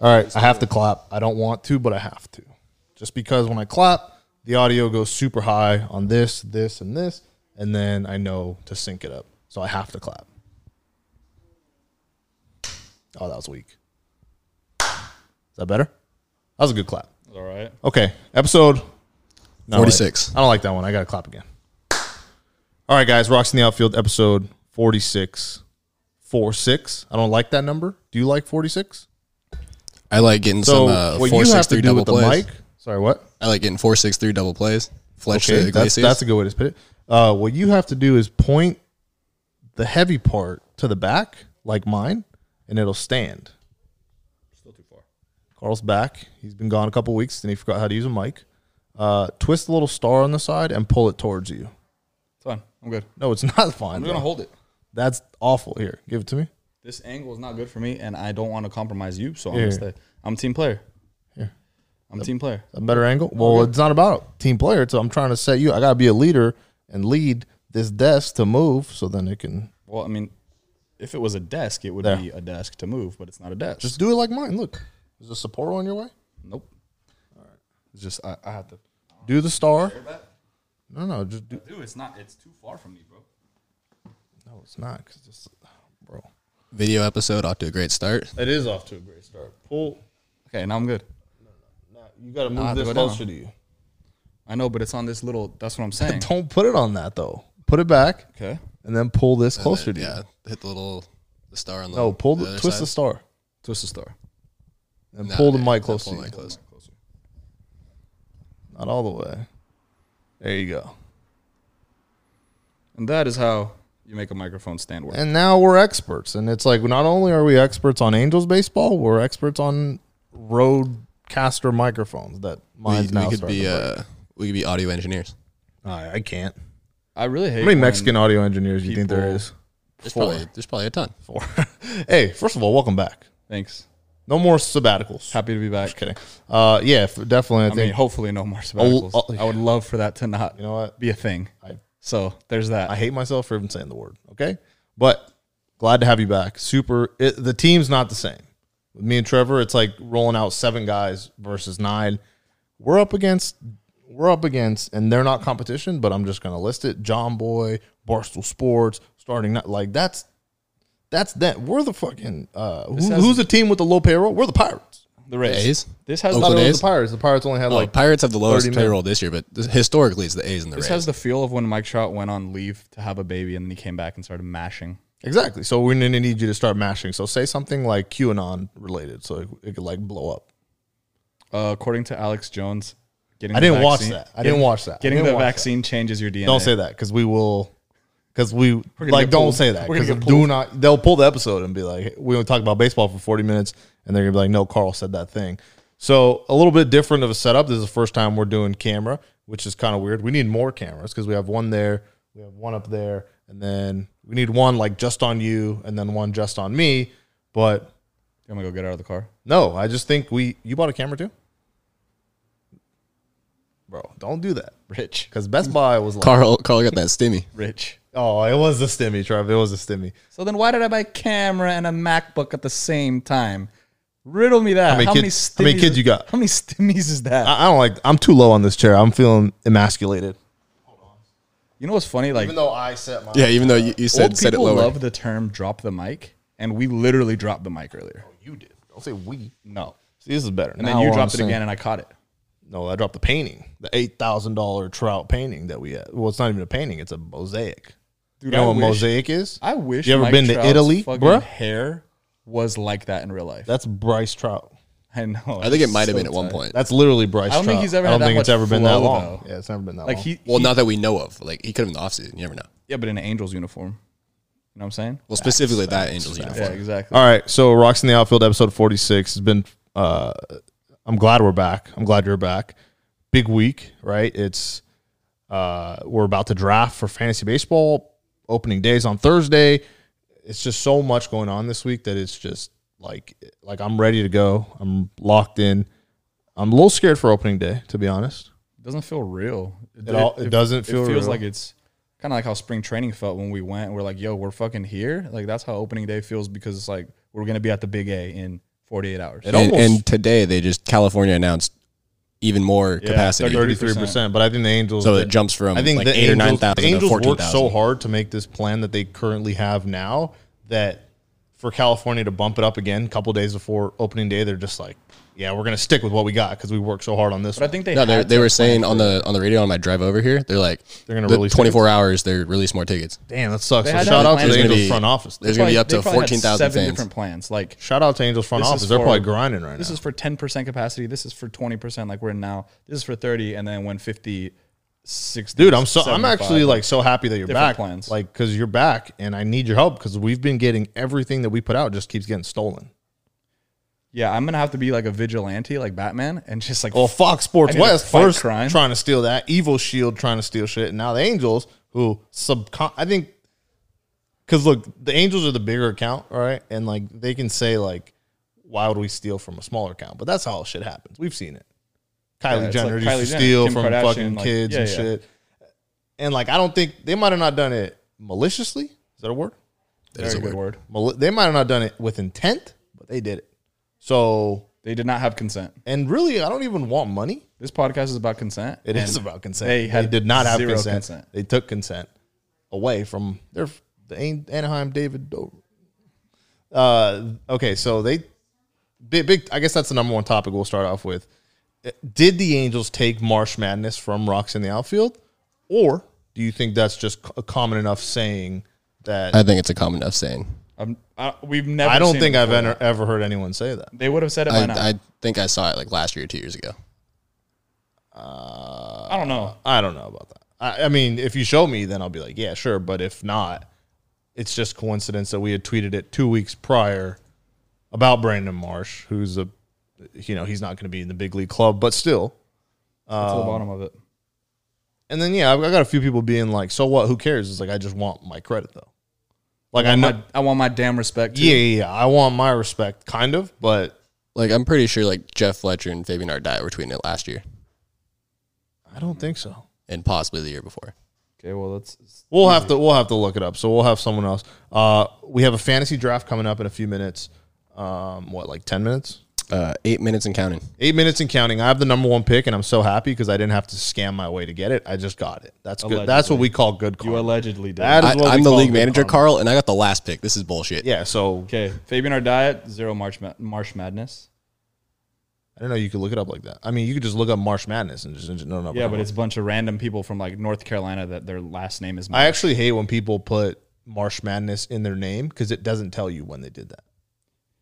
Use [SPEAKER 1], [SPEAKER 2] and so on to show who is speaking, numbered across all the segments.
[SPEAKER 1] All right, I have to clap. I don't want to, but I have to. Just because when I clap, the audio goes super high on this, this, and this, and then I know to sync it up. So I have to clap. Oh, that was weak. Is that better? That was a good clap.
[SPEAKER 2] All right.
[SPEAKER 1] Okay, episode no,
[SPEAKER 3] 46.
[SPEAKER 1] wait. I don't like that one. I got to clap again. All right, guys. Rocks in the Outfield, episode 46. 46. I don't like that number. Do you like 46?
[SPEAKER 3] I like getting
[SPEAKER 1] So,
[SPEAKER 3] some uh,
[SPEAKER 1] what
[SPEAKER 3] four
[SPEAKER 1] you
[SPEAKER 3] six
[SPEAKER 1] have to
[SPEAKER 3] three
[SPEAKER 1] do
[SPEAKER 3] double
[SPEAKER 1] with
[SPEAKER 3] plays.
[SPEAKER 1] the mic. Sorry, what?
[SPEAKER 3] I like getting four six three double plays. Fletch to
[SPEAKER 1] Okay, that's,
[SPEAKER 3] Iglesias.
[SPEAKER 1] that's a good way to put it. Uh, what you have to do is point the heavy part to the back, like mine, and it'll stand.
[SPEAKER 2] Still too far.
[SPEAKER 1] Carl's back. He's been gone a couple weeks, and he forgot how to use a mic. Uh, twist the little star on the side and pull it towards you.
[SPEAKER 2] It's fine. I'm good.
[SPEAKER 1] No, it's not fine.
[SPEAKER 2] I'm gonna
[SPEAKER 1] bro.
[SPEAKER 2] hold it.
[SPEAKER 1] That's awful. Here, give it to me.
[SPEAKER 2] This angle is not good for me, and I don't want to compromise you, so I'm
[SPEAKER 1] Here.
[SPEAKER 2] gonna stay. I'm team player.
[SPEAKER 1] Here.
[SPEAKER 2] I'm team player.
[SPEAKER 1] a better angle. Well, it's not about team player. It's I'm trying to set you. I gotta be a leader and lead this desk to move, so then it can
[SPEAKER 2] Well, I mean, if it was a desk, it would
[SPEAKER 1] There.
[SPEAKER 2] be a desk to move, but it's not a desk.
[SPEAKER 1] just do it like mine. Look, there's a support on your way.
[SPEAKER 2] nope. It's just I, I have to.
[SPEAKER 1] Do the star. No, no, just do.
[SPEAKER 2] Dude, it's not. It's too far from me, bro.
[SPEAKER 1] No, it's not. 'cause it's, bro,
[SPEAKER 3] Video episode off to a great start.
[SPEAKER 1] it is off to a great start. Pull.
[SPEAKER 2] Okay, now I'm good.
[SPEAKER 1] Now, you gotta move
[SPEAKER 2] Ah,
[SPEAKER 1] this
[SPEAKER 2] go down.
[SPEAKER 1] closer to you.
[SPEAKER 2] I know, but it's on this little. That's what I'm saying.
[SPEAKER 1] Don't put it on that though. Put it back
[SPEAKER 2] okay.
[SPEAKER 1] and then pull this closer to you.
[SPEAKER 3] Yeah, hit the little the star on the
[SPEAKER 1] No, pull
[SPEAKER 3] the
[SPEAKER 1] the
[SPEAKER 3] other
[SPEAKER 1] twist the
[SPEAKER 3] side.
[SPEAKER 1] star
[SPEAKER 2] Twist the star.
[SPEAKER 1] and
[SPEAKER 3] Nah,
[SPEAKER 1] pull the
[SPEAKER 3] yeah,
[SPEAKER 1] mic
[SPEAKER 3] yeah,
[SPEAKER 1] close
[SPEAKER 3] pull
[SPEAKER 1] to
[SPEAKER 3] the
[SPEAKER 1] you.
[SPEAKER 3] mic close.
[SPEAKER 2] Closer.
[SPEAKER 1] Not all the way. There you go.
[SPEAKER 2] And that is how you make a microphone stand work.
[SPEAKER 1] and now we're experts. And it's like not only are we experts on Angels baseball, we're experts on Rodecaster microphones that mine's
[SPEAKER 3] We,
[SPEAKER 1] now.
[SPEAKER 3] we could
[SPEAKER 1] starting
[SPEAKER 3] be
[SPEAKER 1] to break.
[SPEAKER 3] uh, we could be audio engineers.
[SPEAKER 1] I, I can't.
[SPEAKER 2] I really hate.
[SPEAKER 1] How many
[SPEAKER 2] when-
[SPEAKER 1] Mexican audio engineers do you think there
[SPEAKER 2] people-
[SPEAKER 1] is?
[SPEAKER 3] There's probably there's probably a ton.
[SPEAKER 1] Four. hey, first of all, welcome back.
[SPEAKER 2] Thanks.
[SPEAKER 1] No more sabbaticals.
[SPEAKER 2] Happy to be back.
[SPEAKER 1] Just kidding. Uh, yeah, f- definitely. I,
[SPEAKER 2] I
[SPEAKER 1] think
[SPEAKER 2] mean, hopefully no more sabbaticals.
[SPEAKER 1] oh,
[SPEAKER 2] I would love for that to not
[SPEAKER 1] you know what.
[SPEAKER 2] be a thing.
[SPEAKER 1] I-
[SPEAKER 2] so there's that.
[SPEAKER 1] I hate myself for even saying the word. Okay, but glad to have you back. Super. It, the team's not the same. With me and Trevor, it's like rolling out seven guys versus nine. We're up against. We're up against, and they're not competition. But I'm just gonna list it: John Boy, Barstool Sports, starting not like that's that's that. We're the fucking uh, who,
[SPEAKER 2] has-
[SPEAKER 1] who's the teteam with the low payroll? We're the Oh, Pirates.
[SPEAKER 2] the Rays.
[SPEAKER 3] A's?
[SPEAKER 2] This has
[SPEAKER 1] I thought
[SPEAKER 3] Oakland
[SPEAKER 1] it
[SPEAKER 2] the,
[SPEAKER 3] A's?
[SPEAKER 1] was the Pirates. The Pirates only had
[SPEAKER 3] Oh,
[SPEAKER 1] like
[SPEAKER 3] Pirates have the
[SPEAKER 1] 30
[SPEAKER 3] lowest
[SPEAKER 1] mil.
[SPEAKER 3] payroll this year, but this, historically it's the A's and the
[SPEAKER 2] this
[SPEAKER 3] Rays.
[SPEAKER 2] has the feel of when Mike Trout went on leave to have a baby and then he came back and started mashing.
[SPEAKER 1] Exactly. So we're gonna need you to start mashing. So say something like QAnon related, so it, it could like blow up.
[SPEAKER 2] Uh, according to Alex Jones, getting
[SPEAKER 1] I
[SPEAKER 2] the
[SPEAKER 1] didn't watch
[SPEAKER 2] vaccine-
[SPEAKER 1] that. I didn't watch that. I
[SPEAKER 2] Getting
[SPEAKER 1] didn't
[SPEAKER 2] the
[SPEAKER 1] watch
[SPEAKER 2] vaccine changes your DNA.
[SPEAKER 1] that. Don't say that because we will. Because we
[SPEAKER 2] gonna
[SPEAKER 1] like
[SPEAKER 2] get
[SPEAKER 1] don't
[SPEAKER 2] pulled.
[SPEAKER 1] say that
[SPEAKER 2] We're gonna
[SPEAKER 1] because
[SPEAKER 2] get
[SPEAKER 1] do not they'll pull the episode and be like we will talk about baseball for forty minutes and they're gonna be like no Carl said that thing so a little bit different of a setup this is the first time we're doing camera which is kind of weird we need more cameras because we have one there we have one up there and then we need one like just on you and then one just on me but
[SPEAKER 2] I'm gonna go get out of the car.
[SPEAKER 1] no, I just think we. You bought a camera too, bro. Don't do that
[SPEAKER 2] Rich,
[SPEAKER 1] because Best Buy was like,
[SPEAKER 3] Carl Carl got that stimmy.
[SPEAKER 2] rich.
[SPEAKER 1] oh, it was a stimmy, Trev. It was a stimmy.
[SPEAKER 2] So then, why did I buy a camera and a MacBook at the same time? Riddle me that. How
[SPEAKER 1] many
[SPEAKER 2] many,
[SPEAKER 1] kids- how many
[SPEAKER 2] stimmies-
[SPEAKER 1] kids you got? Uh,
[SPEAKER 2] How many stimmies is that?
[SPEAKER 1] I, I don't like. I'm too low on this chair. I'm feeling emasculated.
[SPEAKER 2] you know what's funny? Like
[SPEAKER 1] Even though I set my
[SPEAKER 3] Yeah, even though you, you said
[SPEAKER 2] old
[SPEAKER 3] said it
[SPEAKER 2] people
[SPEAKER 3] lower.
[SPEAKER 2] love the term "drop the mic," and we literally dropped the mic earlier.
[SPEAKER 1] you did. Don't say we.
[SPEAKER 2] No,
[SPEAKER 1] See, this is better.
[SPEAKER 2] and then you dropped it again, and I caught it.
[SPEAKER 1] No, I dropped the painting, the eight thousand dollar trout painting that we had. Well, it's not even a painting; it's a mosaic. you
[SPEAKER 2] Dude,
[SPEAKER 1] know
[SPEAKER 2] I
[SPEAKER 1] what
[SPEAKER 2] wish-
[SPEAKER 1] mosaic is?
[SPEAKER 2] I wish
[SPEAKER 1] You ever
[SPEAKER 2] Mike
[SPEAKER 1] been to
[SPEAKER 2] Trout's
[SPEAKER 1] Italy,
[SPEAKER 2] fucking
[SPEAKER 1] bruh?
[SPEAKER 2] Hair was like that in real life.
[SPEAKER 1] That's Bryce Trout.
[SPEAKER 2] I know.
[SPEAKER 3] I think it might have been at one point.
[SPEAKER 1] That's literally Bryce.
[SPEAKER 2] I don't think
[SPEAKER 1] Trout.
[SPEAKER 2] he's ever
[SPEAKER 1] I
[SPEAKER 2] had
[SPEAKER 1] don't
[SPEAKER 2] that
[SPEAKER 1] think it's
[SPEAKER 2] much
[SPEAKER 1] ever been that
[SPEAKER 2] flow,
[SPEAKER 1] long.
[SPEAKER 2] though.
[SPEAKER 1] Yeah, it's never been that
[SPEAKER 2] like
[SPEAKER 1] long.
[SPEAKER 2] he,
[SPEAKER 3] Well,
[SPEAKER 2] he-
[SPEAKER 3] not that we know of. Like he could have in the offseason. You never know.
[SPEAKER 2] yeah, but in an Angels uniform. You know what I'm saying?
[SPEAKER 3] Well, specifically that Angels uniform.
[SPEAKER 2] yeah, exactly.
[SPEAKER 1] All right, so Rocks in the Outfield, episode 46. It's been, uh, I'm glad we're back. I'm glad you're back. Big week, right? It's, uh, we're about to draft for fantasy baseball. Opening days on Thursday. It's just so much going on this week that it's just like, like I'm ready to go. I'm locked in. I'm a little scared for opening day, to be honest.
[SPEAKER 2] It doesn't feel real.
[SPEAKER 1] It all- it doesn't feel
[SPEAKER 2] It feels
[SPEAKER 1] real.
[SPEAKER 2] like it's kind of like how spring training felt when we went. We're like, yo, we're fucking here. Like that's how opening day feels because it's like we're gonna be at the big A in 48 hours.
[SPEAKER 1] It
[SPEAKER 3] And,
[SPEAKER 1] almost-
[SPEAKER 3] and today they just California announced even more capacity,
[SPEAKER 1] thirty three percent. But I think the Angels.
[SPEAKER 3] so it jumps from
[SPEAKER 1] I think
[SPEAKER 3] like
[SPEAKER 1] the
[SPEAKER 3] eight or
[SPEAKER 1] Angels,
[SPEAKER 3] nine
[SPEAKER 1] the
[SPEAKER 3] thousand to
[SPEAKER 1] Angels
[SPEAKER 3] fourteen
[SPEAKER 1] worked so
[SPEAKER 3] thousand.
[SPEAKER 1] hard to make this plan that they currently have now that for California to bump it up again a couple days before opening day, they're just like, yeah, we're gonna stick with what we got because we worked so hard on this.
[SPEAKER 2] But I
[SPEAKER 1] one.
[SPEAKER 2] think they
[SPEAKER 3] No, they
[SPEAKER 2] had
[SPEAKER 3] they
[SPEAKER 2] to
[SPEAKER 3] were
[SPEAKER 2] plan
[SPEAKER 3] saying on the on the radio on my drive over here, they're like
[SPEAKER 1] They're gonna
[SPEAKER 3] the
[SPEAKER 1] release
[SPEAKER 3] 24 hours, they release more tickets.
[SPEAKER 1] Damn, that sucks.
[SPEAKER 2] They
[SPEAKER 1] So
[SPEAKER 2] had
[SPEAKER 1] shout
[SPEAKER 2] other
[SPEAKER 1] out to the
[SPEAKER 2] plans.
[SPEAKER 3] There's gonna
[SPEAKER 1] Angels
[SPEAKER 3] be-
[SPEAKER 1] front office.
[SPEAKER 3] There's gonna be
[SPEAKER 2] Probably-
[SPEAKER 3] up
[SPEAKER 2] they
[SPEAKER 3] to
[SPEAKER 2] probably had
[SPEAKER 3] 14,000
[SPEAKER 2] seven
[SPEAKER 3] fans.
[SPEAKER 2] different plans. Like
[SPEAKER 1] Shout out to Angels front
[SPEAKER 2] This
[SPEAKER 1] office.
[SPEAKER 2] is
[SPEAKER 1] They're
[SPEAKER 2] for-
[SPEAKER 1] probably grinding right
[SPEAKER 2] this
[SPEAKER 1] now.
[SPEAKER 2] is for 10% capacity. This is for 20% like we're in now. This is for 30 and then when 50 60
[SPEAKER 1] Dude, I'm so I'm
[SPEAKER 2] 75.
[SPEAKER 1] actually like so happy that you're
[SPEAKER 2] Different
[SPEAKER 1] back.
[SPEAKER 2] plans.
[SPEAKER 1] Like because you're back, and I need your help because we've been getting everything that we put out just keeps getting stolen.
[SPEAKER 2] Yeah, I'm going to have to be like a vigilante like Batman and just like
[SPEAKER 1] Well, Fox Sports
[SPEAKER 2] I need to
[SPEAKER 1] West
[SPEAKER 2] fight
[SPEAKER 1] first
[SPEAKER 2] crime.
[SPEAKER 1] trying to steal that. Evil Shield trying to steal shit. And now the Angels, who subcon, I think, because look, the Angels are the bigger account, all right? And like they can say like, why would we steal from a smaller account? But that's how shit happens. We've seen it. Kylie
[SPEAKER 2] it's
[SPEAKER 1] Jenner
[SPEAKER 2] like
[SPEAKER 1] used
[SPEAKER 2] Kylie
[SPEAKER 1] to
[SPEAKER 2] Jenner,
[SPEAKER 1] steal
[SPEAKER 2] Kim
[SPEAKER 1] from
[SPEAKER 2] Kardashian,
[SPEAKER 1] fucking
[SPEAKER 2] like,
[SPEAKER 1] kids
[SPEAKER 2] yeah,
[SPEAKER 1] and
[SPEAKER 2] yeah.
[SPEAKER 1] shit. And like I don't think they might have not done it maliciously. Is that a word?
[SPEAKER 3] That is
[SPEAKER 2] very
[SPEAKER 3] a
[SPEAKER 2] good
[SPEAKER 3] word.
[SPEAKER 2] word.
[SPEAKER 1] Mal- they might have not done it with intent, but they did it. So
[SPEAKER 2] They did not have consent.
[SPEAKER 1] and really, I don't even want money.
[SPEAKER 2] This podcast is about consent.
[SPEAKER 1] It is
[SPEAKER 2] and
[SPEAKER 1] about consent.
[SPEAKER 2] they
[SPEAKER 1] They,
[SPEAKER 2] had
[SPEAKER 1] did not have
[SPEAKER 2] zero
[SPEAKER 1] consent.
[SPEAKER 2] consent.
[SPEAKER 1] They took consent away from their the An- Anaheim David Dover. Uh, okay, so they big, big. I guess that's the number one topic we'll start off with. Uh, Did the Angels take Marsh Madness from Rocks in the outfield, or do you think that's just a common enough saying that
[SPEAKER 3] I think it's a common enough saying.
[SPEAKER 2] I'm, I, we've never.
[SPEAKER 1] I don't
[SPEAKER 2] seen
[SPEAKER 1] think
[SPEAKER 2] it
[SPEAKER 1] I've
[SPEAKER 2] before.
[SPEAKER 1] ever, ever heard anyone say that.
[SPEAKER 2] They would have said it by now.
[SPEAKER 3] I, I think I saw it like last year, two years ago.
[SPEAKER 2] I don't know.
[SPEAKER 1] I don't know about that. I, I mean, if you show me, then I'll be like, yeah, sure. But if not, it's just coincidence that we had tweeted it two weeks prior about Brandon Marsh, who's a, you know, he's not going to be in the big league club, but still.
[SPEAKER 2] Get
[SPEAKER 1] Um,
[SPEAKER 2] to the bottom of it.
[SPEAKER 1] And then yeah, I've I got a few people being like, so what? Who cares? It's like I just want my credit though. Like I know,
[SPEAKER 2] My, I want my damn respect. Too.
[SPEAKER 1] yeah, yeah, yeah, I want my respect, kind of, but
[SPEAKER 3] Like I'm pretty sure like Jeff Fletcher and Fabian Ardai were tweeting it last year
[SPEAKER 1] I don't think so.
[SPEAKER 3] and possibly the year before.
[SPEAKER 2] Okay. Well, that's
[SPEAKER 1] We'll have to we'll have to look it up. So we'll have someone else. Uh, we have a fantasy draft coming up in a few minutes. Um, what like ten minutes?
[SPEAKER 3] Uh, eight minutes and counting.
[SPEAKER 1] Eight minutes and counting. I have the number one pick, and I'm so happy because I didn't have to scam my way to get it. I just got it. That's good. That's what we call good
[SPEAKER 2] you
[SPEAKER 1] karma.
[SPEAKER 2] allegedly did.
[SPEAKER 1] That is
[SPEAKER 3] I,
[SPEAKER 1] what we
[SPEAKER 3] I'm the
[SPEAKER 1] call
[SPEAKER 3] league
[SPEAKER 1] good
[SPEAKER 3] manager,
[SPEAKER 1] karma.
[SPEAKER 3] Carl, and I got the last pick. This is bullshit.
[SPEAKER 1] Yeah. So
[SPEAKER 2] okay. Fabian our diet zero March Ma- Marsh Madness.
[SPEAKER 1] I don't know. You could look it up like that. I mean, you could just look up Marsh Madness and just no, no.
[SPEAKER 2] Yeah, but it's a bunch of random people from like North Carolina that their last name is.
[SPEAKER 1] I
[SPEAKER 2] Marsh.
[SPEAKER 1] actually hate when people put Marsh Madness in their name because it doesn't tell you when they did that.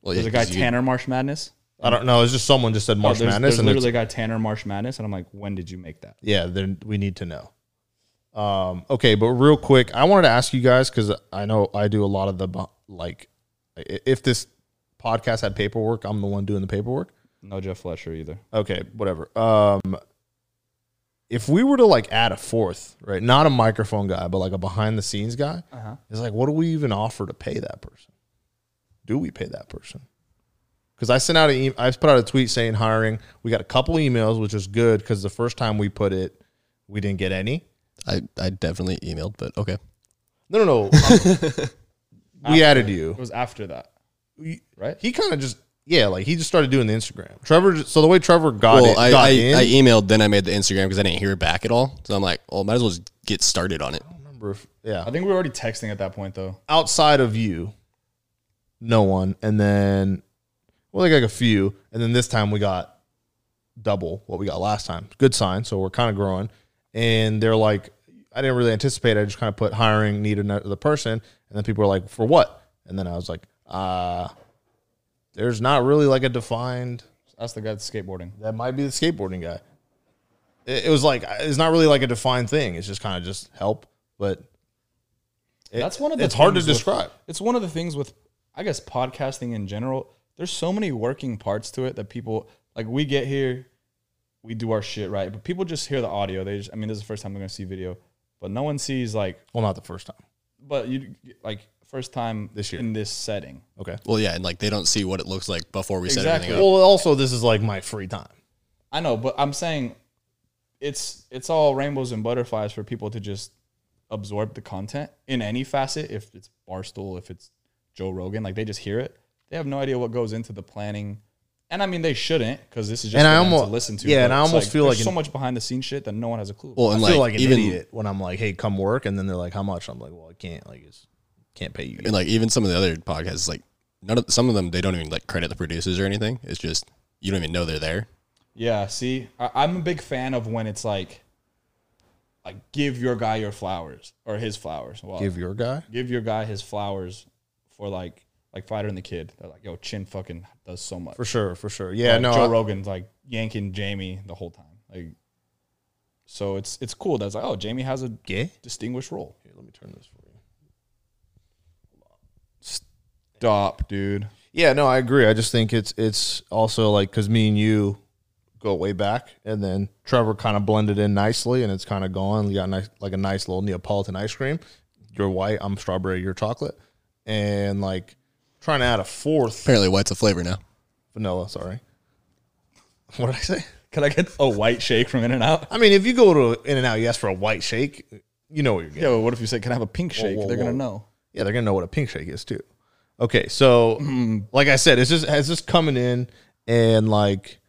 [SPEAKER 3] Well,
[SPEAKER 2] There's a
[SPEAKER 3] yeah,
[SPEAKER 2] guy
[SPEAKER 3] 'cause you-
[SPEAKER 2] Tanner Marsh Madness.
[SPEAKER 1] I don't know. It's just someone just said
[SPEAKER 2] Oh,
[SPEAKER 1] Marsh
[SPEAKER 2] there's
[SPEAKER 1] Madness,
[SPEAKER 2] there's
[SPEAKER 1] and it's
[SPEAKER 2] literally a guy Tanner Marsh Madness, and I'm like, when did you make that?
[SPEAKER 1] yeah, then we need to know. Um, okay, but real quick, I wanted to ask you guys because I know I do a lot of the bu- like, i- if this podcast had paperwork, I'm the one doing the paperwork.
[SPEAKER 2] No Jeff Fletcher either.
[SPEAKER 1] Okay, whatever. Um, if we were to like add a fourth, right? Not a microphone guy, but like a behind the scenes guy,
[SPEAKER 2] Uh-huh.
[SPEAKER 1] it's like, what do we even offer to pay that person? Do we pay that person? Because I sent out an, e- I put out a tweet saying hiring. We got a couple emails, which is good because the first time we put it, we didn't get any.
[SPEAKER 3] I, I definitely emailed, but okay.
[SPEAKER 1] No, no, no. we added you.
[SPEAKER 2] It was after that. Right?
[SPEAKER 1] He kind of just, yeah, like he just started doing the Instagram. Trevor, just- so the way Trevor got
[SPEAKER 3] well,
[SPEAKER 1] it,
[SPEAKER 3] I,
[SPEAKER 1] got
[SPEAKER 3] I,
[SPEAKER 1] in,
[SPEAKER 3] I emailed, then I made the Instagram because I didn't hear back at all. So I'm like, well, might as well just get started on it.
[SPEAKER 1] I remember if- yeah,
[SPEAKER 2] I think we were already texting at that point though.
[SPEAKER 1] outside of you, no one. And then, well, they got like a few. And then this time we got double what we got last time. Good sign. So we're kind of growing. And they're like, I didn't really anticipate. I just kind of put hiring, need another person. And then people are like, for what? And then I was like, uh, there's not really like a defined
[SPEAKER 2] That's the guy that's skateboarding.
[SPEAKER 1] that might be the skateboarding guy. It, it was like uh, it's not really like a defined thing. It's just kind of just help, but it-
[SPEAKER 2] That's one of the
[SPEAKER 1] it's hard to
[SPEAKER 2] things with-
[SPEAKER 1] describe.
[SPEAKER 2] It's one of the things with, I guess, podcasting in general. There's so many working parts to it that people like. We get here, we do our shit right, but people just hear the audio. They just, I mean, this is the first time they're gonna see video, but no one sees like,
[SPEAKER 1] Well, not the first time.
[SPEAKER 2] but you like first time
[SPEAKER 1] This year.
[SPEAKER 2] in this setting.
[SPEAKER 1] Okay.
[SPEAKER 3] Well, yeah, and like they don't see what it looks like before we set
[SPEAKER 2] Exactly.
[SPEAKER 3] everything up.
[SPEAKER 1] Well, also this is like my free time.
[SPEAKER 2] I know, but I'm saying, it's it's all rainbows and butterflies for people to just absorb the content in any facet. If it's Barstool, if it's Joe Rogan, like they just hear it, They have no idea what goes into the planning, and I mean they shouldn't because this is just
[SPEAKER 1] And
[SPEAKER 2] for
[SPEAKER 1] I
[SPEAKER 2] them to
[SPEAKER 1] almo-
[SPEAKER 2] listen to.
[SPEAKER 1] yeah,
[SPEAKER 2] but
[SPEAKER 1] and I
[SPEAKER 2] it's
[SPEAKER 1] almost feel
[SPEAKER 2] there's
[SPEAKER 1] like
[SPEAKER 2] so
[SPEAKER 1] an-
[SPEAKER 2] much behind the scenes shit that no one has a clue.
[SPEAKER 3] Well, and
[SPEAKER 1] I
[SPEAKER 3] like,
[SPEAKER 1] feel like an
[SPEAKER 3] even
[SPEAKER 1] idiot when I'm like, "Hey, come work," and then they're like, "How much?" I'm like, "Well, I can't. Like, it's can't pay you."
[SPEAKER 3] and like even some of the other podcasts, like none of some of them they don't even like credit the producers or anything. It's just you don't even know they're there.
[SPEAKER 2] Yeah, see, I, I'm a big fan of when it's like, like give your guy your flowers or his flowers. Well, give,
[SPEAKER 1] Give your guy.
[SPEAKER 2] your guy his flowers for like like Fighter and the Kid. They're like, yo, Chin fucking does so much.
[SPEAKER 1] For sure, for sure. Yeah,
[SPEAKER 2] Like,
[SPEAKER 1] no,
[SPEAKER 2] Joe
[SPEAKER 1] I-
[SPEAKER 2] Rogan's like yanking Jamie the whole time. Like, so it's it's cool that's like, oh, Jamie has a
[SPEAKER 1] yeah.
[SPEAKER 2] distinguished role.
[SPEAKER 1] Here, let me turn this for you.
[SPEAKER 2] Stop, dude.
[SPEAKER 1] Yeah, no, I agree. I just think it's it's also like because me and you go way back, and then Trevor kind of blended in nicely, and it's kind of gone. You got nice, like a nice little Neapolitan ice cream. You're white, I'm strawberry, you're chocolate, and like trying to add a fourth
[SPEAKER 3] Apparently, white's a flavor now.
[SPEAKER 1] vanilla. Sorry, what did I say?
[SPEAKER 2] Can I get a white shake from In and Out?
[SPEAKER 1] I mean, if you go to In and Out, you ask for a white shake, you know what you're getting.
[SPEAKER 2] Yeah, but what if you say, can I have a pink shake?
[SPEAKER 1] whoa,
[SPEAKER 2] They're
[SPEAKER 1] whoa.
[SPEAKER 2] gonna know.
[SPEAKER 1] Yeah, they're gonna know what a pink shake is too. Okay, so like I said, it's just has this coming in and like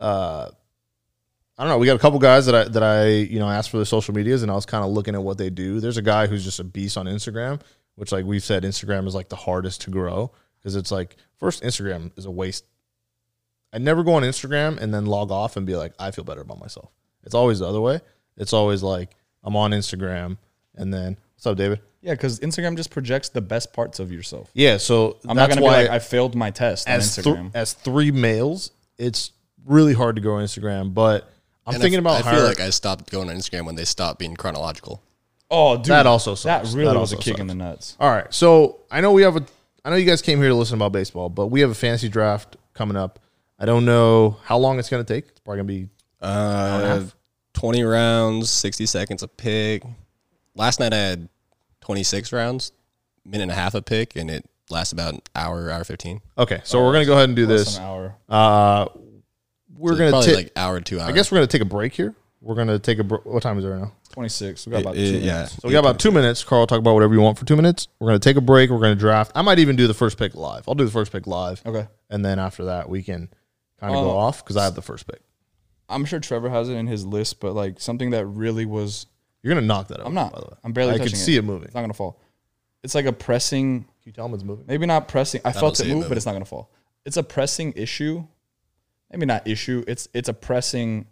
[SPEAKER 1] uh I don't know, we got a couple guys that I that I, you know, asked for their social medias and I was kind of looking at what they do. There's a guy who's just a beast on Instagram, which like we've said Instagram is like the hardest to grow because it's like first Instagram is a waste. I never go on Instagram and then log off and be like I feel better about myself. It's always the other way. It's always like I'm on Instagram and then what's up David?
[SPEAKER 2] Yeah, because Instagram just projects the best parts of yourself.
[SPEAKER 1] Yeah, so
[SPEAKER 2] I'm
[SPEAKER 1] that's
[SPEAKER 2] not gonna
[SPEAKER 1] why
[SPEAKER 2] be like I failed my test on
[SPEAKER 1] as thr-
[SPEAKER 2] Instagram.
[SPEAKER 1] as three males, it's really hard to grow Instagram. But I'm
[SPEAKER 3] And I
[SPEAKER 1] thinking
[SPEAKER 3] f-
[SPEAKER 1] about
[SPEAKER 3] I feel
[SPEAKER 1] hiring.
[SPEAKER 3] like I stopped going on Instagram when they stopped being chronological.
[SPEAKER 2] oh, dude,
[SPEAKER 1] that also
[SPEAKER 2] that
[SPEAKER 1] sucks.
[SPEAKER 2] really
[SPEAKER 1] That
[SPEAKER 2] was
[SPEAKER 1] also
[SPEAKER 2] a kick
[SPEAKER 1] sucks.
[SPEAKER 2] in the nuts.
[SPEAKER 1] All right, so I know we have a. I know you guys came here to listen about baseball, but we have a fantasy draft coming up. I don't know how long it's going to take. It's probably going to be
[SPEAKER 3] Uh, twenty rounds, sixty seconds a pick. Last night I had twenty six rounds, minute and a half a pick, and it lasts about an hour, hour fifteen.
[SPEAKER 1] okay. So we're going to go ahead and do
[SPEAKER 2] Less
[SPEAKER 1] this.
[SPEAKER 2] an hour.
[SPEAKER 1] Uh, we're
[SPEAKER 3] So it's
[SPEAKER 1] going
[SPEAKER 3] probably
[SPEAKER 1] to.
[SPEAKER 3] like hour, two hours.
[SPEAKER 1] I guess we're going to take a break here. We're going to take a. Br- what time is it right now?
[SPEAKER 2] 26. We got about two. minutes.
[SPEAKER 3] yeah.
[SPEAKER 1] So we got about two minutes. Carl, talk about whatever you want for two minutes. We're going to take a break. We're going to draft. I might even do the first pick live. I'll do the first pick live.
[SPEAKER 2] Okay. Oh.
[SPEAKER 1] and then after that we can kind of go off because I have the first pick.
[SPEAKER 2] I'm sure Trevor has it in his list, but like something that really was
[SPEAKER 1] You're gonna knock that. Over,
[SPEAKER 2] I'm not.
[SPEAKER 1] By the way.
[SPEAKER 2] I'm barely
[SPEAKER 1] I
[SPEAKER 2] touching
[SPEAKER 1] can see
[SPEAKER 2] it.
[SPEAKER 1] it moving.
[SPEAKER 2] It's not gonna fall. It's like a pressing,
[SPEAKER 1] you tell him it's moving?
[SPEAKER 2] maybe not pressing. I felt
[SPEAKER 3] see
[SPEAKER 2] it
[SPEAKER 3] it
[SPEAKER 2] move, but
[SPEAKER 3] moving.
[SPEAKER 2] it's not gonna fall. It's a pressing issue. Maybe not issue. It's it's a pressing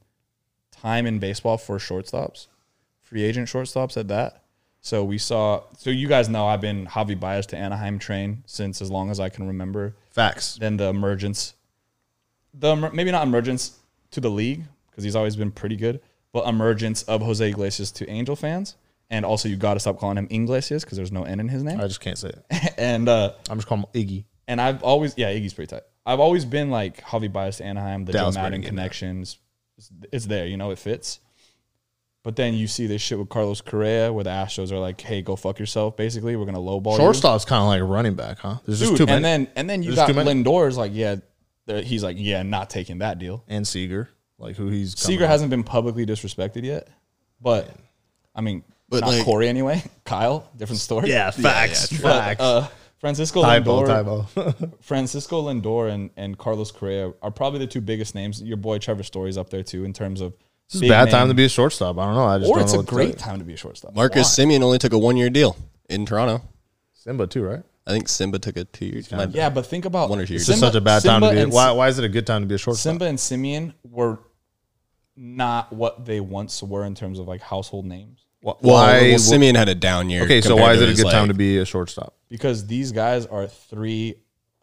[SPEAKER 2] time in baseball for shortstops, free agent shortstops at that. So we saw. So you guys know I've been Javi Baez to Anaheim train since as long as I can remember.
[SPEAKER 1] Facts.
[SPEAKER 2] Then the emergence. The emer- maybe not emergence to the league because he's always been pretty good, but emergence of Jose Iglesias to Angel fans, and also you got to stop calling him Iglesias because there's no N in his name.
[SPEAKER 1] I just can't say it.
[SPEAKER 2] and uh,
[SPEAKER 1] I'm just calling him Iggy.
[SPEAKER 2] and I've always yeah Iggy's pretty tight. I've always been like Javi Baez to Anaheim, the
[SPEAKER 1] Dallas
[SPEAKER 2] Joe Madden
[SPEAKER 1] Brennan, yeah.
[SPEAKER 2] connections. It's, it's there, you know, it fits. But then you see this shit with Carlos Correa, where the Astros are like, "Hey, go fuck yourself." Basically, we're gonna lowball you.
[SPEAKER 1] Shortstop's kind of like a running back, huh? There's just
[SPEAKER 2] Dude,
[SPEAKER 1] too many.
[SPEAKER 2] and then and then you
[SPEAKER 1] There's
[SPEAKER 2] got
[SPEAKER 1] too many.
[SPEAKER 2] Lindor's like, yeah, there- he's like, yeah, not taking that deal.
[SPEAKER 1] and Seager, like who he's coming
[SPEAKER 2] Seager
[SPEAKER 1] off.
[SPEAKER 2] hasn't been publicly disrespected yet, but I mean,
[SPEAKER 3] But,
[SPEAKER 2] not
[SPEAKER 3] like-
[SPEAKER 2] Corey anyway. Kyle, different story.
[SPEAKER 1] Yeah, facts.
[SPEAKER 2] But,
[SPEAKER 1] facts.
[SPEAKER 2] uh, Francisco
[SPEAKER 1] Tybo,
[SPEAKER 2] Lindor,
[SPEAKER 1] Tybo.
[SPEAKER 2] Francisco Lindor, and and Carlos Correa are probably the two biggest names. Your boy Trevor Story's up there too in terms of
[SPEAKER 1] This is a bad time to be a shortstop. I don't know. I just
[SPEAKER 2] or
[SPEAKER 1] don't
[SPEAKER 2] it's
[SPEAKER 1] know
[SPEAKER 2] a
[SPEAKER 1] what to
[SPEAKER 2] great
[SPEAKER 1] tell you.
[SPEAKER 2] time to be a shortstop.
[SPEAKER 3] Marcus Simeon only took a one year deal in Toronto.
[SPEAKER 1] Simba too, right?
[SPEAKER 3] I think Simba took a two year deal.
[SPEAKER 2] Yeah, but think about
[SPEAKER 3] One or two years. It's
[SPEAKER 1] It's such a bad
[SPEAKER 2] Simba
[SPEAKER 1] time to be.
[SPEAKER 2] and
[SPEAKER 1] Why, why is it a good time to be a shortstop?
[SPEAKER 2] Simba and Simeon were not what they once were in terms of like household names
[SPEAKER 1] Why?
[SPEAKER 3] Well, well,
[SPEAKER 1] would-
[SPEAKER 3] Simeon had a down year.
[SPEAKER 1] okay, so
[SPEAKER 3] compared
[SPEAKER 1] why is
[SPEAKER 3] to
[SPEAKER 1] it a
[SPEAKER 3] his,
[SPEAKER 1] good time
[SPEAKER 3] like-
[SPEAKER 1] to be a shortstop?
[SPEAKER 2] because these guys are three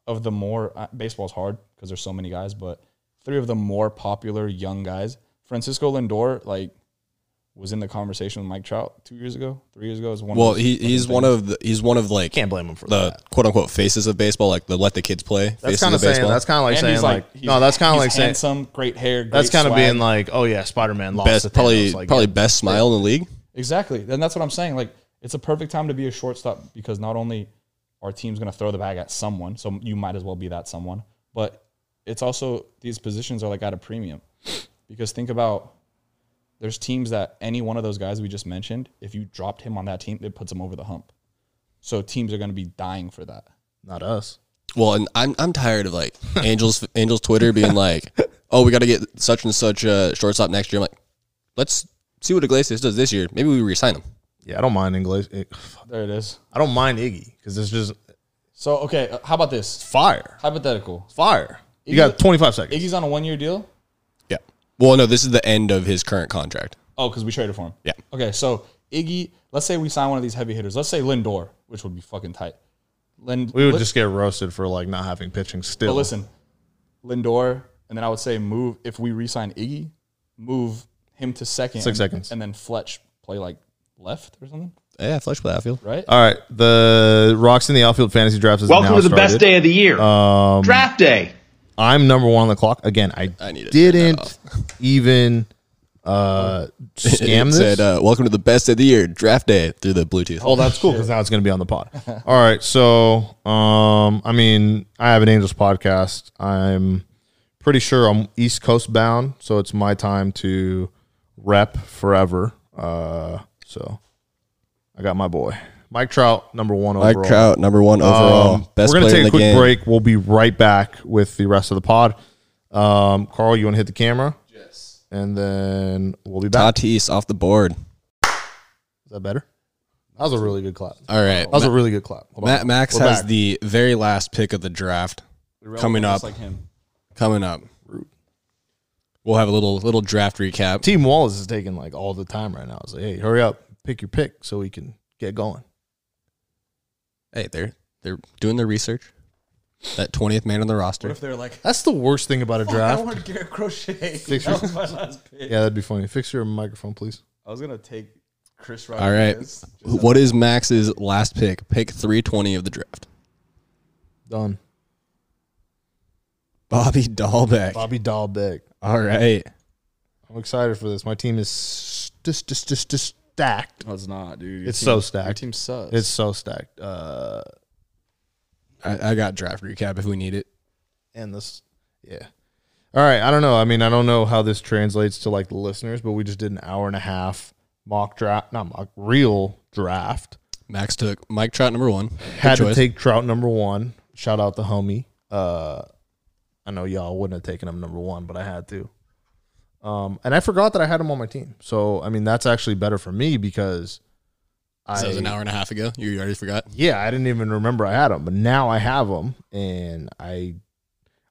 [SPEAKER 2] of the more uh, baseball's hard because there's so many guys, but three of the more popular young guys. Francisco Lindor like was in the conversation with Mike Trout two years ago, three years ago. Is one
[SPEAKER 3] Well,
[SPEAKER 2] of those-
[SPEAKER 3] he, he's one of the, he's one of like
[SPEAKER 1] Can't blame him for
[SPEAKER 3] the
[SPEAKER 1] that.
[SPEAKER 3] quote unquote faces of baseball, like the let the kids play.
[SPEAKER 1] That's
[SPEAKER 3] faces
[SPEAKER 1] kind of saying.
[SPEAKER 3] baseball.
[SPEAKER 1] That's kind of like
[SPEAKER 2] and
[SPEAKER 1] saying
[SPEAKER 2] he's
[SPEAKER 1] like,
[SPEAKER 2] like, he's-
[SPEAKER 1] no. That's kind of
[SPEAKER 2] he's
[SPEAKER 1] like saying
[SPEAKER 2] handsome, great hair. Great
[SPEAKER 1] That's kind of
[SPEAKER 2] swag.
[SPEAKER 1] being like, oh yeah, Spider Man lost to
[SPEAKER 3] best,
[SPEAKER 1] Thanos.
[SPEAKER 3] probably
[SPEAKER 1] Like,
[SPEAKER 3] probably best smile in the league.
[SPEAKER 2] Exactly. And that's what I'm saying. Like, it's a perfect time to be a shortstop because not only our team's going to throw the bag at someone, so you might as well be that someone, but it's also these positions are like at a premium because think about there's teams that any one of those guys we just mentioned, if you dropped him on that team, it puts him over the hump. So teams are going to be dying for that.
[SPEAKER 1] Not us.
[SPEAKER 3] Well, and I'm I'm tired of like Angels Angels Twitter being like, oh, we got to get such and such uh, shortstop next year. I'm like, let's see what Iglesias does this year. Maybe we resign him.
[SPEAKER 1] Yeah, I don't mind English.
[SPEAKER 2] There it is.
[SPEAKER 1] I don't mind Iggy because it's just
[SPEAKER 2] So okay, uh, how about this?
[SPEAKER 1] fire,
[SPEAKER 2] Hypothetical.
[SPEAKER 1] fire. You
[SPEAKER 2] Iggy-
[SPEAKER 1] got 25 seconds.
[SPEAKER 2] Iggy's on a one year deal.
[SPEAKER 3] Yeah. Well, no, this is the end of his current contract.
[SPEAKER 2] Oh, because we traded for him.
[SPEAKER 3] Yeah.
[SPEAKER 2] Okay, so Iggy, let's say we sign one of these heavy hitters. Let's say Lindor, which would be fucking tight. Lind,
[SPEAKER 1] we would
[SPEAKER 2] Lin-
[SPEAKER 1] just get roasted for like not having pitching
[SPEAKER 2] but
[SPEAKER 1] still.
[SPEAKER 2] listen, Lindor, and then I would say move if we re-sign Iggy, move him to second.
[SPEAKER 1] Six
[SPEAKER 2] and-
[SPEAKER 1] seconds.
[SPEAKER 2] and then Fletch play like left or something,
[SPEAKER 3] Yeah, flush with outfield.
[SPEAKER 2] right?
[SPEAKER 1] All right, the rocks in the outfield fantasy draft is
[SPEAKER 4] Welcome
[SPEAKER 1] now
[SPEAKER 4] to the
[SPEAKER 1] started. Um,
[SPEAKER 4] best day of the year. Draft day.
[SPEAKER 1] I'm number one on the clock again. I,
[SPEAKER 3] I need to turn that
[SPEAKER 1] didn't
[SPEAKER 3] off.
[SPEAKER 1] even uh, scam
[SPEAKER 3] it
[SPEAKER 1] this.
[SPEAKER 3] said, uh, welcome to the best of the year, draft day through the Bluetooth.
[SPEAKER 1] Oh, that's cool because now it's going to be on the pod. All right, so um, I mean, I have an Angels podcast. I'm pretty sure I'm East Coast bound, so it's my time to rep forever. Uh, so I got my boy Mike Trout, number one
[SPEAKER 3] Mike
[SPEAKER 1] overall.
[SPEAKER 3] Trout, number one overall,
[SPEAKER 1] Um,
[SPEAKER 3] best
[SPEAKER 1] we're gonna
[SPEAKER 3] player in
[SPEAKER 1] take
[SPEAKER 3] the
[SPEAKER 1] a quick
[SPEAKER 3] game.
[SPEAKER 1] break. We'll be right back with the rest of the pod. Um, Carl, you want to hit the camera? Yes. And then we'll be back.
[SPEAKER 3] Tatis off the board.
[SPEAKER 1] Is that better? That was a really good clap. That
[SPEAKER 3] All right,
[SPEAKER 1] was a really good clap. Hold on.
[SPEAKER 3] Matt Max
[SPEAKER 1] We're
[SPEAKER 3] has
[SPEAKER 1] back.
[SPEAKER 3] the very last pick of the draft coming up.
[SPEAKER 2] Just like him.
[SPEAKER 3] coming up. We'll have a little little draft recap.
[SPEAKER 1] Team Wallace is taking like all the time right now. It's like, hey, hurry up, pick your pick so we can get going.
[SPEAKER 3] Hey, they're they're doing their research. That twentieth man on the roster.
[SPEAKER 2] What if they're like,
[SPEAKER 1] That's the worst thing about a
[SPEAKER 2] I
[SPEAKER 1] draft.
[SPEAKER 2] want Garrett Crochet.
[SPEAKER 1] Six
[SPEAKER 2] that was my last pick.
[SPEAKER 1] Yeah, that'd be funny. Fix your microphone, please.
[SPEAKER 2] I was gonna take Chris
[SPEAKER 3] All right.
[SPEAKER 2] Rodriguez.
[SPEAKER 3] What is Max's last pick? Pick three twenty of the draft.
[SPEAKER 1] Done.
[SPEAKER 3] Bobby Dahlbeck.
[SPEAKER 1] Bobby Dahlbeck.
[SPEAKER 3] All right.
[SPEAKER 1] I'm excited for this. My team is just, just, just, just stacked.
[SPEAKER 2] No, it's not, dude. Your
[SPEAKER 1] It's
[SPEAKER 2] team-
[SPEAKER 1] so
[SPEAKER 2] Your
[SPEAKER 1] stacked.
[SPEAKER 2] team sucks.
[SPEAKER 1] It's so stacked. Uh,
[SPEAKER 3] I, I got draft recap if we need it.
[SPEAKER 1] and this yeah all right i don't know i mean i don't know how this translates to like the listeners but we just did an hour and a half mock draft not mock real draft
[SPEAKER 3] Max took Mike Trout number one.
[SPEAKER 1] had to
[SPEAKER 3] choice.
[SPEAKER 1] take trout number one shout out the homie uh i know y'all wouldn't have taken him number one but i had to um and i forgot that i had him on my team so i mean that's actually better for me because
[SPEAKER 3] So
[SPEAKER 1] I,
[SPEAKER 3] that was an hour and a half ago. You already forgot.
[SPEAKER 1] yeah, I didn't even remember I had them, but now I have them, and I,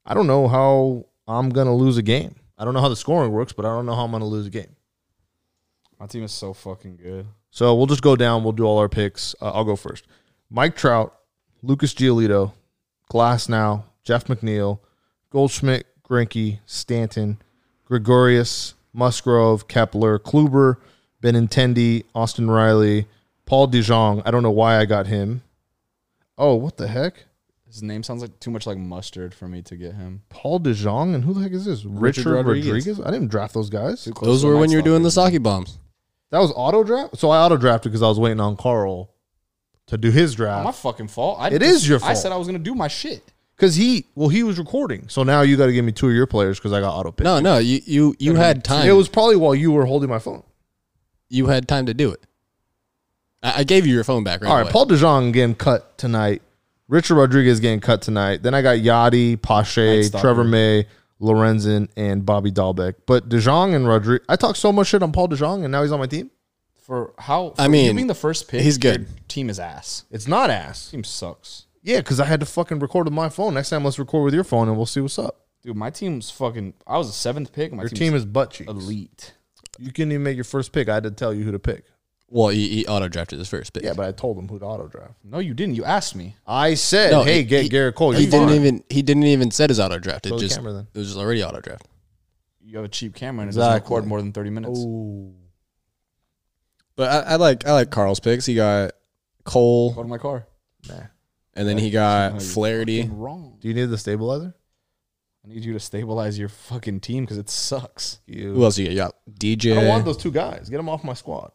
[SPEAKER 1] I don't know how I'm gonna lose a game. I don't know how the scoring works, but I don't know how I'm gonna lose a game.
[SPEAKER 2] my team is so fucking good.
[SPEAKER 1] So we'll just go down. We'll do all our picks. Uh, I'll go first. Mike Trout, Lucas Giolito, Glass now, Jeff McNeil, Goldschmidt, Grinke, Stanton, Gregorius, Musgrove, Kepler, Kluber, Benintendi, Austin Riley, Paul DeJong. I don't know why I got him. Oh, what the heck?
[SPEAKER 2] His name sounds like too much like mustard for me to get him.
[SPEAKER 1] Paul DeJong and who the heck is this? Richard,
[SPEAKER 2] Richard
[SPEAKER 1] Rodriguez.
[SPEAKER 2] Rodriguez.
[SPEAKER 1] I didn't draft those guys.
[SPEAKER 2] Too close
[SPEAKER 3] Those
[SPEAKER 2] to
[SPEAKER 3] were
[SPEAKER 2] Mike
[SPEAKER 3] when you were doing the
[SPEAKER 2] Stockton.
[SPEAKER 3] sake bombs.
[SPEAKER 1] That was auto draft. So I auto drafted because I was waiting on Carl to do his
[SPEAKER 2] My
[SPEAKER 1] draft
[SPEAKER 2] fucking fault. I
[SPEAKER 1] It is your
[SPEAKER 2] I
[SPEAKER 1] fault.
[SPEAKER 2] said I was gonna do my shit.
[SPEAKER 1] because he well he was recording. So now you got to give me two of your players because I got auto pick.
[SPEAKER 3] No, no, you you you had time.
[SPEAKER 1] It was probably while you were holding my phone.
[SPEAKER 3] you had time to do it. I, I gave you your phone back right
[SPEAKER 1] All right,
[SPEAKER 3] away.
[SPEAKER 1] Paul DeJong getting cut tonight. Richard Rodriguez getting cut tonight. Then I got Yachty,
[SPEAKER 2] Night
[SPEAKER 1] Pache,
[SPEAKER 2] Stalker.
[SPEAKER 1] Trevor May, Lorenzen, and Bobby Dahlbeck. But DeJong and Rodriguez, I talked so much shit on Paul DeJong, and now he's on my team.
[SPEAKER 2] For how
[SPEAKER 3] I
[SPEAKER 2] for you
[SPEAKER 3] mean,
[SPEAKER 2] being the first pick,
[SPEAKER 3] he's good.
[SPEAKER 2] your team is ass.
[SPEAKER 1] It's not ass.
[SPEAKER 2] Team sucks,
[SPEAKER 1] Yeah, because I had to fucking record with my phone. Next time, let's record with your phone, and we'll see what's up.
[SPEAKER 2] dude. My team's fucking. I was the seventh pick. My
[SPEAKER 1] Your
[SPEAKER 2] team's
[SPEAKER 1] team is butt cheeks.
[SPEAKER 2] elite.
[SPEAKER 1] You couldn't even make your first pick. I had to tell you who to pick.
[SPEAKER 3] Well, he, he auto drafted his first pick.
[SPEAKER 1] Yeah, but I told him who to auto draft.
[SPEAKER 2] No, you didn't. You asked me.
[SPEAKER 1] I said,
[SPEAKER 3] No,
[SPEAKER 1] "Hey,
[SPEAKER 3] he-
[SPEAKER 1] get
[SPEAKER 3] he-
[SPEAKER 1] Garrett Cole."
[SPEAKER 3] Oh, he
[SPEAKER 1] You're fine.
[SPEAKER 3] didn't even he didn't even set his auto draft. It
[SPEAKER 1] Throw the
[SPEAKER 3] just
[SPEAKER 1] camera then.
[SPEAKER 3] it was just already auto draft.
[SPEAKER 2] You have a cheap camera and it doesn't
[SPEAKER 1] Exactly.
[SPEAKER 2] record more than thirty minutes.
[SPEAKER 3] But I, I like I like Carl's picks. He got
[SPEAKER 2] Go
[SPEAKER 3] Cole,
[SPEAKER 2] to my car.
[SPEAKER 1] Nah.
[SPEAKER 3] and then he got Flaherty.
[SPEAKER 2] Fucking wrong.
[SPEAKER 1] Do you need the stabilizer?
[SPEAKER 2] I need you to stabilize your fucking team because it sucks.
[SPEAKER 1] You.
[SPEAKER 3] Who else you got? You got
[SPEAKER 1] I don't want
[SPEAKER 3] DJ.
[SPEAKER 1] those two guys. Get them off my squad.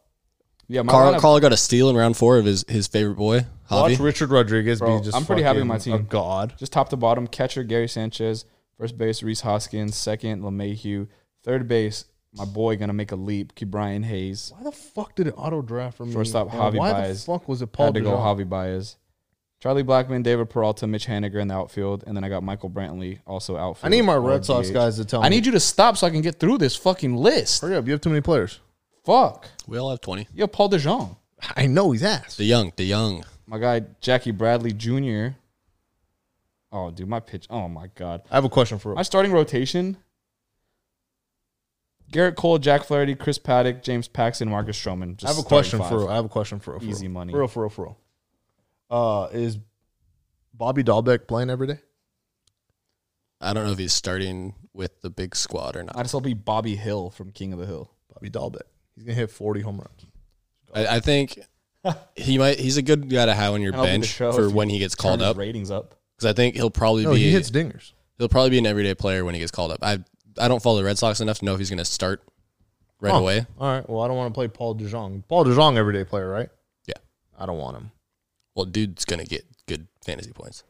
[SPEAKER 2] Yeah, my
[SPEAKER 3] Carl
[SPEAKER 2] lineup-
[SPEAKER 3] Carl got a steal in round four of his his favorite boy
[SPEAKER 1] Watch
[SPEAKER 3] Javi.
[SPEAKER 1] Richard Rodriguez
[SPEAKER 2] Bro,
[SPEAKER 1] be just.
[SPEAKER 2] I'm pretty happy with my
[SPEAKER 1] fucking
[SPEAKER 2] team.
[SPEAKER 1] A god.
[SPEAKER 2] just top to bottom, catcher Gary Sanchez, first base Reese Hoskins, second LeMahieu, third base my boy gonna make a leap, Key Brian Hayes.
[SPEAKER 1] Why the fuck did it auto draft for me?
[SPEAKER 2] Shortstop,
[SPEAKER 1] And
[SPEAKER 2] Javi
[SPEAKER 1] Why
[SPEAKER 2] Baez.
[SPEAKER 1] the fuck was it
[SPEAKER 2] Paul
[SPEAKER 1] Paul
[SPEAKER 2] had to go
[SPEAKER 1] DeJong?
[SPEAKER 2] Javi Baez. Charlie Blackman, David Peralta, Mitch Haniger in the outfield, and then I got Michael Brantley also outfield.
[SPEAKER 1] I need my
[SPEAKER 2] or
[SPEAKER 1] Red Sox
[SPEAKER 2] DH.
[SPEAKER 1] guys to tell me.
[SPEAKER 2] I need you to stop so I can get through this fucking list.
[SPEAKER 1] Hurry up! You have too many players.
[SPEAKER 2] Fuck.
[SPEAKER 3] We all have 20.
[SPEAKER 2] Yo, Paul DeJong.
[SPEAKER 1] I know he's ass.
[SPEAKER 3] The young, the young.
[SPEAKER 2] My guy Jackie Bradley Jr. Oh, dude, my pitch. Oh my god.
[SPEAKER 1] I have a question for
[SPEAKER 2] My
[SPEAKER 1] him.
[SPEAKER 2] starting rotation: Garrett Cole, Jack Flaherty, Chris Paddock, James Paxton, Marcus Stroman.
[SPEAKER 1] I have a
[SPEAKER 2] starting
[SPEAKER 1] question
[SPEAKER 2] five.
[SPEAKER 1] for. I have a question for. for-
[SPEAKER 2] Easy money.
[SPEAKER 1] For real, for real, for real. Uh, is Bobby Dahlbeck playing every day?
[SPEAKER 3] I don't know if he's starting with the big squad or not.
[SPEAKER 2] I'd still be Bobby Hill from King of the Hill.
[SPEAKER 1] Bobby Dahlbeck. He's gonna hit forty home runs.
[SPEAKER 3] I, I think he might. He's a good guy to have on your
[SPEAKER 2] That'll be the
[SPEAKER 3] bench
[SPEAKER 2] show
[SPEAKER 3] for
[SPEAKER 2] if
[SPEAKER 3] when he gets
[SPEAKER 2] Turn
[SPEAKER 3] called
[SPEAKER 2] his
[SPEAKER 3] up.
[SPEAKER 2] ratings up.
[SPEAKER 3] Because I think he'll probably
[SPEAKER 1] No,
[SPEAKER 3] be
[SPEAKER 1] he
[SPEAKER 3] he
[SPEAKER 1] hits dingers.
[SPEAKER 3] will probably be an everyday player when he gets called up. I I don't follow the Red Sox enough to know if he's going to start right
[SPEAKER 1] Huh.
[SPEAKER 3] away.
[SPEAKER 1] All right. Well, I don't want to play Paul DeJong. Paul DeJong, everyday player, right?
[SPEAKER 3] Yeah.
[SPEAKER 1] I don't want him.
[SPEAKER 3] Well, dude's going to get good fantasy points.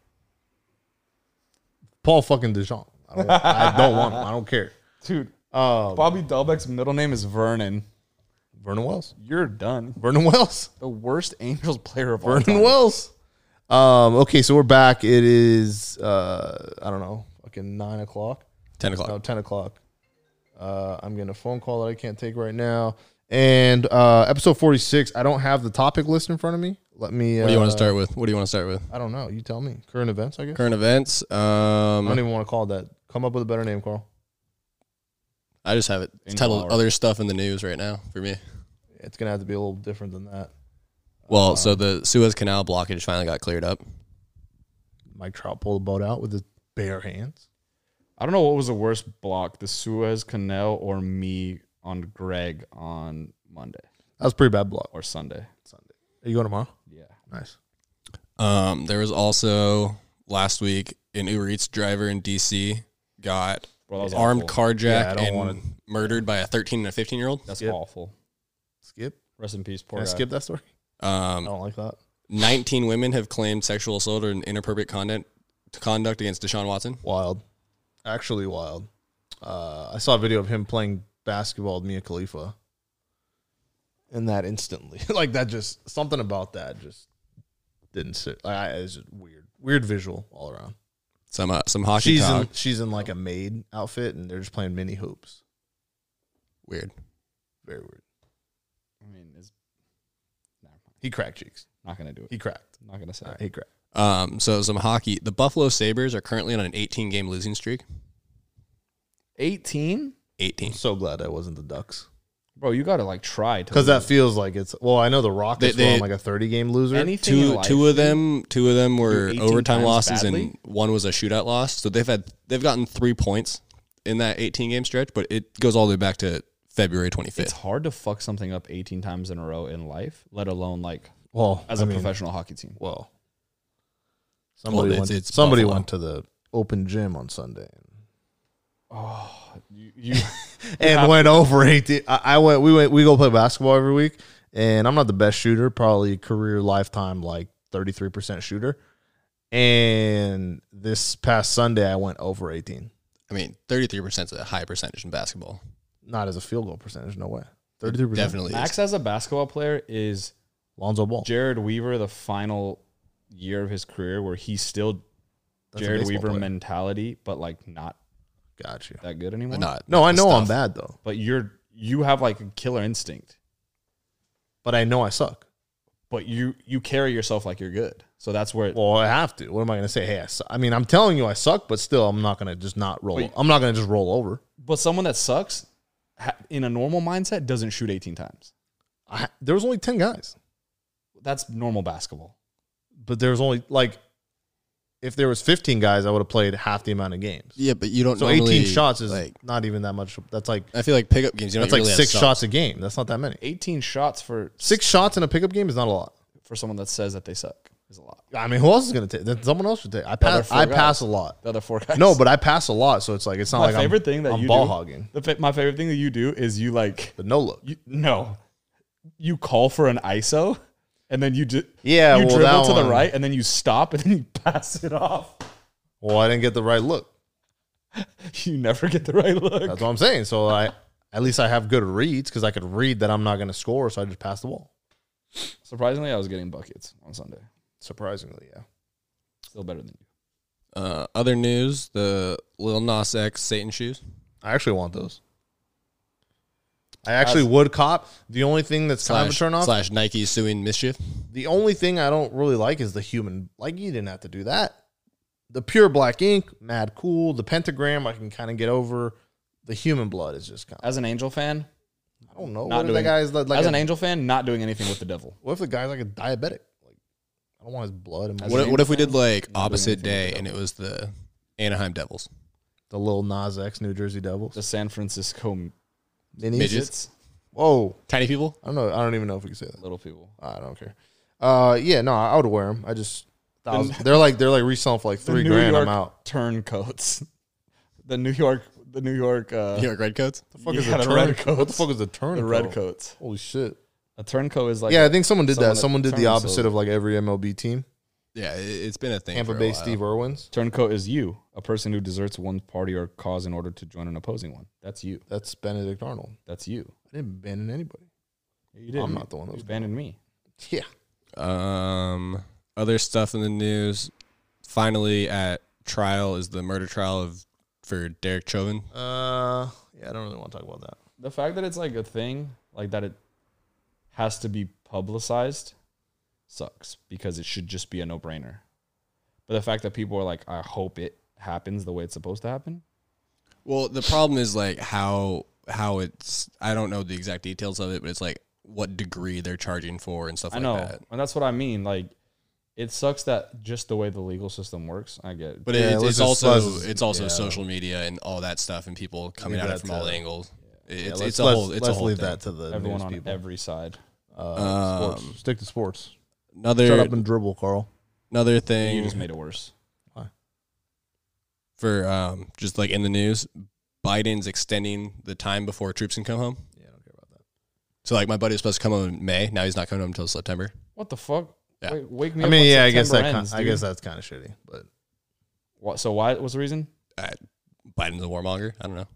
[SPEAKER 1] Paul fucking DeJong. I don't, I don't want him. I don't care.
[SPEAKER 2] Dude, um,
[SPEAKER 1] Uh,
[SPEAKER 2] Bobby Dahlbeck's middle name is Vernon.
[SPEAKER 1] Vernon Wells.
[SPEAKER 2] You're done.
[SPEAKER 1] Vernon Wells.
[SPEAKER 2] The worst Angels player of all
[SPEAKER 1] Vernon
[SPEAKER 2] time.
[SPEAKER 1] Wells. Um, okay, so we're back. It is uh, I don't know, fucking nine o'clock.
[SPEAKER 3] Ten o'clock.
[SPEAKER 1] No, ten o'clock. Uh, I'm getting a phone call that I can't take right now. And uh, episode 46. I don't have the topic list in front of me. Let me. Uh,
[SPEAKER 3] what do you want to start with? What do you want to start with?
[SPEAKER 1] I don't know. You tell me. Current events, I guess.
[SPEAKER 3] Current events.
[SPEAKER 1] I don't
[SPEAKER 3] Um,
[SPEAKER 1] even want to call it that. Come up with a better name, Carl.
[SPEAKER 3] I just have it it's
[SPEAKER 2] In
[SPEAKER 3] titled
[SPEAKER 2] flower.
[SPEAKER 3] "Other Stuff in the News" right now for me.
[SPEAKER 1] It's gonna have to be a little different than that.
[SPEAKER 3] Well, so the Suez Canal blockage finally got cleared up.
[SPEAKER 1] Mike Trout pulled the boat out with his bare hands.
[SPEAKER 2] I don't know what was the worst block, the Suez Canal or me on Greg on Monday
[SPEAKER 1] That was a pretty bad block.
[SPEAKER 2] or Sunday.
[SPEAKER 1] Are you going tomorrow?
[SPEAKER 2] Yeah.
[SPEAKER 1] Nice.
[SPEAKER 3] Um, there was also last week an Uber Eats driver in DC got
[SPEAKER 2] Bro, that was
[SPEAKER 3] armed
[SPEAKER 2] awful.
[SPEAKER 3] carjacked
[SPEAKER 1] Yeah, I don't
[SPEAKER 3] and
[SPEAKER 1] wanna-
[SPEAKER 3] murdered by a 13 and a 15 year old.
[SPEAKER 2] That's
[SPEAKER 1] Skip.
[SPEAKER 2] awful.
[SPEAKER 1] Skip.
[SPEAKER 2] Rest in peace, poor
[SPEAKER 1] Can I
[SPEAKER 2] guy.
[SPEAKER 1] skip that story? I
[SPEAKER 3] Um,
[SPEAKER 1] don't like that.
[SPEAKER 3] 19 women have claimed sexual assault or inappropriate conduct conduct against Deshaun Watson.
[SPEAKER 1] Wild. Actually wild. Uh, I saw a video of him playing basketball with Mia Khalifa. And that instantly. like that just something about that just didn't sit. Like, I, it's just weird. Weird visual all around.
[SPEAKER 3] Some uh, some hockey
[SPEAKER 1] She's
[SPEAKER 3] talk.
[SPEAKER 1] in, she's in like a maid outfit and they're just playing mini hoops.
[SPEAKER 3] Weird.
[SPEAKER 1] Very weird.
[SPEAKER 2] I mean, it's nah, I'm
[SPEAKER 1] He cracked cheeks.
[SPEAKER 2] not going to do it.
[SPEAKER 1] He cracked.
[SPEAKER 2] not going to say
[SPEAKER 1] All
[SPEAKER 2] it.
[SPEAKER 1] right, he cracked.
[SPEAKER 3] Um, so some hockey. The Buffalo Sabres are currently on an 18 game losing streak.
[SPEAKER 2] 18?
[SPEAKER 3] 18.
[SPEAKER 1] I'm so glad that wasn't the Ducks.
[SPEAKER 2] Bro, you got to like try to
[SPEAKER 1] Because that feels like it's well, I know the Rockets
[SPEAKER 3] They- they-
[SPEAKER 1] were on like a thirty game loser.
[SPEAKER 2] anything in
[SPEAKER 3] Two
[SPEAKER 2] life,
[SPEAKER 3] two of them two of them were
[SPEAKER 2] 18
[SPEAKER 3] overtime
[SPEAKER 2] times
[SPEAKER 3] losses
[SPEAKER 2] badly?
[SPEAKER 3] and one was a shootout loss. So they've had they've gotten three points in that 18 game stretch, but it goes all the way back to February 25th.
[SPEAKER 2] It's hard to fuck something up 18 times in a row in life, let alone like
[SPEAKER 1] well
[SPEAKER 2] as
[SPEAKER 1] a
[SPEAKER 2] a professional hockey team.
[SPEAKER 1] Well, somebody
[SPEAKER 3] it's-
[SPEAKER 1] went,
[SPEAKER 3] it's
[SPEAKER 1] somebody
[SPEAKER 3] Buffalo.
[SPEAKER 1] went to the open gym on Sunday
[SPEAKER 2] Oh, You, you
[SPEAKER 1] and went over eighteen. I, I went. We went. We go play basketball every week, and I'm not the best shooter. Probably career lifetime like 33 percent shooter. And this past Sunday, I went over 18.
[SPEAKER 3] I mean, 33% is a high percentage in basketball.
[SPEAKER 1] Not as a field goal percentage. No way. 33 percent.
[SPEAKER 3] Definitely. is.
[SPEAKER 2] Max as a basketball player is
[SPEAKER 1] Lonzo Ball.
[SPEAKER 2] Jared Weaver the final year of his career where he's still
[SPEAKER 1] That's a
[SPEAKER 2] Jared
[SPEAKER 1] baseball
[SPEAKER 2] Weaver
[SPEAKER 1] player.
[SPEAKER 2] mentality, but like not
[SPEAKER 1] Got you.
[SPEAKER 2] that good anymore.
[SPEAKER 3] Not-
[SPEAKER 1] No,
[SPEAKER 3] not
[SPEAKER 1] I
[SPEAKER 3] the
[SPEAKER 1] know I'm
[SPEAKER 3] stuff.
[SPEAKER 1] bad though,
[SPEAKER 2] But you're you have like a killer instinct,
[SPEAKER 1] but I know I suck.
[SPEAKER 2] but you you carry yourself like you're good. So that's where it,
[SPEAKER 1] Well, I have to. What am I going to say? Hey, I, su- I mean, I'm telling you, I suck, but still, I'm not going to just not roll.
[SPEAKER 2] Wait.
[SPEAKER 1] I'm not going to just roll over.
[SPEAKER 2] but someone that sucks ha- in a normal mindset doesn't shoot 18 times.
[SPEAKER 1] I, there was only 10 guys
[SPEAKER 2] That's normal basketball.
[SPEAKER 1] but there was only like if there was 15 guys i would have played half the amount of games
[SPEAKER 3] Yeah, but you don't
[SPEAKER 1] so
[SPEAKER 3] normally,
[SPEAKER 1] 18 shots is
[SPEAKER 3] like
[SPEAKER 1] not even that much that's like
[SPEAKER 3] I feel like pickup games you don't
[SPEAKER 1] that's like
[SPEAKER 3] really have
[SPEAKER 1] six
[SPEAKER 3] subs.
[SPEAKER 1] shots a game that's not that many
[SPEAKER 2] 18 shots for
[SPEAKER 1] six shots in a pickup game is not a lot
[SPEAKER 2] for someone that says that they suck is a lot.
[SPEAKER 1] i mean who else is going to take then someone else should take i
[SPEAKER 2] other
[SPEAKER 1] pass
[SPEAKER 2] four
[SPEAKER 1] i
[SPEAKER 2] guys.
[SPEAKER 1] pass a lot
[SPEAKER 2] The other four guys.
[SPEAKER 1] no but i pass a lot so it's like it's not
[SPEAKER 2] my
[SPEAKER 1] like
[SPEAKER 2] favorite
[SPEAKER 1] i'm,
[SPEAKER 2] thing that
[SPEAKER 1] I'm
[SPEAKER 2] you
[SPEAKER 1] ball
[SPEAKER 2] do,
[SPEAKER 1] hogging
[SPEAKER 2] The, fa- my favorite thing that you do is you like
[SPEAKER 1] but no look
[SPEAKER 2] you, no, you call for an ISO, and then you just
[SPEAKER 1] Yeah,
[SPEAKER 2] you
[SPEAKER 1] well,
[SPEAKER 2] dribble
[SPEAKER 1] that
[SPEAKER 2] to the
[SPEAKER 1] one-
[SPEAKER 2] right, and then you stop, and then you pass it off.
[SPEAKER 1] well i didn't get the right look
[SPEAKER 2] You never get the right look.
[SPEAKER 1] that's what i'm saying so i at least i have good reads because i could read that i'm not going to score so i just pass the ball
[SPEAKER 2] Surprisingly, I was getting buckets on Sunday.
[SPEAKER 1] surprisingly yeah
[SPEAKER 2] still better than you.
[SPEAKER 3] Uh, other news: the Lil Nas X Satan shoes.
[SPEAKER 1] I actually want those. I actually would cop. The only thing that's kind of a
[SPEAKER 3] Slash,
[SPEAKER 1] turn off.
[SPEAKER 3] slash Nike suing mischief.
[SPEAKER 1] The only thing I don't really like is the human. Like you didn't have to do that. The pure black ink, mad cool. The pentagram, I can kind of get over. The human blood is just kind of.
[SPEAKER 2] As an Angel fan,
[SPEAKER 1] I don't know.
[SPEAKER 2] not
[SPEAKER 1] What if
[SPEAKER 2] doing
[SPEAKER 1] that guy's like, like
[SPEAKER 2] as
[SPEAKER 1] a-
[SPEAKER 2] an Angel fan, not doing anything with the devil.
[SPEAKER 1] What if the guy's like a diabetic? Like, I don't want his blood in my.
[SPEAKER 3] What,
[SPEAKER 1] What
[SPEAKER 3] if- what if we did like opposite day and it was the Anaheim Devils?
[SPEAKER 1] the little Nas X New Jersey Devils?
[SPEAKER 2] The San Francisco
[SPEAKER 1] Minis?
[SPEAKER 3] Midgets,
[SPEAKER 1] Whoa!
[SPEAKER 3] tiny people.
[SPEAKER 1] I don't know. I don't even know if we can say that.
[SPEAKER 2] little people.
[SPEAKER 1] I don't care. Uh, yeah, no, I would wear them. I just they're like they're like reselling for like three
[SPEAKER 2] New
[SPEAKER 1] grand.
[SPEAKER 2] York
[SPEAKER 1] I'm out.
[SPEAKER 2] Turncoats. The New York, the New York,
[SPEAKER 1] Uh-huh.
[SPEAKER 2] uh,
[SPEAKER 3] New York Redcoats.
[SPEAKER 1] Fuck
[SPEAKER 2] yeah,
[SPEAKER 1] is a
[SPEAKER 2] the
[SPEAKER 1] turn-
[SPEAKER 2] redcoats.
[SPEAKER 1] What the fuck is a turn?
[SPEAKER 2] the Redcoats.
[SPEAKER 1] Holy shit!
[SPEAKER 2] A turncoat is like
[SPEAKER 1] yeah, I think someone did
[SPEAKER 2] someone
[SPEAKER 1] that.
[SPEAKER 2] that
[SPEAKER 1] Someone did the
[SPEAKER 2] turns
[SPEAKER 1] opposite
[SPEAKER 2] over.
[SPEAKER 1] of like every MLB team.
[SPEAKER 3] Yeah, it, it's been a thing.
[SPEAKER 1] Tampa
[SPEAKER 3] for a
[SPEAKER 1] Bay
[SPEAKER 3] while.
[SPEAKER 1] Steve Irwin's.
[SPEAKER 2] Turncoat is you, a person who deserts one party or cause in order to join an opposing one. That's you.
[SPEAKER 1] That's Benedict Arnold.
[SPEAKER 2] That's you.
[SPEAKER 1] I didn't abandon anybody.
[SPEAKER 2] You did.
[SPEAKER 1] I'm not the one that was-
[SPEAKER 2] you abandoned me.
[SPEAKER 1] Yeah.
[SPEAKER 3] Um, other stuff in the news. Finally, at trial is the murder trial of for Derek Chauvin.
[SPEAKER 1] Uh, yeah. I don't really want to talk about that.
[SPEAKER 2] The fact that it's like a thing, like that it has to be publicized, sucks because it should just be a no brainer. But the fact that people are like, I hope it happens the way it's supposed to happen.
[SPEAKER 3] Well, the problem is like how how it's. I don't know the exact details of it, but it's like what degree they're charging for and stuff
[SPEAKER 2] I
[SPEAKER 3] like
[SPEAKER 2] know.
[SPEAKER 3] that.
[SPEAKER 2] And that's what I mean. Like, it sucks that just the way the legal system works. I get it.
[SPEAKER 3] But
[SPEAKER 1] Yeah,
[SPEAKER 3] it,
[SPEAKER 1] let's
[SPEAKER 3] it's
[SPEAKER 1] just-
[SPEAKER 3] also
[SPEAKER 1] let's-
[SPEAKER 3] it's also
[SPEAKER 1] yeah.
[SPEAKER 3] social media and all that stuff and people coming at it
[SPEAKER 1] that
[SPEAKER 3] from
[SPEAKER 1] to-
[SPEAKER 3] all angles.
[SPEAKER 1] Yeah,
[SPEAKER 3] It's,
[SPEAKER 1] let's-
[SPEAKER 3] it's a
[SPEAKER 1] let's-
[SPEAKER 3] whole it's a
[SPEAKER 1] let's
[SPEAKER 3] whole
[SPEAKER 1] leave
[SPEAKER 3] thing.
[SPEAKER 1] that to the
[SPEAKER 2] everyone
[SPEAKER 1] news
[SPEAKER 2] on
[SPEAKER 1] people.
[SPEAKER 2] every side.
[SPEAKER 1] Uh, sports. Stick to sports. Shut
[SPEAKER 3] Another
[SPEAKER 1] up and dribble, Carl.
[SPEAKER 3] another
[SPEAKER 2] You
[SPEAKER 3] thing
[SPEAKER 2] just made it worse.
[SPEAKER 3] for um, just like in the news, Biden's extending the time before troops can come home.
[SPEAKER 1] Yeah, I don't care about that.
[SPEAKER 3] So like my buddy was supposed to come home in May. Now he's not coming home until September.
[SPEAKER 2] What the fuck?
[SPEAKER 3] Yeah.
[SPEAKER 2] Wait, wake me
[SPEAKER 1] I
[SPEAKER 2] up.
[SPEAKER 1] mean,
[SPEAKER 2] when
[SPEAKER 1] yeah, I guess that.
[SPEAKER 2] September
[SPEAKER 1] kin-
[SPEAKER 2] ends,
[SPEAKER 1] I
[SPEAKER 2] dude.
[SPEAKER 1] guess that's kind of shitty, but
[SPEAKER 2] What, so why? What's the reason?
[SPEAKER 3] Uh, Biden's a warmonger. I don't know.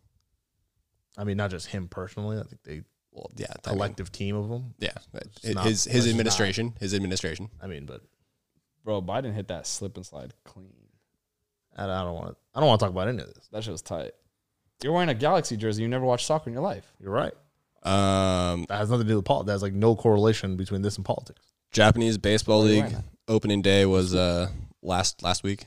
[SPEAKER 1] I mean, not just him personally. I think they
[SPEAKER 3] Well, yeah, I mean,
[SPEAKER 1] collective team of them.
[SPEAKER 3] yeah.
[SPEAKER 1] just not-
[SPEAKER 3] his
[SPEAKER 1] that's
[SPEAKER 3] his
[SPEAKER 1] not-
[SPEAKER 3] administration, his administration.
[SPEAKER 1] I mean, but
[SPEAKER 2] Bro, Biden hit that slip and slide clean.
[SPEAKER 1] I I don't want to. I don't want to talk about any of this.
[SPEAKER 2] That shit was tight. You're wearing a Galaxy jersey. You never watched soccer in your life.
[SPEAKER 1] You're right.
[SPEAKER 3] Um,
[SPEAKER 1] That has nothing to do with politics. That has like no correlation between this and politics.
[SPEAKER 3] Japanese baseball
[SPEAKER 2] you
[SPEAKER 3] league
[SPEAKER 2] wearing
[SPEAKER 3] opening day was uh last last week,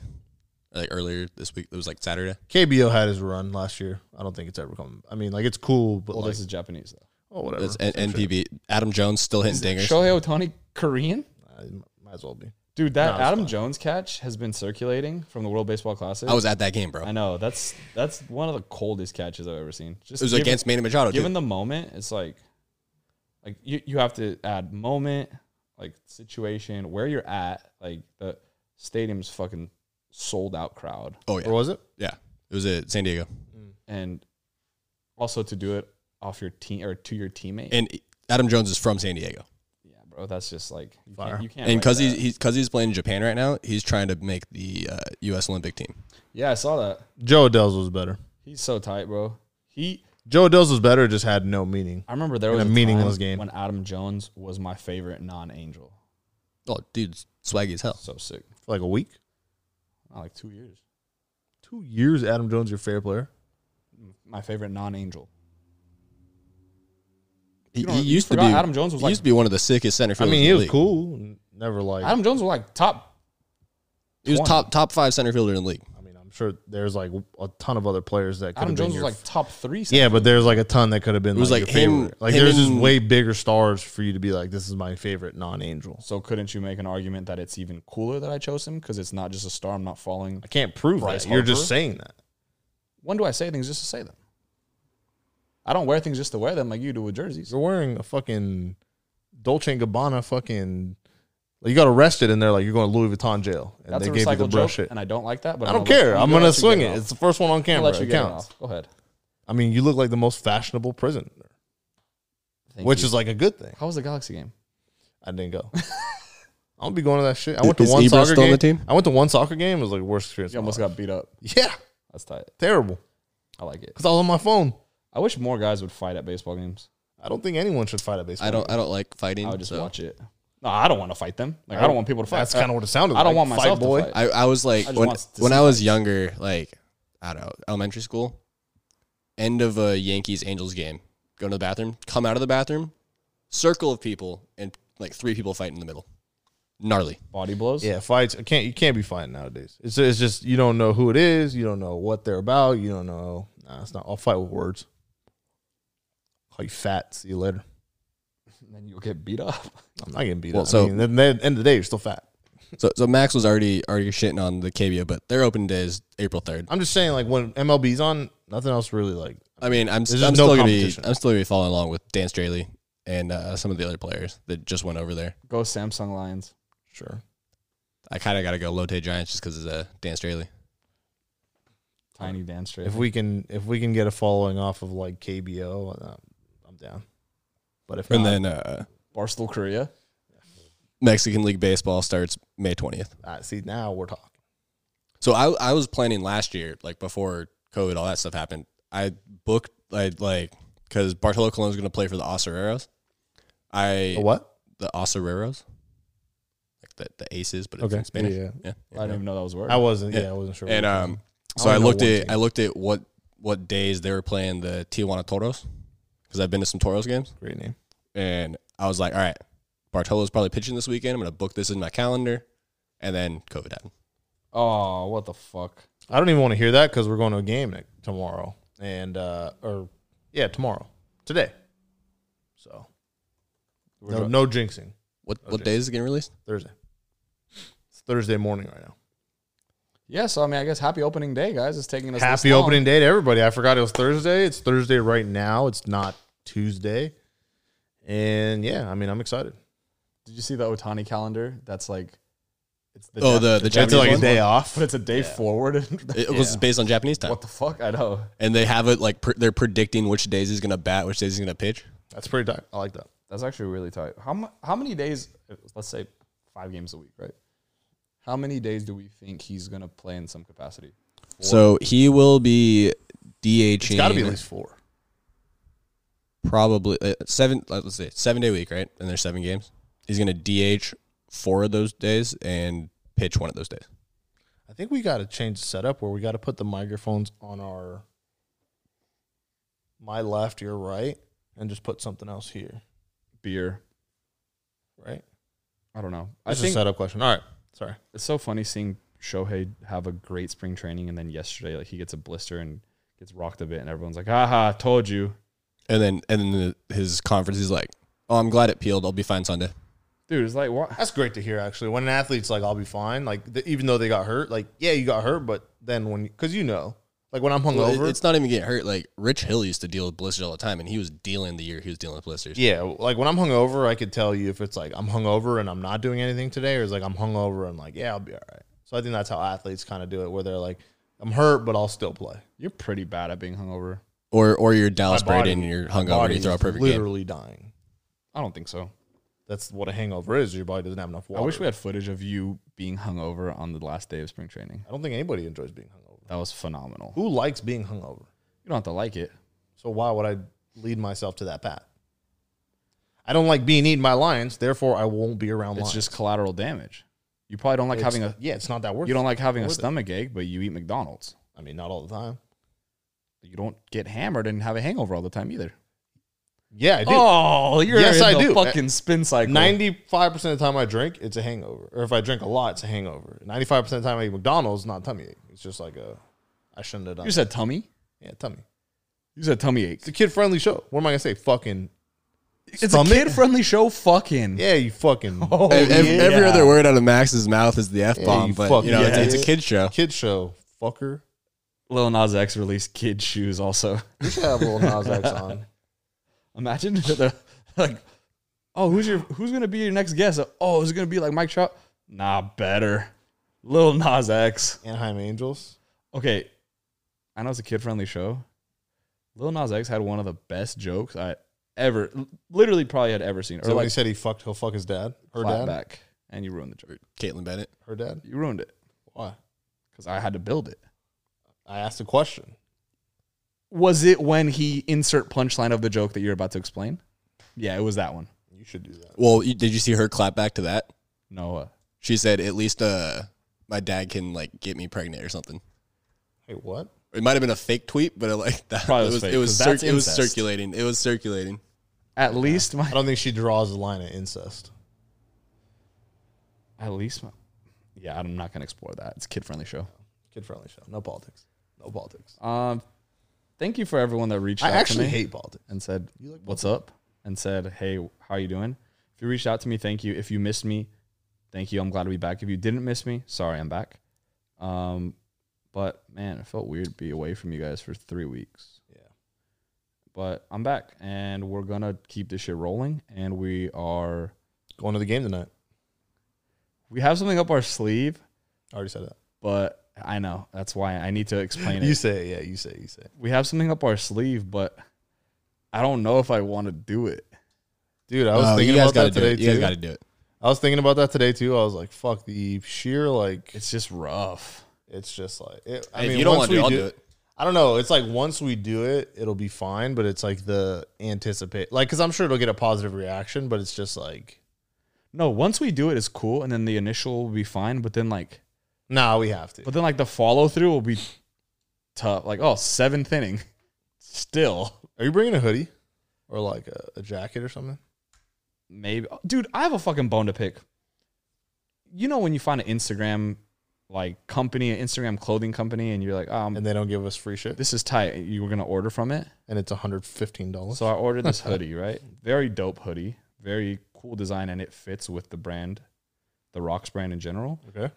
[SPEAKER 3] like earlier this week. It was like Saturday.
[SPEAKER 1] KBO had his run last year. I don't think it's ever come. I mean, like it's cool, but
[SPEAKER 2] Well,
[SPEAKER 1] like
[SPEAKER 2] this is Japanese though.
[SPEAKER 1] oh whatever.
[SPEAKER 3] It's N- NPB. Adam Jones still hitting dingers.
[SPEAKER 2] Shohei Otani Korean?
[SPEAKER 1] I might as well be.
[SPEAKER 2] Dude, that
[SPEAKER 1] No, it's
[SPEAKER 2] Adam
[SPEAKER 1] fine.
[SPEAKER 2] Jones catch has been circulating from the World Baseball Classic.
[SPEAKER 3] I was at that game,
[SPEAKER 2] I
[SPEAKER 3] bro.
[SPEAKER 2] know. That's that's one of the coldest catches I've ever seen. Just
[SPEAKER 3] It was
[SPEAKER 2] given-
[SPEAKER 3] against Manny Machado. too.
[SPEAKER 2] given the moment, it's like like you, you have to add moment, like situation, where you're at, like the stadium's fucking sold out crowd.
[SPEAKER 3] oh
[SPEAKER 1] Where
[SPEAKER 3] yeah,
[SPEAKER 1] was it?
[SPEAKER 3] yeah. It was at San Diego,
[SPEAKER 2] And also to do it off your team or to your teammate.
[SPEAKER 3] and Adam Jones is from San Diego.
[SPEAKER 2] yeah, bro, that's just like you
[SPEAKER 1] Fire.
[SPEAKER 2] can't, you can't
[SPEAKER 3] And
[SPEAKER 2] write
[SPEAKER 3] because
[SPEAKER 2] that.
[SPEAKER 3] he's, he's cause he's playing in Japan right now, he's trying to make the uh, U.S. Olympic team.
[SPEAKER 2] Yeah, I saw that.
[SPEAKER 1] Joe Adele's was better.
[SPEAKER 2] He's so tight, bro. He
[SPEAKER 1] Joe Adele's was better. It just had no meaning.
[SPEAKER 2] I remember there
[SPEAKER 1] In
[SPEAKER 2] was
[SPEAKER 1] a
[SPEAKER 2] time
[SPEAKER 1] meaningless game.
[SPEAKER 2] when Adam Jones was my favorite non-angel.
[SPEAKER 3] Oh, dude's swaggy as hell.
[SPEAKER 2] So sick.
[SPEAKER 1] For like a week,
[SPEAKER 2] Not like 2 years.
[SPEAKER 1] two years. Adam Jones, your fair player.
[SPEAKER 2] My favorite non-angel.
[SPEAKER 3] He,
[SPEAKER 2] You don't-
[SPEAKER 3] he
[SPEAKER 2] you
[SPEAKER 3] used to be
[SPEAKER 2] forgot Adam Jones was
[SPEAKER 3] he
[SPEAKER 2] like-
[SPEAKER 3] used to be one of the sickest center
[SPEAKER 1] I
[SPEAKER 3] fielders.
[SPEAKER 1] mean,
[SPEAKER 3] in
[SPEAKER 1] he
[SPEAKER 3] the
[SPEAKER 1] was
[SPEAKER 3] league.
[SPEAKER 1] cool. Never like.
[SPEAKER 2] Adam Jones was like top
[SPEAKER 3] He was
[SPEAKER 2] 20.
[SPEAKER 3] top top five center fielder in the league.
[SPEAKER 1] I mean, I'm sure there's like a ton of other players that.
[SPEAKER 2] Adam
[SPEAKER 1] could've been
[SPEAKER 2] Jones was
[SPEAKER 1] your
[SPEAKER 2] like top three.
[SPEAKER 1] Yeah, but there's like a ton that could have been.
[SPEAKER 3] was
[SPEAKER 1] like,
[SPEAKER 3] like
[SPEAKER 1] your
[SPEAKER 3] him-
[SPEAKER 1] favorite. Like
[SPEAKER 3] him
[SPEAKER 1] there's just
[SPEAKER 3] and-
[SPEAKER 1] way bigger stars for you to be like, this is my favorite non-angel.
[SPEAKER 2] So couldn't you make an argument that it's even cooler that I chose him because it's not just a star? I'm not following.
[SPEAKER 1] I can't prove
[SPEAKER 2] Bryce
[SPEAKER 1] that. You're just
[SPEAKER 2] Harper?
[SPEAKER 1] saying that.
[SPEAKER 2] When do I say things just to say them? I don't wear things just to wear them like you do with jerseys.
[SPEAKER 1] You're wearing a fucking Dolce and Gabbana fucking. Like you got arrested and they're like, you're going to Louis Vuitton jail, and
[SPEAKER 2] That's
[SPEAKER 1] they
[SPEAKER 2] a
[SPEAKER 1] gave you
[SPEAKER 2] recycled
[SPEAKER 1] the
[SPEAKER 2] joke,
[SPEAKER 1] brush shit.
[SPEAKER 2] and I don't like that. But
[SPEAKER 1] I
[SPEAKER 2] I'm
[SPEAKER 1] don't
[SPEAKER 2] gonna let-
[SPEAKER 1] care.
[SPEAKER 2] I'm
[SPEAKER 1] I'm gonna
[SPEAKER 2] let you
[SPEAKER 1] swing
[SPEAKER 2] get
[SPEAKER 1] it.
[SPEAKER 2] off.
[SPEAKER 1] It's the first one on
[SPEAKER 2] I'm
[SPEAKER 1] camera.
[SPEAKER 2] gonna let you
[SPEAKER 1] It
[SPEAKER 2] get it
[SPEAKER 1] counts.
[SPEAKER 2] off. Go ahead.
[SPEAKER 1] I mean, you look like the most fashionable prisoner,
[SPEAKER 2] Thank
[SPEAKER 1] which
[SPEAKER 2] you.
[SPEAKER 1] is like a good thing.
[SPEAKER 2] how was the Galaxy game?
[SPEAKER 1] I didn't go. I'll be going to that shit. I went to
[SPEAKER 3] is
[SPEAKER 1] one
[SPEAKER 3] Ebro
[SPEAKER 1] soccer
[SPEAKER 3] still on
[SPEAKER 1] game.
[SPEAKER 3] the team?
[SPEAKER 1] I went to one soccer game. It was like the worst experience.
[SPEAKER 2] You
[SPEAKER 1] of my
[SPEAKER 2] almost
[SPEAKER 1] life.
[SPEAKER 2] got beat up.
[SPEAKER 1] yeah,
[SPEAKER 2] That's tight.
[SPEAKER 1] terrible.
[SPEAKER 2] I like it.
[SPEAKER 1] Because I was on my phone.
[SPEAKER 2] I wish more guys would fight at baseball games.
[SPEAKER 1] I don't think anyone should fight at baseball.
[SPEAKER 3] I don't I don't like fighting.
[SPEAKER 2] I would just
[SPEAKER 3] so
[SPEAKER 2] watch it. No, I don't want to fight them. Like I don't want people to fight.
[SPEAKER 1] That's kind of what it sounded like.
[SPEAKER 2] I don't want
[SPEAKER 1] Fight
[SPEAKER 2] myself
[SPEAKER 1] boy.
[SPEAKER 2] to fight.
[SPEAKER 3] I, I was like
[SPEAKER 2] I just
[SPEAKER 3] when
[SPEAKER 2] want to
[SPEAKER 3] when
[SPEAKER 2] see
[SPEAKER 3] I was younger, like I don't know, elementary school, end of a Yankees Angels game, go to the bathroom, come out of the bathroom, circle of people, and like three people fighting in the middle, gnarly.
[SPEAKER 2] Body blows.
[SPEAKER 1] Yeah, fights. I can't you can't be fighting nowadays. It's it's just you don't know who it is. You don't know what they're about. You don't know. Nah, it's not. I'll fight with words. Call you fat. See you later.
[SPEAKER 2] And then you'll get beat up.
[SPEAKER 1] I'm not getting beat
[SPEAKER 3] Well,
[SPEAKER 1] up.
[SPEAKER 3] so-
[SPEAKER 1] I mean, at the end of the day, you're still fat.
[SPEAKER 3] So so Max was already already shitting on the KBO, but their open day is April third.
[SPEAKER 1] I'm just saying, like when MLB's on, nothing else really like.
[SPEAKER 3] I mean, I'm, I'm
[SPEAKER 1] There's just
[SPEAKER 3] still
[SPEAKER 1] no
[SPEAKER 3] gonna be
[SPEAKER 1] competition.
[SPEAKER 3] I'm still gonna be following along with Dan Straley and uh, some of the other players that just went over there.
[SPEAKER 2] Go Samsung Lions.
[SPEAKER 1] Sure.
[SPEAKER 3] I kind of got to go Lotte Giants just because of uh, Dan Straley.
[SPEAKER 2] Tiny Dan straight.
[SPEAKER 1] If we can, if we can get a following off of like KBO, uh, I'm down. But if
[SPEAKER 3] And
[SPEAKER 1] not,
[SPEAKER 3] then uh,
[SPEAKER 2] Barstool Korea.
[SPEAKER 3] Mexican League baseball starts May twentieth.
[SPEAKER 1] ah, see now we're talking.
[SPEAKER 3] So I I was planning last year, like before COVID, all that stuff happened. I booked I like because Bartolo Colon going to play for the Acereros. I
[SPEAKER 1] A what?
[SPEAKER 3] the Acereros, like the the Aces, but it's in
[SPEAKER 1] Okay.
[SPEAKER 3] Spanish.
[SPEAKER 1] Yeah, yeah.
[SPEAKER 2] I didn't even know that was a word.
[SPEAKER 1] I wasn't. Yeah,
[SPEAKER 3] Yeah.
[SPEAKER 1] I wasn't sure.
[SPEAKER 3] And um, so
[SPEAKER 1] only
[SPEAKER 3] I
[SPEAKER 1] know
[SPEAKER 3] looked
[SPEAKER 1] one
[SPEAKER 3] at
[SPEAKER 1] team.
[SPEAKER 3] I looked at what what days they were playing the Tijuana Toros because I've been to some Toros games.
[SPEAKER 1] great name.
[SPEAKER 3] and I was like, all right, Bartolo's probably pitching this weekend. I'm going to book this in my calendar. And then COVID happened.
[SPEAKER 2] oh, what the fuck?
[SPEAKER 1] I don't even want to hear that because we're going to a game ne- tomorrow and uh or yeah tomorrow today. So no, no jinxing
[SPEAKER 3] What what day is it getting released?
[SPEAKER 1] Thursday. It's Thursday morning right now.
[SPEAKER 2] Yeah, so I mean, I guess happy opening day, guys. It's taking us this
[SPEAKER 1] Happy
[SPEAKER 2] long.
[SPEAKER 1] opening day to everybody. I forgot it was Thursday. It's Thursday right now. It's not Tuesday. And yeah, I mean I'm excited.
[SPEAKER 2] Did you see the Otani calendar? That's like, it's the
[SPEAKER 3] Oh,
[SPEAKER 2] Jap-
[SPEAKER 3] the- the Japanese
[SPEAKER 2] Japanese
[SPEAKER 3] like, a
[SPEAKER 2] one,
[SPEAKER 1] day off.
[SPEAKER 2] but it's a day forward.
[SPEAKER 3] It was based on Japanese time.
[SPEAKER 2] what the fuck? I know.
[SPEAKER 3] And they have it like pr- they're predicting which days he's going to bat, which days he's going to pitch.
[SPEAKER 1] That's pretty tight. I like that.
[SPEAKER 2] That's actually really tight. How mu- how many days? Let's say five games a week, right? How many days do we think he's gonna play in some capacity?
[SPEAKER 3] So he will be
[SPEAKER 1] It's
[SPEAKER 3] DHing
[SPEAKER 1] got to be at least four.
[SPEAKER 3] probably uh, seven, like, let's say seven day week, right? And there's seven games. He's going to DH four of those days and pitch one of those days.
[SPEAKER 1] I think we got to change the setup where we got to put the microphones on our my left, your right, and just put something else here.
[SPEAKER 2] Beer.
[SPEAKER 1] Right.
[SPEAKER 2] I don't know.
[SPEAKER 1] That's
[SPEAKER 2] I think
[SPEAKER 1] a setup question. All right. Sorry.
[SPEAKER 2] it's so funny seeing Shohei have a great spring training, and then yesterday, like he gets a blister and gets rocked a bit, and everyone's like, "Haha, told you,
[SPEAKER 3] And then and then the, his conference, he's like, oh, I'm glad it peeled. I'll be fine Sunday.
[SPEAKER 2] dude." It's like, what?
[SPEAKER 1] That's great to hear, actually. When an athlete's like, I'll be fine, like, th- even though they got hurt, like, yeah, you got hurt, but then when, because you know, like when I'm
[SPEAKER 3] Well, it-
[SPEAKER 1] hungover,
[SPEAKER 3] It's not even getting hurt. Like Rich Hill used to deal with blisters all the time, and he was dealing the year he was dealing with blisters.
[SPEAKER 1] yeah, like when I'm hungover, I could tell you if it's like I'm hungover and I'm not doing anything today, or it's like I'm hungover and like, yeah, I'll be all right. So I think that's how athletes kind of do it, where they're like, I'm hurt, but I'll still play.
[SPEAKER 2] You're pretty bad at being hungover.
[SPEAKER 3] Or or you're Dallas
[SPEAKER 1] My body-
[SPEAKER 3] Braden, and you're hungover, and you
[SPEAKER 1] Body's
[SPEAKER 3] throw a perfect game.
[SPEAKER 1] literally dying.
[SPEAKER 2] I don't think so.
[SPEAKER 1] That's what a hangover is. Your body doesn't have enough water.
[SPEAKER 2] I wish we had footage of you being hungover on the last day of spring training.
[SPEAKER 1] I don't think anybody enjoys being hungover.
[SPEAKER 2] That was phenomenal.
[SPEAKER 1] Who likes being hungover?
[SPEAKER 2] You don't have to like it.
[SPEAKER 1] So why would I lead myself to that path? I don't like being eaten by lions, therefore I won't be around
[SPEAKER 2] It's
[SPEAKER 1] lions.
[SPEAKER 2] just collateral damage. You probably don't like
[SPEAKER 1] It's-
[SPEAKER 2] having a
[SPEAKER 1] yeah, it's not that worth.
[SPEAKER 2] you don't like having a
[SPEAKER 1] worth it.
[SPEAKER 2] stomach ache, but you eat McDonald's.
[SPEAKER 1] I mean, not all the time.
[SPEAKER 2] You don't get hammered and have a hangover all the time either.
[SPEAKER 1] Yeah, I do.
[SPEAKER 2] Oh, you're
[SPEAKER 1] Yes,
[SPEAKER 2] in
[SPEAKER 1] I
[SPEAKER 2] the
[SPEAKER 1] do. Uh,
[SPEAKER 2] fucking spin cycle.
[SPEAKER 1] Ninety-five percent of the time I drink, it's a hangover. Or if I drink a lot, it's a hangover. Ninety-five percent of the time I eat McDonald's, not tummy ache. It's just like a, I shouldn't have done.
[SPEAKER 2] you
[SPEAKER 1] it.
[SPEAKER 2] said tummy.
[SPEAKER 1] yeah, tummy.
[SPEAKER 2] You said tummy
[SPEAKER 1] It's a
[SPEAKER 2] ache.
[SPEAKER 1] kid-friendly show. What am I gonna say? Fucking
[SPEAKER 2] It's
[SPEAKER 1] Stomach?
[SPEAKER 2] a kid-friendly show. Fucking.
[SPEAKER 1] yeah, you fucking
[SPEAKER 2] Oh,
[SPEAKER 3] Ev- ev-
[SPEAKER 2] yeah.
[SPEAKER 3] Every other word out of Max's mouth is the f bomb,
[SPEAKER 1] you
[SPEAKER 3] but
[SPEAKER 1] fucking
[SPEAKER 3] you know it's, it's a
[SPEAKER 1] idiot.
[SPEAKER 3] kid show.
[SPEAKER 1] kid show fucker.
[SPEAKER 2] Lil Nas X released kid shoes. Also,
[SPEAKER 1] You should have a little Nas X on.
[SPEAKER 2] imagine the like. Oh, who's your who's gonna be your next guest? Oh, is it gonna be like Mike Trout? Nah, better. Lil Nas X.
[SPEAKER 1] Anaheim Angels.
[SPEAKER 2] Okay, I know it's a kid-friendly show. Lil Nas X had one of the best jokes I ever, literally probably had ever seen.
[SPEAKER 1] Is
[SPEAKER 2] Or
[SPEAKER 1] that when he
[SPEAKER 2] like
[SPEAKER 1] said he fucked, he'll fuck his dad, her
[SPEAKER 2] flat
[SPEAKER 1] dad,
[SPEAKER 2] back, and you ruined the joke.
[SPEAKER 3] Caitlin Bennett.
[SPEAKER 1] her dad.
[SPEAKER 2] You ruined it
[SPEAKER 1] Why?
[SPEAKER 2] because I had to build it.
[SPEAKER 1] I asked a question.
[SPEAKER 2] Was it when he insert punchline of the joke that you're about to explain? Yeah, it was that one.
[SPEAKER 1] You You should do that.
[SPEAKER 3] Well, you, did you see her clap back to that?
[SPEAKER 2] Noah.
[SPEAKER 3] She said, "At least uh, my dad can like get me pregnant or something."
[SPEAKER 1] Hey, what?
[SPEAKER 3] It might have been a fake tweet, but it, like that
[SPEAKER 2] Probably
[SPEAKER 3] it
[SPEAKER 2] was
[SPEAKER 3] was
[SPEAKER 2] fake,
[SPEAKER 3] it was
[SPEAKER 2] 'cause that's
[SPEAKER 3] cir- it was
[SPEAKER 2] incest.
[SPEAKER 3] circulating. It was circulating.
[SPEAKER 2] At least my
[SPEAKER 1] I don't think she draws the line at incest.
[SPEAKER 2] At least, my, yeah, I'm not gonna explore that. It's a kid friendly show.
[SPEAKER 1] Kid friendly show. No politics. No politics.
[SPEAKER 2] Um, thank you for everyone that reached.
[SPEAKER 1] Oh. I
[SPEAKER 2] out to
[SPEAKER 1] actually
[SPEAKER 2] me
[SPEAKER 1] hate politics.
[SPEAKER 2] and said, "What's up?" and said, "Hey, how you doing?" If you reached out to me, thank you. If you missed me, thank you. I'm glad to be back. If you didn't miss me, sorry, I'm back. Um, but man, it felt weird to be away from you guys for three weeks.
[SPEAKER 1] Yeah.
[SPEAKER 2] But I'm back, and we're gonna keep this shit rolling. And we are
[SPEAKER 1] Going to the game tonight.
[SPEAKER 2] we have something up our sleeve,
[SPEAKER 1] I already said that.
[SPEAKER 2] but I know that's why I need to explain it.
[SPEAKER 1] You say it. Yeah, you say it. You say it.
[SPEAKER 2] we have something up our sleeve, but I don't know if I want to do it.
[SPEAKER 1] Dude, I was thinking
[SPEAKER 3] Oh, Uh, you guys
[SPEAKER 1] about that
[SPEAKER 3] do
[SPEAKER 1] today
[SPEAKER 3] it. You guys
[SPEAKER 1] too.
[SPEAKER 3] got to do it.
[SPEAKER 1] I was thinking about that today too. I was like, fuck, the sheer like
[SPEAKER 2] It's just rough.
[SPEAKER 1] it's just like it,
[SPEAKER 3] If you don't
[SPEAKER 1] once
[SPEAKER 3] want to,
[SPEAKER 1] we
[SPEAKER 3] I'll do it.
[SPEAKER 1] I don't know. It's like once we do it, it'll be fine, but it's like the anticipate like cuz I'm sure it'll get a positive reaction, but it's just like
[SPEAKER 2] No, once we do it, it's cool, and then the initial will be fine. But then like,
[SPEAKER 1] nah, we have to.
[SPEAKER 2] but then like the follow through will be tough. Like oh, seventh inning, still
[SPEAKER 1] Are you bringing a hoodie or like a, a jacket or something?
[SPEAKER 2] maybe. Dude, I have a fucking bone to pick. You know when you find an Instagram like company, an Instagram clothing company, and you're like, um,
[SPEAKER 1] And they don't give us free shit
[SPEAKER 2] this is tight. You were gonna order from it.
[SPEAKER 1] and it's $115.
[SPEAKER 2] So I ordered this hoodie, right? Very dope hoodie, very cool design, and it fits with the brand, the Rocks brand in general.
[SPEAKER 1] okay.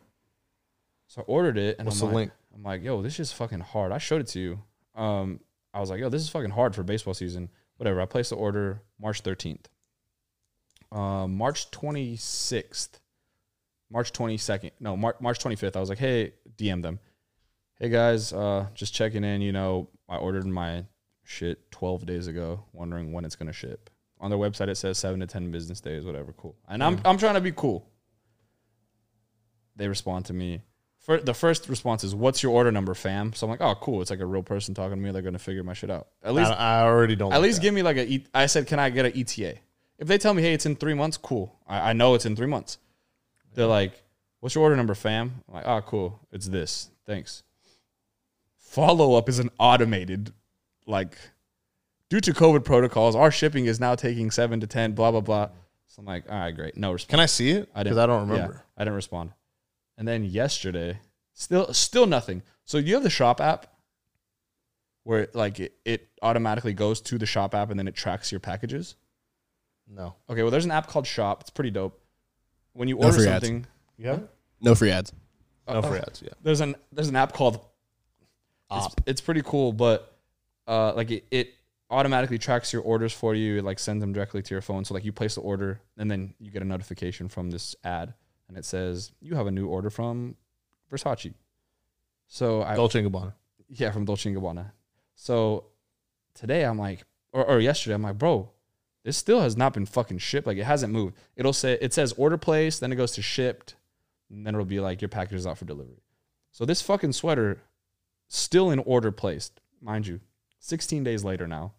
[SPEAKER 2] So I ordered it, and
[SPEAKER 1] What's
[SPEAKER 2] I'm
[SPEAKER 1] the
[SPEAKER 2] like,
[SPEAKER 1] link?
[SPEAKER 2] I'm like, yo, this is fucking hard. I showed it to you. Um, I was like, yo, this is fucking hard for baseball season. Whatever. I placed the order March 13th. Uh, March 26th, March 22nd, no, Mar- March 25th. I was like, hey, DM them. Hey guys, uh, just checking in. You know, I ordered my shit 12 days ago, wondering when it's gonna ship. On their website, it says seven to 10 business days, whatever. Cool. And I'm I'm trying to be cool. They respond to me. Fir the first response is, "What's your order number, fam?" So I'm like, "Oh, cool. It's like a real person talking to me. They're gonna figure my shit out." At least,
[SPEAKER 1] I, I already don't
[SPEAKER 2] at
[SPEAKER 1] like
[SPEAKER 2] least
[SPEAKER 1] that.
[SPEAKER 2] give me like a. E- I said, "Can I get an ETA?" If they tell me, "Hey, it's in three months," cool. I, I know it's in three months. They're like, "What's your order number, fam?" I'm like, "Oh, cool. It's this. Thanks." Follow up is an automated, like, due to COVID protocols, our shipping is now taking seven to ten. Blah blah blah. So I'm like, "All right, great. No response."
[SPEAKER 1] Can I see it? Because I, don't
[SPEAKER 2] yeah,
[SPEAKER 1] remember.
[SPEAKER 2] I didn't respond. And then yesterday, still still nothing. So you have the shop app where like it, it automatically goes to the shop app and then it tracks your packages.
[SPEAKER 1] No.
[SPEAKER 2] Okay, well there's an app called Shop. It's pretty dope. When you Uh-uh.
[SPEAKER 3] No
[SPEAKER 2] order
[SPEAKER 3] free ads.
[SPEAKER 2] something, uh,
[SPEAKER 1] You haven't?
[SPEAKER 3] No free ads.
[SPEAKER 1] No free ads, yeah.
[SPEAKER 2] there's an there's an app called It's, it's pretty cool, but uh, like it, it automatically tracks your orders for you. It like sends them directly to your phone. So like you place the order, and then you get a notification from this ad, and it says you have a new order from Versace. So I
[SPEAKER 1] Dolce & Gabbana.
[SPEAKER 2] yeah from Dolce and Gabbana. So today I'm like, or, or yesterday I'm like, bro, this still has not been fucking shipped. Like it hasn't moved. It'll say it says order placed, then it goes to shipped, and then it'll be like your package is out for delivery. So this fucking sweater still in order placed, mind you, 16 days later now.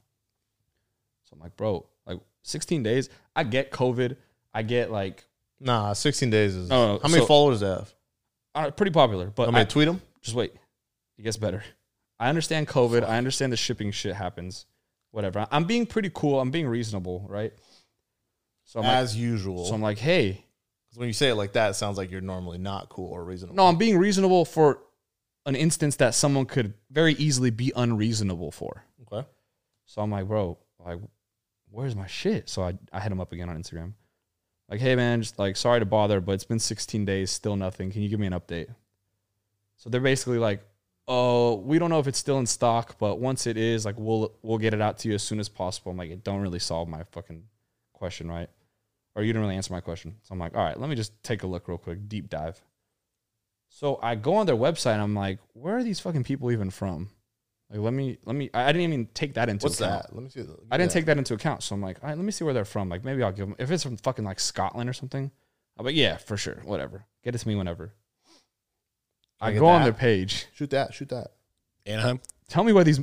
[SPEAKER 2] So I'm like, bro, like 16 days. I get COVID. I get like
[SPEAKER 1] Nah, 16 days is.
[SPEAKER 2] No, no,
[SPEAKER 1] how many
[SPEAKER 2] so-
[SPEAKER 1] followers do they have?
[SPEAKER 2] uh, pretty popular, but
[SPEAKER 1] I mean,
[SPEAKER 2] I-
[SPEAKER 1] tweet them.
[SPEAKER 2] just wait. It gets better. I understand COVID. I understand the shipping shit happens. Whatever. I- I'm being pretty cool. I'm being reasonable, right? So I'm
[SPEAKER 1] As
[SPEAKER 2] like,
[SPEAKER 1] usual.
[SPEAKER 2] so I'm like, hey,
[SPEAKER 1] 'Cause when you say it like that, it sounds like you're normally not cool or reasonable.
[SPEAKER 2] no, I'm being reasonable for an instance that someone could very easily be unreasonable for.
[SPEAKER 1] Okay.
[SPEAKER 2] So I'm like, bro, like, where's my shit? So I, I hit him up again on Instagram. Like, hey man, just like sorry to bother, but it's been 16 days, still nothing. Can you give me an update? So they're basically like, Oh, we don't know if it's still in stock, but once it is, like we'll we'll get it out to you as soon as possible. I'm like, it don't really solve my fucking question, right? Or you didn't really answer my question. So I'm like, all right, let me just take a look real quick, deep dive. So I go on their website and I'm like, where are these fucking people even from? Like let me let me I I didn't even take that into
[SPEAKER 1] What's
[SPEAKER 2] account.
[SPEAKER 1] that? Let me see.
[SPEAKER 2] I didn't take that into account. So I'm like, all right, let me see where they're from. Like, maybe I'll give them, if it's from fucking like Scotland or something, I'm like, yeah, for sure. Whatever. Get it to me whenever.
[SPEAKER 1] Can
[SPEAKER 2] I
[SPEAKER 1] I get
[SPEAKER 2] go on
[SPEAKER 1] that?
[SPEAKER 2] their page.
[SPEAKER 1] Shoot that. Shoot that.
[SPEAKER 3] Anaheim.
[SPEAKER 2] Tell me where these,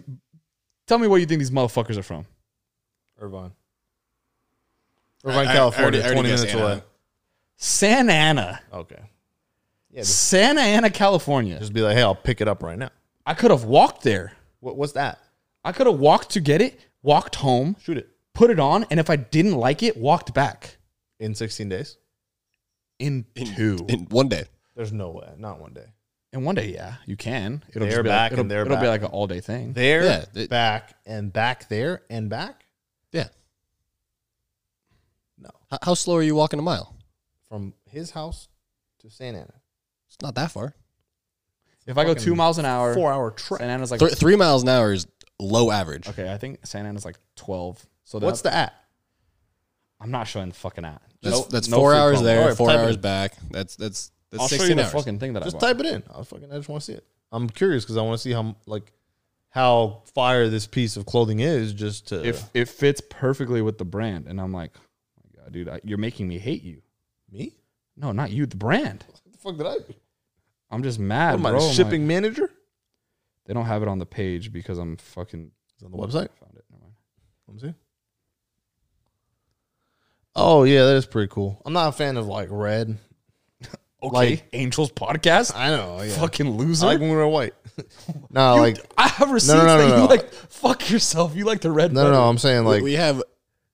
[SPEAKER 2] tell me where you think these motherfuckers are from.
[SPEAKER 1] Irvine. Irvine,
[SPEAKER 3] I- I
[SPEAKER 1] California,
[SPEAKER 3] already- I already
[SPEAKER 1] 20
[SPEAKER 3] guessed
[SPEAKER 1] minutes
[SPEAKER 3] Anaheim.
[SPEAKER 1] away.
[SPEAKER 2] Santa Ana,
[SPEAKER 1] Okay. Yeah, just,
[SPEAKER 2] Santa Ana, California.
[SPEAKER 1] just be like, hey, I'll pick it up right now.
[SPEAKER 2] I could have walked there.
[SPEAKER 1] What, what's that?
[SPEAKER 2] I could have walked to get it, walked home,
[SPEAKER 1] Shoot it.
[SPEAKER 2] put it on, and if I didn't like it, walked back
[SPEAKER 1] In 16 days?
[SPEAKER 2] in, two. In,
[SPEAKER 3] in one day.
[SPEAKER 1] There's no way. Not one day.
[SPEAKER 2] one day, yeah, you can. It'll
[SPEAKER 1] There,
[SPEAKER 2] be
[SPEAKER 1] back,
[SPEAKER 2] like, it'll,
[SPEAKER 1] and there,
[SPEAKER 2] it'll be
[SPEAKER 1] back.
[SPEAKER 2] like an all day thing.
[SPEAKER 1] There,
[SPEAKER 3] Yeah, it-
[SPEAKER 1] back, and back there, and back?
[SPEAKER 3] Yeah.
[SPEAKER 1] No.
[SPEAKER 3] How, how slow are you walking a mile?
[SPEAKER 1] From his house to Santa Ana.
[SPEAKER 3] It's not that far.
[SPEAKER 2] if I go
[SPEAKER 1] fucking
[SPEAKER 2] two miles an hour,
[SPEAKER 1] Four hour trip.
[SPEAKER 2] Santa Ana's like
[SPEAKER 3] Three, three miles an hour is low average.
[SPEAKER 2] okay. I think Santa Ana's like twelve. So
[SPEAKER 1] What's
[SPEAKER 2] that?
[SPEAKER 1] the app?
[SPEAKER 2] I'm not showing the fucking app.
[SPEAKER 3] That's,
[SPEAKER 2] Nope,
[SPEAKER 3] that's
[SPEAKER 2] no
[SPEAKER 3] four
[SPEAKER 2] free
[SPEAKER 3] hours
[SPEAKER 2] promo.
[SPEAKER 3] there,
[SPEAKER 1] Alright,
[SPEAKER 3] four
[SPEAKER 1] type
[SPEAKER 3] hours
[SPEAKER 1] in.
[SPEAKER 3] back. That's that's that's
[SPEAKER 2] I'll show you
[SPEAKER 3] 16
[SPEAKER 2] the
[SPEAKER 3] hours.
[SPEAKER 2] fucking thing that I
[SPEAKER 1] Just
[SPEAKER 2] bought.
[SPEAKER 1] type it in. I fucking I just want to see it. I'm curious because I want to see how like how fire this piece of clothing is. Just to
[SPEAKER 2] if it fits perfectly with the brand. And I'm like, oh my God, dude, I, you're making me hate you.
[SPEAKER 1] me,
[SPEAKER 2] No, not you, the brand.
[SPEAKER 1] what the fuck did I? do?
[SPEAKER 2] I'm just mad,
[SPEAKER 1] What am I,
[SPEAKER 2] bro.
[SPEAKER 1] the
[SPEAKER 2] I'm
[SPEAKER 1] shipping
[SPEAKER 2] like,
[SPEAKER 1] manager?
[SPEAKER 2] they don't have it on the page because I'm fucking
[SPEAKER 1] It's on the website.
[SPEAKER 2] found it. Never mind.
[SPEAKER 1] Let me see. Oh yeah, that is pretty cool. I'm not a fan of like red.
[SPEAKER 2] Okay,
[SPEAKER 1] Like-
[SPEAKER 2] Angels podcast.
[SPEAKER 1] I know. Yeah.
[SPEAKER 2] Fucking
[SPEAKER 1] I
[SPEAKER 2] loser.
[SPEAKER 1] like when we're white. no,
[SPEAKER 2] You-
[SPEAKER 1] like
[SPEAKER 2] I have receipts
[SPEAKER 1] no, no,
[SPEAKER 2] that
[SPEAKER 1] no,
[SPEAKER 2] you
[SPEAKER 1] no.
[SPEAKER 2] like. Fuck yourself. You like the red.
[SPEAKER 1] no, no,
[SPEAKER 2] better.
[SPEAKER 1] no. I'm saying like
[SPEAKER 3] we have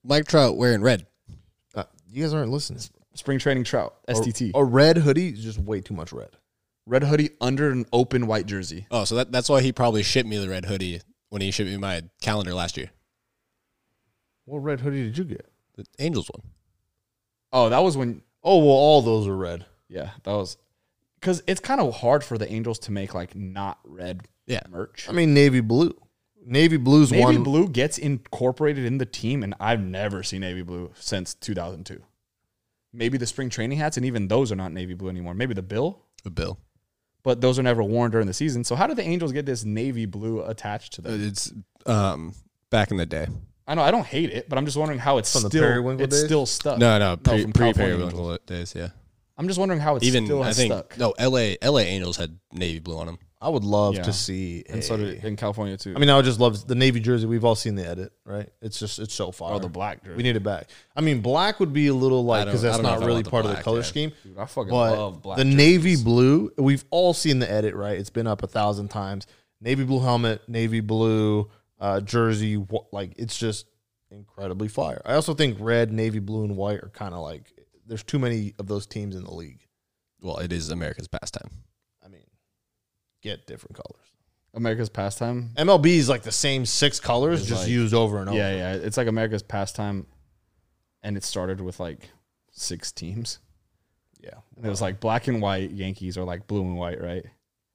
[SPEAKER 3] Mike Trout wearing red.
[SPEAKER 1] uh, you guys aren't listening.
[SPEAKER 2] Spring training trout. STT.
[SPEAKER 1] A red hoodie is just way too much red.
[SPEAKER 2] red hoodie under an open white jersey.
[SPEAKER 3] Oh, so that, that's why he probably shipped me the red hoodie when he shipped me my calendar last year.
[SPEAKER 1] What red hoodie did you get?
[SPEAKER 3] The Angels one.
[SPEAKER 2] Oh, that was when.
[SPEAKER 1] Oh well, all those are red.
[SPEAKER 2] Yeah, that was because it's kind of hard for the Angels to make like not red
[SPEAKER 3] Yeah.
[SPEAKER 2] merch.
[SPEAKER 1] I mean, navy blue. Navy blue's
[SPEAKER 2] Navy
[SPEAKER 1] one.
[SPEAKER 2] blue gets incorporated in the team, and I've never seen navy blue since 2002. Maybe the spring training hats, and even those are not navy blue anymore. Maybe the bill,
[SPEAKER 3] The bill.
[SPEAKER 2] but those are never worn during the season. So how did the Angels get this navy blue attached to
[SPEAKER 3] Uh,
[SPEAKER 2] them?
[SPEAKER 3] It's um back in the day.
[SPEAKER 2] I know I don't hate it, but I'm just wondering how it's
[SPEAKER 1] From the
[SPEAKER 2] still
[SPEAKER 1] Periwinkle
[SPEAKER 2] it's
[SPEAKER 1] days?
[SPEAKER 2] still stuck.
[SPEAKER 3] No, no, pre
[SPEAKER 2] Uh, from
[SPEAKER 3] pre
[SPEAKER 2] California
[SPEAKER 3] periwinkle days, yeah.
[SPEAKER 2] I'm just wondering how it's
[SPEAKER 3] Even
[SPEAKER 2] still
[SPEAKER 3] I
[SPEAKER 2] has
[SPEAKER 3] think
[SPEAKER 2] stuck.
[SPEAKER 3] no, LA LA Angels had navy blue on them.
[SPEAKER 1] I would love
[SPEAKER 2] Yeah.
[SPEAKER 1] to see.
[SPEAKER 2] and
[SPEAKER 1] a-
[SPEAKER 2] so did it in California too.
[SPEAKER 1] I mean, I would just love the navy jersey. We've all seen the edit, right? It's just it's so far.
[SPEAKER 2] oh, the black jersey.
[SPEAKER 1] We need it back. I mean, black would be a little like
[SPEAKER 3] don't-
[SPEAKER 1] because
[SPEAKER 3] I
[SPEAKER 1] that's
[SPEAKER 3] don't know
[SPEAKER 1] not
[SPEAKER 3] if I
[SPEAKER 1] really
[SPEAKER 3] want the
[SPEAKER 1] part of the
[SPEAKER 3] black,
[SPEAKER 1] color
[SPEAKER 3] yeah.
[SPEAKER 1] scheme.
[SPEAKER 2] Dude, I fucking love
[SPEAKER 1] But
[SPEAKER 2] black.
[SPEAKER 1] the
[SPEAKER 2] jerseys.
[SPEAKER 1] navy blue, we've all seen the edit, right? It's been up a thousand times. Navy blue helmet, navy blue uh, jersey, wh- like it's just incredibly fire. I also think red, navy blue, and white are kind of like there's too many of those teams in the league.
[SPEAKER 3] Well, it is America's pastime.
[SPEAKER 1] I mean, get different colors.
[SPEAKER 2] America's pastime.
[SPEAKER 1] MLB is like the same six colors,
[SPEAKER 2] It's
[SPEAKER 1] just
[SPEAKER 2] like-
[SPEAKER 1] used over and over.
[SPEAKER 2] Yeah, yeah. It's like America's pastime, and it started with like six teams.
[SPEAKER 1] yeah.
[SPEAKER 2] And it was like black and white Yankees or like blue and white, right?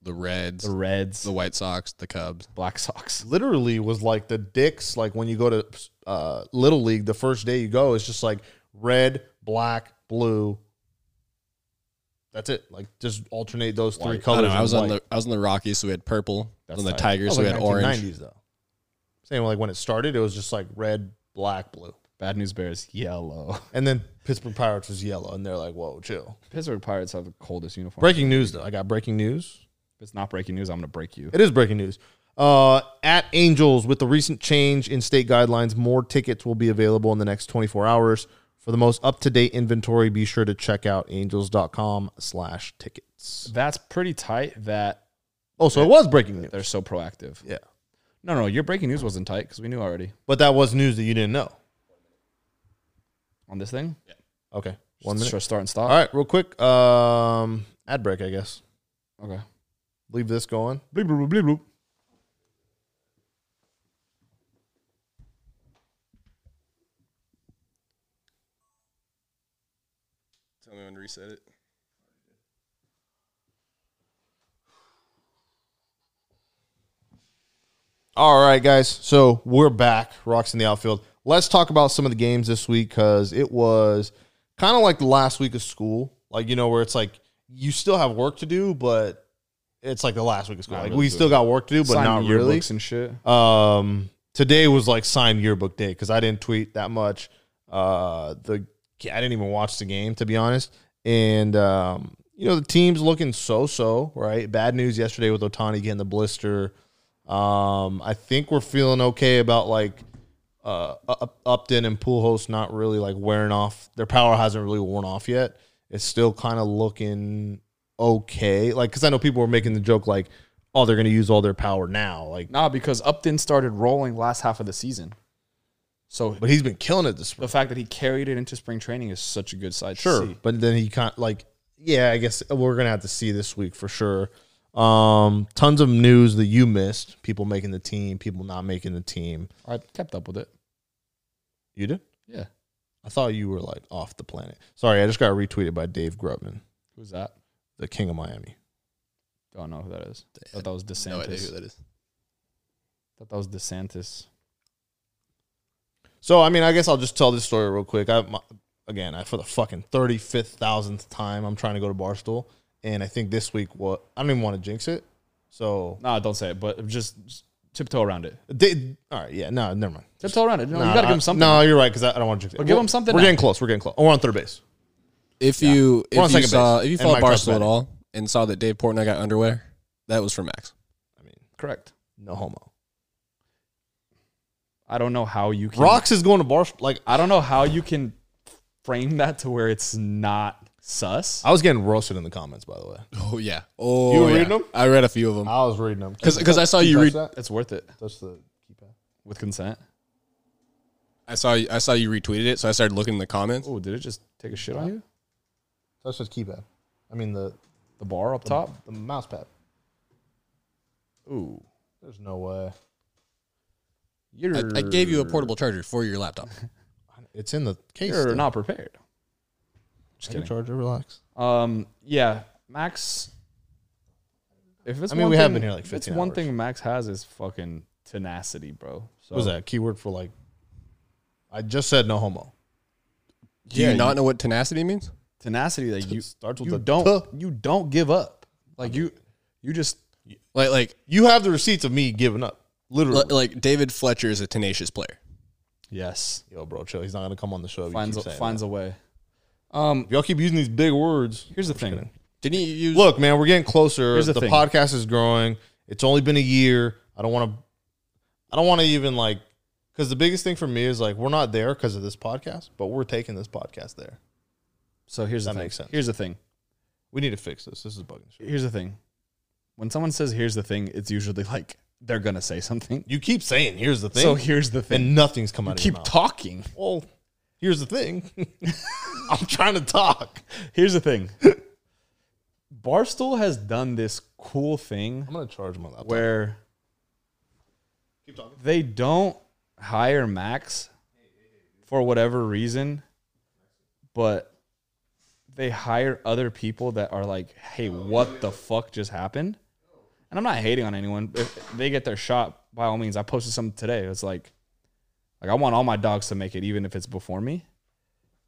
[SPEAKER 3] The Reds,
[SPEAKER 2] The Reds,
[SPEAKER 3] the White Sox, the Cubs.
[SPEAKER 2] Black Sox.
[SPEAKER 1] Literally was like the dicks. Like when you go to uh, Little League, the first day you go, it's just like red, black, blue. That's it. Like just alternate those three
[SPEAKER 2] White.
[SPEAKER 3] I,
[SPEAKER 1] colors.
[SPEAKER 3] don't know, I
[SPEAKER 1] and
[SPEAKER 3] was
[SPEAKER 1] white.
[SPEAKER 3] on the I was on the Rockies, so we had purple.
[SPEAKER 2] That's
[SPEAKER 3] on the
[SPEAKER 2] tight.
[SPEAKER 1] That
[SPEAKER 3] Tigers,
[SPEAKER 1] was
[SPEAKER 3] so we
[SPEAKER 1] like
[SPEAKER 3] had orange.
[SPEAKER 1] 1990s though. Same like when it started, it was just like red, black, blue,
[SPEAKER 2] Bad News Bears, yellow.
[SPEAKER 1] and then Pittsburgh Pirates was yellow, and they're like, "Whoa, chill."
[SPEAKER 2] Pittsburgh Pirates have the coldest uniform.
[SPEAKER 1] Breaking news though, I got breaking news.
[SPEAKER 2] If it's not breaking news, I'm gonna break you.
[SPEAKER 1] It is breaking news. Uh, at Angels, with the recent change in state guidelines, more tickets will be available in the next 24 hours. For the most up-to-date inventory, be sure to check out angels.com slash tickets.
[SPEAKER 2] That's pretty tight that
[SPEAKER 1] Oh, so it was breaking news.
[SPEAKER 2] they're so proactive.
[SPEAKER 1] Yeah.
[SPEAKER 2] No, no, your breaking news wasn't tight because we knew already
[SPEAKER 1] But that was news that you didn't know.
[SPEAKER 2] on this thing.
[SPEAKER 1] Okay. One
[SPEAKER 2] Just
[SPEAKER 1] minute.
[SPEAKER 2] start and
[SPEAKER 1] All
[SPEAKER 2] stop.
[SPEAKER 1] right, real quick. Um, ad break, I guess.
[SPEAKER 2] Okay.
[SPEAKER 1] Leave this going.
[SPEAKER 2] Bleep, bloop, bleep, bloop.
[SPEAKER 3] Tell me when to reset it.
[SPEAKER 1] All right, guys. So we're back. Rocks in the outfield. Let's talk about some of the games this week because it was kind of like the last week of school. Like, you know, where it's like you still have work to do, but it's like the last week of school.
[SPEAKER 2] Not
[SPEAKER 1] like,
[SPEAKER 2] really
[SPEAKER 1] we still got work to do, but
[SPEAKER 2] Sign
[SPEAKER 1] not really.
[SPEAKER 2] yearbooks and shit.
[SPEAKER 1] Um, today was like sign yearbook day because I didn't tweet that much. Uh, the I didn't even watch the game to be honest. And um, you know the team's looking so-so, right? Bad news yesterday with Otani getting the blister. Um, I think we're feeling okay about like uh, Up- Upton and Pujols not really like wearing off. Their power hasn't really worn off yet. It's still kind of looking okay. Like, because I know people were making the joke like, oh, they're going to use all their power now. Like,
[SPEAKER 2] Nah, because Upton started rolling last half of the season. So
[SPEAKER 1] but he's been killing it this
[SPEAKER 2] the fact that he carried it into spring training is such a good side.
[SPEAKER 1] Sure,
[SPEAKER 2] To see.
[SPEAKER 1] but then he kind of like, yeah, I guess we're gonna have to see this week for sure. Um, tons of news that you missed: people making the team, people not making the team.
[SPEAKER 2] I kept up with it.
[SPEAKER 1] You did?
[SPEAKER 2] Yeah.
[SPEAKER 1] I thought you were like off the planet. Sorry, I just got retweeted by Dave Grubman,
[SPEAKER 2] Who's that?
[SPEAKER 1] the king of Miami.
[SPEAKER 2] Don't know who that is. thought that was DeSantis.
[SPEAKER 3] No idea who that is.
[SPEAKER 2] thought that was DeSantis.
[SPEAKER 1] So I mean, I guess I'll just tell this story real quick. I my, again, I, for the fucking thirty fifth thousandth time, I'm trying to go to Barstool, and I think this week, what I don't even want to jinx it. So
[SPEAKER 2] Nah, don't say it, but just, just tiptoe around it.
[SPEAKER 1] they, all right, yeah, no, never mind.
[SPEAKER 2] Tiptoe around it. No,
[SPEAKER 1] Nah,
[SPEAKER 2] you gotta
[SPEAKER 1] I-
[SPEAKER 2] give him something.
[SPEAKER 1] No, you're right because I, I don't want to jinx it.
[SPEAKER 2] Well, give
[SPEAKER 1] We're-
[SPEAKER 2] him something
[SPEAKER 1] We're
[SPEAKER 2] now.
[SPEAKER 1] getting close. We're getting close. We're on third base.
[SPEAKER 3] If you
[SPEAKER 1] We're on
[SPEAKER 3] if you
[SPEAKER 1] second
[SPEAKER 3] saw
[SPEAKER 1] base,
[SPEAKER 3] if you
[SPEAKER 1] and
[SPEAKER 3] followed
[SPEAKER 1] Mike Trout's
[SPEAKER 3] Barstool at
[SPEAKER 1] batting.
[SPEAKER 3] all and saw that Dave Portnoy got underwear, that was for Max.
[SPEAKER 1] I mean,
[SPEAKER 2] Correct.
[SPEAKER 1] no homo.
[SPEAKER 2] I don't know how you can.
[SPEAKER 1] Rocks is going to bar. Like
[SPEAKER 2] I don't know how you can frame that to where it's not sus.
[SPEAKER 1] I was getting roasted in the comments, by the way.
[SPEAKER 3] Oh yeah. Oh,
[SPEAKER 1] You were
[SPEAKER 3] yeah.
[SPEAKER 1] reading 'em?
[SPEAKER 3] I read a few of them
[SPEAKER 1] I was reading them
[SPEAKER 3] because I saw you read.
[SPEAKER 2] It's worth it
[SPEAKER 1] Touch the keypad.
[SPEAKER 2] with consent.
[SPEAKER 3] I saw I saw you retweeted it, so I started looking in the comments.
[SPEAKER 2] Oh, did it just take a shit on you?
[SPEAKER 1] Touch this keypad. I mean the
[SPEAKER 2] The bar up top.
[SPEAKER 1] the mouse pad.
[SPEAKER 2] Ooh,
[SPEAKER 1] There's no way.
[SPEAKER 2] you're.
[SPEAKER 3] I, I gave you a portable charger for your laptop.
[SPEAKER 1] It's in the case.
[SPEAKER 2] You're
[SPEAKER 1] still.
[SPEAKER 2] not prepared. Just
[SPEAKER 1] I can
[SPEAKER 2] kidding.
[SPEAKER 1] charge it. Relax.
[SPEAKER 2] Um, yeah, Max. If it's
[SPEAKER 1] I mean,
[SPEAKER 2] one
[SPEAKER 1] we have
[SPEAKER 2] thing-
[SPEAKER 1] been here, like,
[SPEAKER 2] if it's
[SPEAKER 1] 15
[SPEAKER 2] one
[SPEAKER 1] hours.
[SPEAKER 2] thing Max has is fucking tenacity, bro. So
[SPEAKER 1] What was that keyword for like? I just said no homo.
[SPEAKER 3] Do you not know what tenacity means?
[SPEAKER 2] tenacity that you
[SPEAKER 1] starts with
[SPEAKER 2] you
[SPEAKER 1] a
[SPEAKER 2] don't you don't give up. Like you you just
[SPEAKER 3] Like like
[SPEAKER 1] You have the receipts of me giving up. Literally.
[SPEAKER 3] li- like David Fletcher is a tenacious player.
[SPEAKER 2] yes
[SPEAKER 1] Yo, bro, chill. He's not gonna come on the show. if you
[SPEAKER 2] finds a,
[SPEAKER 1] keep saying
[SPEAKER 2] finds
[SPEAKER 1] that.
[SPEAKER 2] a way. Um,
[SPEAKER 1] If y'all keep using these big words.
[SPEAKER 2] here's the thing.
[SPEAKER 3] Didn't you use
[SPEAKER 1] Look, man, we're getting closer.
[SPEAKER 2] Here's
[SPEAKER 1] the
[SPEAKER 2] the thing.
[SPEAKER 1] podcast is growing. It's only been a year. I don't want to. I don't want to even like, because the biggest thing for me is like we're not there because of this podcast, but we're taking this podcast there.
[SPEAKER 2] So here's the
[SPEAKER 1] That
[SPEAKER 2] thing.
[SPEAKER 1] makes sense.
[SPEAKER 2] Here's the thing.
[SPEAKER 1] We need to fix this. This is bugging shit.
[SPEAKER 2] Here's the thing. When someone says "here's the thing," it's usually like they're gonna say something.
[SPEAKER 1] You keep saying here's the thing,
[SPEAKER 2] So here's the thing.
[SPEAKER 1] and nothing's come out.
[SPEAKER 2] Keep
[SPEAKER 1] of your mouth.
[SPEAKER 2] talking.
[SPEAKER 1] Well, here's the thing. I'm trying to talk.
[SPEAKER 2] Here's the thing. Barstool has done this cool thing
[SPEAKER 1] I'm gonna charge my laptop.
[SPEAKER 2] where
[SPEAKER 1] Keep talking.
[SPEAKER 2] they don't hire Max for whatever reason, but they hire other people that are like, hey, what the fuck just happened? And I'm not hating on anyone. If they get their shot, by all means, I posted something today. It's like, like I want all my dogs to make it, even if it's before me.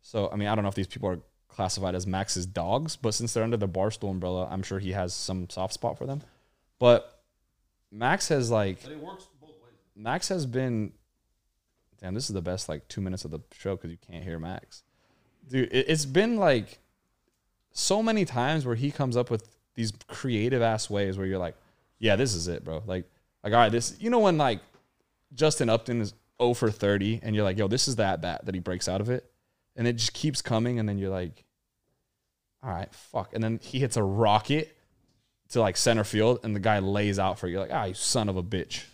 [SPEAKER 2] So I mean, I don't know if these people are classified as Max's dogs, but since they're under the barstool umbrella, I'm sure he has some soft spot for them. But Max has like Max has been. Damn, this is the best like two minutes of the show because you can't hear Max. Dude, it, it's been like so many times where he comes up with these creative ass ways where you're like, yeah, this is it, bro. Like, like all right, this. You know when like Justin Upton is 0 for 30 and you're like, yo, this is that bat that he breaks out of it, and it just keeps coming, and then you're like, all right, fuck, and then he hits a rocket to like center field, and the guy lays out for you. You're like, ah, you son of a bitch.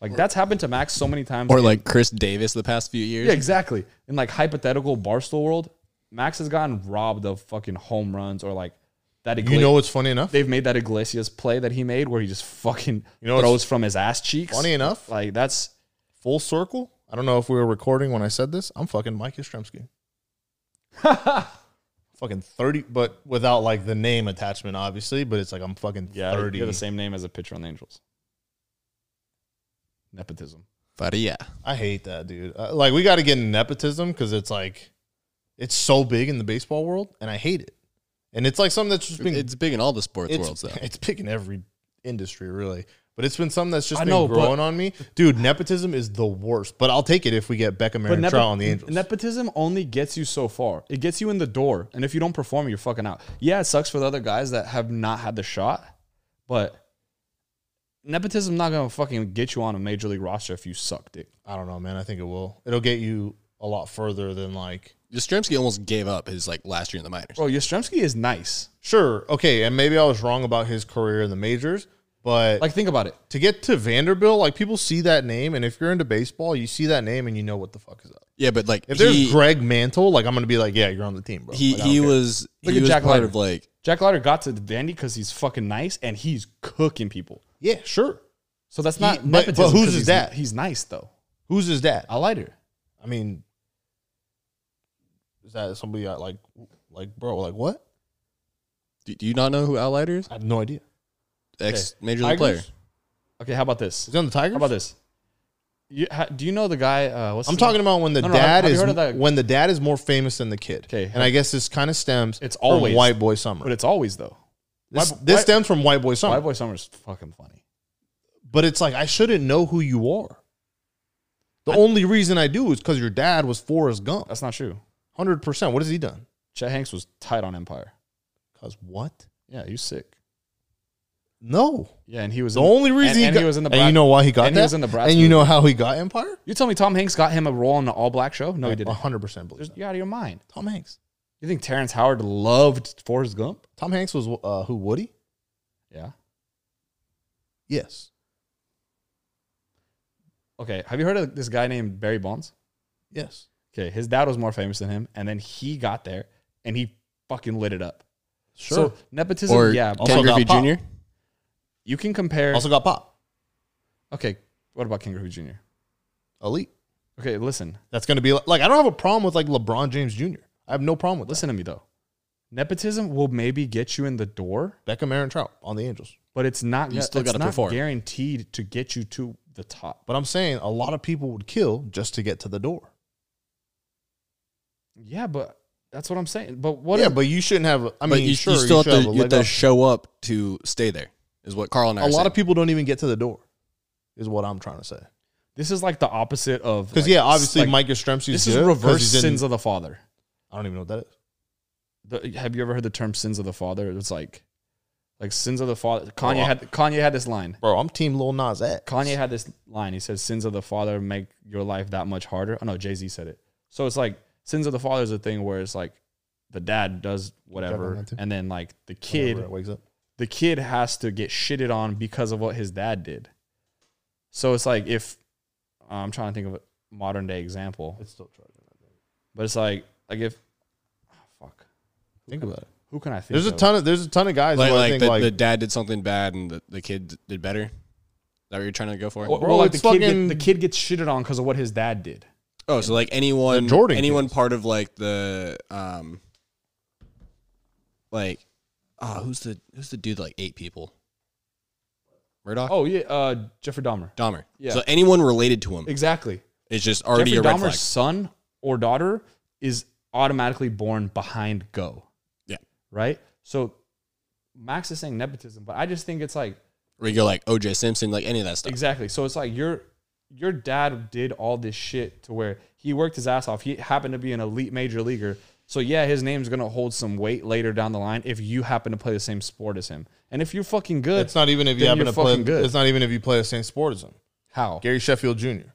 [SPEAKER 2] Like that's happened to Max so many times.
[SPEAKER 3] or like Chris Davis the past few years?
[SPEAKER 2] Yeah, exactly. In like hypothetical barstool world, Max has gotten robbed of fucking home runs or like that.
[SPEAKER 1] You
[SPEAKER 2] Igla-
[SPEAKER 1] know what's funny enough?
[SPEAKER 2] they've made that Iglesias play that he made where he just fucking
[SPEAKER 1] know what's
[SPEAKER 2] throws from his ass cheeks.
[SPEAKER 1] Funny enough,
[SPEAKER 2] Like that's
[SPEAKER 1] full circle. I don't know if we were recording when I said this. I'm fucking Mike Yastrzemski. fucking 30, but without like the name attachment, obviously. But it's like I'm fucking
[SPEAKER 2] yeah,
[SPEAKER 1] 30.
[SPEAKER 2] you're the same name as a pitcher on the Angels. Nepotism.
[SPEAKER 3] But yeah.
[SPEAKER 1] I hate that, dude. Uh, like, we got to get into nepotism because it's like, it's so big in the baseball world, and I hate it. And it's like something that's just been
[SPEAKER 3] It's big in all the sports worlds though.
[SPEAKER 1] it's big in every industry, really. But it's been something that's just
[SPEAKER 2] I
[SPEAKER 1] been
[SPEAKER 2] know, but-
[SPEAKER 1] growing on me, dude. Nepotism is the worst, but I'll take it if we get Beckham and
[SPEAKER 2] nepo-
[SPEAKER 1] Trout on the Angels.
[SPEAKER 2] Nepotism only gets you so far. It gets you in the door, and if you don't perform, you're fucking out. Yeah, it sucks for the other guys that have not had the shot, but nepotism not gonna fucking get you on a major league roster if you suck, dick.
[SPEAKER 1] I don't know, man. I think it will. It'll get you a lot further than like
[SPEAKER 3] Yastrzemski almost gave up his like last year in the minors.
[SPEAKER 2] Bro, Yastrzemski is nice.
[SPEAKER 1] sure, okay, and maybe I was wrong about his career in the majors, but
[SPEAKER 2] Like, think about it.
[SPEAKER 1] to get to Vanderbilt, like people see that name, and if you're into baseball, you see that name and you know what the fuck is up.
[SPEAKER 3] Yeah, but like
[SPEAKER 1] If there's
[SPEAKER 3] he
[SPEAKER 1] Greg Mantle, like I'm gonna be like, yeah, you're on the team, bro.
[SPEAKER 3] he,
[SPEAKER 1] Like, I
[SPEAKER 3] he
[SPEAKER 1] don't care.
[SPEAKER 3] was
[SPEAKER 2] Look
[SPEAKER 3] he
[SPEAKER 2] at
[SPEAKER 3] was
[SPEAKER 2] Jack
[SPEAKER 3] part
[SPEAKER 2] Leiter.
[SPEAKER 3] of like
[SPEAKER 2] Jack Lauder got to the Dandy because he's fucking nice and he's cooking people.
[SPEAKER 1] yeah, sure.
[SPEAKER 2] So that's not
[SPEAKER 1] but- but
[SPEAKER 2] nepotism.
[SPEAKER 1] whose
[SPEAKER 2] 'cause
[SPEAKER 1] is
[SPEAKER 2] he's-
[SPEAKER 1] that?
[SPEAKER 2] He's nice though.
[SPEAKER 1] Who's his dad?
[SPEAKER 2] I lighter.
[SPEAKER 1] I mean, is that somebody I like? Like, bro, like what?
[SPEAKER 3] do, do you not know who Al Leiter is?
[SPEAKER 1] I have no idea.
[SPEAKER 3] Ex major league player.
[SPEAKER 2] Tigers? Okay, how about this?
[SPEAKER 1] Is he on the Tigers?
[SPEAKER 2] How about this? You, ha do you know the guy? Uh, what's
[SPEAKER 1] I'm
[SPEAKER 2] his name?
[SPEAKER 1] talking about when the
[SPEAKER 2] No, no,
[SPEAKER 1] dad
[SPEAKER 2] have you
[SPEAKER 1] is
[SPEAKER 2] heard of that-
[SPEAKER 1] when the dad is more famous than the kid.
[SPEAKER 2] 'Kay,
[SPEAKER 1] and I guess this kind of stems
[SPEAKER 2] It's
[SPEAKER 1] from
[SPEAKER 2] always-
[SPEAKER 1] White Boy Summer.
[SPEAKER 2] But it's always though.
[SPEAKER 1] this
[SPEAKER 2] White-
[SPEAKER 1] this
[SPEAKER 2] White-
[SPEAKER 1] stems from White Boy Summer.
[SPEAKER 2] White Boy Summer's fucking funny.
[SPEAKER 1] But it's like I shouldn't know who you are. The only reason I do is because your dad was Forrest Gump.
[SPEAKER 2] That's not true.
[SPEAKER 1] Hundred percent. What has he done?
[SPEAKER 2] Chet Hanks was tight on Empire.
[SPEAKER 1] Cause what?
[SPEAKER 2] Yeah, he was sick.
[SPEAKER 1] No.
[SPEAKER 2] Yeah, and he was
[SPEAKER 1] The
[SPEAKER 2] in-
[SPEAKER 1] only reason
[SPEAKER 2] and,
[SPEAKER 1] he,
[SPEAKER 2] and
[SPEAKER 1] got,
[SPEAKER 2] he was in the
[SPEAKER 1] and you know why he got
[SPEAKER 2] and
[SPEAKER 1] that,
[SPEAKER 2] he was in the Bratz
[SPEAKER 1] and you
[SPEAKER 2] movie.
[SPEAKER 1] know how he got Empire.
[SPEAKER 2] You tell me Tom Hanks got him a role on the All Black show? No, he didn't.
[SPEAKER 1] hundred percent believe
[SPEAKER 2] There's-
[SPEAKER 1] that.
[SPEAKER 2] You're out of your mind.
[SPEAKER 1] Tom Hanks.
[SPEAKER 2] You think Terrence Howard loved Forrest Gump?
[SPEAKER 1] Tom Hanks was uh, who? Woody?
[SPEAKER 2] Yeah.
[SPEAKER 1] Yes.
[SPEAKER 2] Okay. Have you heard of this guy named Barry Bonds?
[SPEAKER 1] Yes.
[SPEAKER 2] Okay, his dad was more famous than him, and then he got there and he fucking lit it up.
[SPEAKER 1] Sure.
[SPEAKER 2] So nepotism,
[SPEAKER 3] Or
[SPEAKER 2] yeah.
[SPEAKER 3] Ken
[SPEAKER 1] Also
[SPEAKER 2] but
[SPEAKER 1] got
[SPEAKER 3] Griffey
[SPEAKER 1] popped.
[SPEAKER 3] Jr.
[SPEAKER 2] you can compare.
[SPEAKER 1] also got pop.
[SPEAKER 2] okay, what about Ken Griffey Jr.?
[SPEAKER 1] Elite.
[SPEAKER 2] Okay, listen,
[SPEAKER 1] That's going to be like, like, I don't have a problem with like LeBron James Jr. I have no problem with
[SPEAKER 2] listen to me though. Nepotism will maybe get you in the door,
[SPEAKER 1] that. Beckham, Aaron Trout on the Angels.
[SPEAKER 2] but it's not.
[SPEAKER 3] You still
[SPEAKER 2] it's
[SPEAKER 3] gotta
[SPEAKER 2] not
[SPEAKER 3] perform.
[SPEAKER 2] Guaranteed to get you to the top.
[SPEAKER 1] But I'm saying a lot of people would kill just to get to the door.
[SPEAKER 2] Yeah, but that's what I'm saying. But what?
[SPEAKER 1] yeah,
[SPEAKER 2] if-
[SPEAKER 1] but you shouldn't have. I
[SPEAKER 3] But
[SPEAKER 1] mean,
[SPEAKER 3] you, you
[SPEAKER 1] sure, you
[SPEAKER 3] still
[SPEAKER 1] should
[SPEAKER 3] have
[SPEAKER 1] have,
[SPEAKER 3] to,
[SPEAKER 1] a
[SPEAKER 3] you have
[SPEAKER 1] leg
[SPEAKER 3] to
[SPEAKER 1] up.
[SPEAKER 3] show up to stay there. Is what Carl and I
[SPEAKER 1] a
[SPEAKER 3] are
[SPEAKER 1] lot
[SPEAKER 3] saying.
[SPEAKER 1] of people don't even get to the door, is what I'm trying to say.
[SPEAKER 2] this is like the opposite of
[SPEAKER 1] Because
[SPEAKER 2] like,
[SPEAKER 1] yeah, obviously
[SPEAKER 2] like,
[SPEAKER 1] Mike Yastrzemski
[SPEAKER 2] This
[SPEAKER 1] is
[SPEAKER 2] is
[SPEAKER 1] good 'cause
[SPEAKER 2] reverse
[SPEAKER 1] he's in-
[SPEAKER 2] sins of the father.
[SPEAKER 1] I don't even know what that is.
[SPEAKER 2] the, have you ever heard the term sins of the father? It's like like sins of the father. Kanye
[SPEAKER 1] I-
[SPEAKER 2] had Kanye had this line.
[SPEAKER 1] Bro, I'm Team Lil Nas X.
[SPEAKER 2] Kanye had this line. He says sins of the father make your life that much harder. Oh no, Jay-Z said it. So it's like sins of the father is a thing where it's like the dad does
[SPEAKER 1] that
[SPEAKER 2] whatever
[SPEAKER 1] too.
[SPEAKER 2] and then like the
[SPEAKER 1] Whenever
[SPEAKER 2] kid
[SPEAKER 1] it wakes up.
[SPEAKER 2] the kid has to get shitted on because of what his dad did. So it's like if uh, I'm trying to think of a modern day example,
[SPEAKER 1] It's still charging.
[SPEAKER 2] but it's like like if ah, fuck,
[SPEAKER 1] Think about it.
[SPEAKER 2] who can I think
[SPEAKER 1] There's a
[SPEAKER 2] of?
[SPEAKER 1] ton of there's a ton of guys
[SPEAKER 3] like,
[SPEAKER 1] who I
[SPEAKER 3] like,
[SPEAKER 1] think
[SPEAKER 3] the,
[SPEAKER 1] like
[SPEAKER 3] the dad did something bad and the, the kid did better. Is that what you're trying to go for?
[SPEAKER 2] Or,
[SPEAKER 1] Bro,
[SPEAKER 2] or like the
[SPEAKER 1] it's
[SPEAKER 2] kid, get-
[SPEAKER 1] fucking-
[SPEAKER 2] the kid gets shitted on because of what his dad did.
[SPEAKER 3] oh, so like anyone,
[SPEAKER 1] The Jordan
[SPEAKER 3] anyone
[SPEAKER 1] kids.
[SPEAKER 3] part of like the um, like, oh, who's the who's the dude that, like eight people? Murdoch,
[SPEAKER 2] Oh yeah, uh, Jeffrey Dahmer.
[SPEAKER 3] Dahmer.
[SPEAKER 2] yeah.
[SPEAKER 3] So anyone related to him
[SPEAKER 2] Exactly.
[SPEAKER 3] is just already
[SPEAKER 2] Jeffrey
[SPEAKER 3] a red
[SPEAKER 2] Dahmer's
[SPEAKER 3] flag.
[SPEAKER 2] son or daughter is automatically born behind Go.
[SPEAKER 3] Yeah.
[SPEAKER 2] Right. So Max is saying nepotism, but I just think it's like
[SPEAKER 3] Where you go like OJ Simpson, like any of that stuff.
[SPEAKER 2] exactly. So it's like your your dad did all this shit to where he worked his ass off. He happened to be an elite major leaguer. So yeah, his name's gonna hold some weight later down the line if you happen to play the same sport as him. And if you're fucking good,
[SPEAKER 1] it's not even if you happen
[SPEAKER 2] then
[SPEAKER 1] to
[SPEAKER 2] you're
[SPEAKER 1] play
[SPEAKER 2] fucking good.
[SPEAKER 1] it's not even if you play the same sport as him.
[SPEAKER 2] how?
[SPEAKER 1] Gary Sheffield Jr.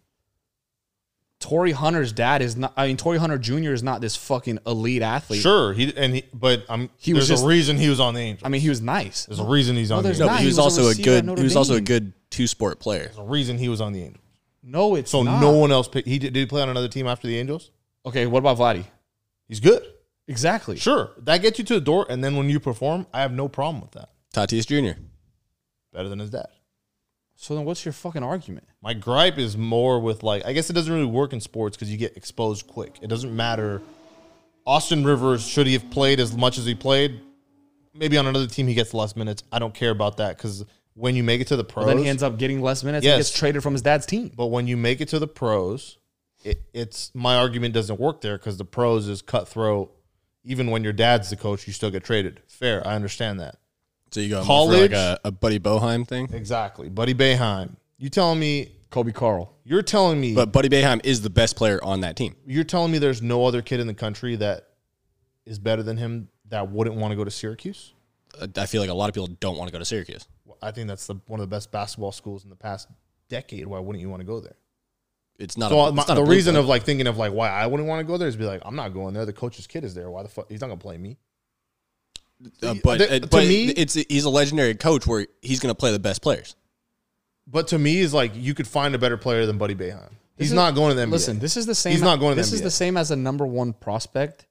[SPEAKER 2] Tory Hunter's dad is not. I mean, Tory Hunter Jr. is not this fucking elite athlete.
[SPEAKER 1] Sure, he and he, but I'm.
[SPEAKER 2] He was
[SPEAKER 1] there's
[SPEAKER 2] just-
[SPEAKER 1] a reason he was on the Angels.
[SPEAKER 2] I mean, he was nice.
[SPEAKER 1] there's a reason he's on the
[SPEAKER 2] there's
[SPEAKER 1] Angels.
[SPEAKER 3] No,
[SPEAKER 2] Nah,
[SPEAKER 3] but he
[SPEAKER 2] he
[SPEAKER 3] was,
[SPEAKER 2] was a
[SPEAKER 3] also a
[SPEAKER 2] receiver
[SPEAKER 3] good.
[SPEAKER 2] at
[SPEAKER 3] He
[SPEAKER 2] Notre
[SPEAKER 3] was also a
[SPEAKER 2] Dame.
[SPEAKER 3] good two sport player.
[SPEAKER 1] There's a reason he was on the Angels.
[SPEAKER 2] No, it's
[SPEAKER 1] So
[SPEAKER 2] not.
[SPEAKER 1] no one else picked. He did, did he play on another team after the Angels?
[SPEAKER 2] Okay, what about Vladdy?
[SPEAKER 1] He's good.
[SPEAKER 2] Exactly.
[SPEAKER 1] Sure, that gets you to the door, and then when you perform, I have no problem with that.
[SPEAKER 3] Tatis Jr.
[SPEAKER 1] Better than his dad.
[SPEAKER 2] So then, what's your fucking argument?
[SPEAKER 1] My gripe is more with like I guess it doesn't really work in sports because you get exposed quick. It doesn't matter. Austin Rivers should he have played as much as he played? Maybe on another team he gets less minutes. I don't care about that because when you make it to the pros,
[SPEAKER 2] But then he ends up getting less minutes and
[SPEAKER 1] Yes.
[SPEAKER 2] gets traded from his dad's team.
[SPEAKER 1] But when you make it to the pros, it, it's my argument doesn't work there because the pros is cutthroat. Even when your dad's the coach, you still get traded. Fair, I understand that
[SPEAKER 3] So you go more for
[SPEAKER 1] College?
[SPEAKER 3] like a, a Buddy Boheim thing,
[SPEAKER 1] exactly. Buddy Bayheim, you telling me?
[SPEAKER 2] Kobe Carl.
[SPEAKER 1] You're telling me?
[SPEAKER 3] but Buddy Boeheim is the best player on that team.
[SPEAKER 1] you're telling me there's no other kid in the country that is better than him that wouldn't want to go to Syracuse?
[SPEAKER 3] Uh, I feel like a lot of people don't want to go to Syracuse.
[SPEAKER 1] Well, I think that's the one of the best basketball schools in the past decade. Why wouldn't you want to go there?
[SPEAKER 3] It's not.
[SPEAKER 1] So
[SPEAKER 3] a,
[SPEAKER 1] my-
[SPEAKER 3] it's not a
[SPEAKER 1] the
[SPEAKER 3] blue
[SPEAKER 1] reason
[SPEAKER 3] blood.
[SPEAKER 1] of like thinking of like why I wouldn't want to go there is be like I'm not going there. The coach's kid is there. Why the fuck he's not gonna play me?
[SPEAKER 3] Uh, but
[SPEAKER 1] the-
[SPEAKER 3] uh,
[SPEAKER 1] to
[SPEAKER 3] but
[SPEAKER 1] me-
[SPEAKER 3] it's he's a legendary coach where he's going to play the best players.
[SPEAKER 1] But to me, is like you could find a better player than Buddy Beheim. He's
[SPEAKER 2] This is-
[SPEAKER 1] not going to them.
[SPEAKER 2] Listen, this is the same.
[SPEAKER 1] He's not going to the
[SPEAKER 2] This is
[SPEAKER 1] NBA.
[SPEAKER 2] the same as a number one prospect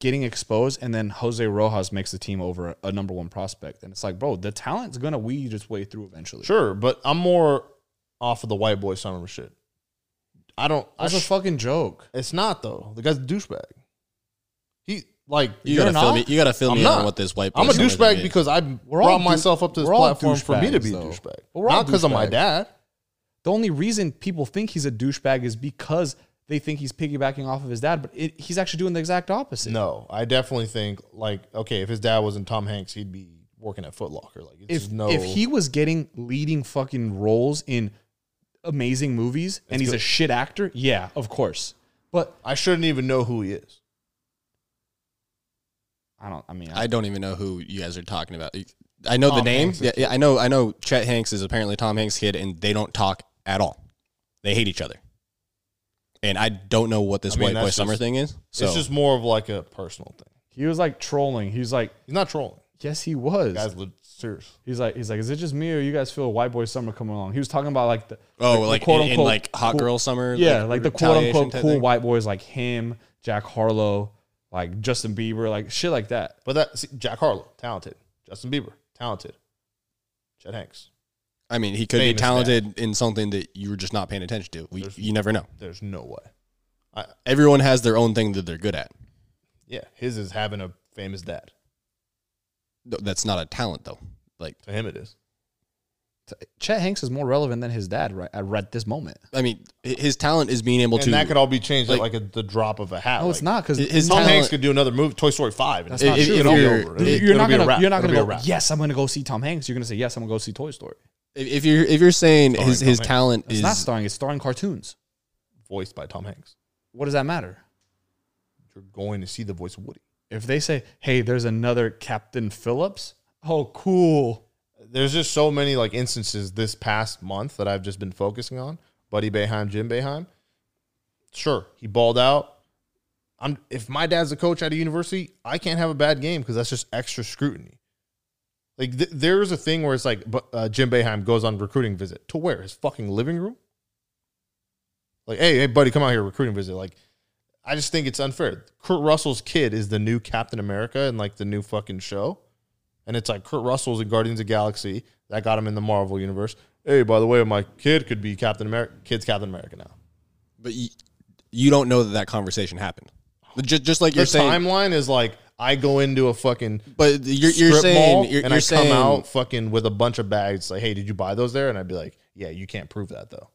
[SPEAKER 2] getting exposed, and then Jose Rojas makes the team over a, a number one prospect, and it's like, bro, the talent's gonna weed its way through eventually.
[SPEAKER 1] sure, but I'm more off of the white boy summer shit. I don't. I
[SPEAKER 2] that's a
[SPEAKER 1] sh-
[SPEAKER 2] fucking joke.
[SPEAKER 1] it's not though. The guy's a douchebag. He like
[SPEAKER 3] You got
[SPEAKER 2] You're
[SPEAKER 3] to fill
[SPEAKER 2] not?
[SPEAKER 3] me. You got to fill
[SPEAKER 1] I'm
[SPEAKER 3] me
[SPEAKER 1] not.
[SPEAKER 3] on what this white.
[SPEAKER 1] I'm a
[SPEAKER 3] person is gonna
[SPEAKER 1] douchebag
[SPEAKER 3] be.
[SPEAKER 1] because I
[SPEAKER 2] We're all
[SPEAKER 1] brought
[SPEAKER 2] dou-
[SPEAKER 1] myself up to this
[SPEAKER 2] we're all
[SPEAKER 1] platform for me to be a
[SPEAKER 2] douchebags, though.
[SPEAKER 1] douchebag.
[SPEAKER 2] But we're all
[SPEAKER 1] not because of my
[SPEAKER 2] douchebags.
[SPEAKER 1] dad.
[SPEAKER 2] The only reason people think he's a douchebag is because they think he's piggybacking off of his dad, but it, he's actually doing the exact opposite.
[SPEAKER 1] No, I definitely think like okay, if his dad wasn't Tom Hanks, he'd be working at Foot Locker. Like it's
[SPEAKER 2] if
[SPEAKER 1] just no.
[SPEAKER 2] if he was getting leading fucking roles in amazing movies and he's a shit actor, yeah, of course. But
[SPEAKER 1] I shouldn't even know who he is.
[SPEAKER 2] I don't. I mean, I,
[SPEAKER 3] I don't even know who you guys are talking about. I know the
[SPEAKER 1] Tom
[SPEAKER 3] name.
[SPEAKER 1] Hanks is
[SPEAKER 3] Yeah, yeah, I know. I know. Chet Hanks is apparently Tom Hanks' kid, and they don't talk at all. They hate each other, and I don't know what this
[SPEAKER 1] I mean,
[SPEAKER 3] white boy
[SPEAKER 1] that's
[SPEAKER 3] summer
[SPEAKER 1] just-
[SPEAKER 3] thing is. So
[SPEAKER 1] It's just more of like a personal thing.
[SPEAKER 2] he was like trolling. He's like,
[SPEAKER 1] He's not trolling.
[SPEAKER 2] yes, he was.
[SPEAKER 1] Guys, li- serious.
[SPEAKER 2] he's like, he's like, is it just me or you guys feel white boy summer coming along? He was talking about like the
[SPEAKER 3] oh,
[SPEAKER 2] the
[SPEAKER 3] like in, in,
[SPEAKER 2] quote-unquote
[SPEAKER 3] like hot
[SPEAKER 2] cool-
[SPEAKER 3] girl summer.
[SPEAKER 2] yeah, like the quote
[SPEAKER 3] retaliation
[SPEAKER 2] unquote
[SPEAKER 3] type
[SPEAKER 2] cool
[SPEAKER 3] thing?
[SPEAKER 2] white boys like him, Jack Harlow, like Justin Bieber, like shit like that.
[SPEAKER 1] But that see, Jack Harlow, talented. Justin Bieber, talented. Chet Hanks.
[SPEAKER 3] I mean, he could be
[SPEAKER 1] famous
[SPEAKER 3] talented in something that you were just not paying attention to. We, you never know.
[SPEAKER 1] There's no way.
[SPEAKER 3] Everyone has their own thing that they're good at.
[SPEAKER 1] Yeah, his is having a famous dad.
[SPEAKER 3] Th- That's not a talent though. Like,
[SPEAKER 1] To him, it is.
[SPEAKER 2] Chet Hanks is more relevant than his dad right at right this moment.
[SPEAKER 3] I mean, hi- his talent is being able
[SPEAKER 1] And
[SPEAKER 3] to.
[SPEAKER 1] that could all be changed
[SPEAKER 3] like-
[SPEAKER 1] at like a, the drop of a hat.
[SPEAKER 2] No, it's
[SPEAKER 1] Like,
[SPEAKER 2] not because
[SPEAKER 3] his
[SPEAKER 1] Tom
[SPEAKER 3] talent-
[SPEAKER 1] Hanks could do another movie, Toy Story Five.
[SPEAKER 2] That's
[SPEAKER 1] and
[SPEAKER 2] not
[SPEAKER 3] If-
[SPEAKER 2] true.
[SPEAKER 3] if
[SPEAKER 1] it'll be
[SPEAKER 3] you're-
[SPEAKER 1] over.
[SPEAKER 3] if-
[SPEAKER 1] It'll-
[SPEAKER 2] you're
[SPEAKER 1] it'll
[SPEAKER 2] not
[SPEAKER 1] be a
[SPEAKER 2] gonna
[SPEAKER 1] wrap.
[SPEAKER 2] you're not
[SPEAKER 1] It'll
[SPEAKER 2] gonna
[SPEAKER 1] be a
[SPEAKER 2] go.
[SPEAKER 1] wrap.
[SPEAKER 2] Yes, I'm gonna go see Tom Hanks. You're gonna say yes, I'm gonna go see Toy Story.
[SPEAKER 3] if, if you're if you're saying
[SPEAKER 1] Starring
[SPEAKER 3] his his
[SPEAKER 1] Tom Hanks.
[SPEAKER 3] talent
[SPEAKER 2] It's
[SPEAKER 3] is
[SPEAKER 2] not starring. It's starring cartoons.
[SPEAKER 1] voiced by Tom Hanks.
[SPEAKER 2] What does that matter?
[SPEAKER 1] You're going to see the voice of Woody.
[SPEAKER 2] If they say, "Hey, there's another Captain Phillips," oh, cool.
[SPEAKER 1] There's just so many like instances this past month that I've just been focusing on. Buddy Beheim, Jim Beheim. Sure, he balled out. I'm if my dad's a coach at a university, I can't have a bad game because that's just extra scrutiny. Like th- there's a thing where it's like but, uh, Jim Beheim goes on recruiting visit to where his fucking living room. Like, hey, hey, buddy, come out here recruiting visit. Like, I just think it's unfair. Kurt Russell's kid is the new Captain America in like the new fucking show. And it's like Kurt Russell's in Guardians of the Galaxy that got him in the Marvel universe. Hey, by the way, my kid could be Captain America. Kid's Captain America now.
[SPEAKER 3] But you, you don't know that that conversation happened. Just, just like
[SPEAKER 1] The
[SPEAKER 3] you're saying,
[SPEAKER 1] timeline is like I go into a fucking
[SPEAKER 3] but you're, you're
[SPEAKER 1] strip mall
[SPEAKER 3] saying you're,
[SPEAKER 1] and
[SPEAKER 3] you're
[SPEAKER 1] I
[SPEAKER 3] saying
[SPEAKER 1] come out fucking with a bunch of bags. Like, hey, did you buy those there? And I'd be like, yeah, you can't prove that though.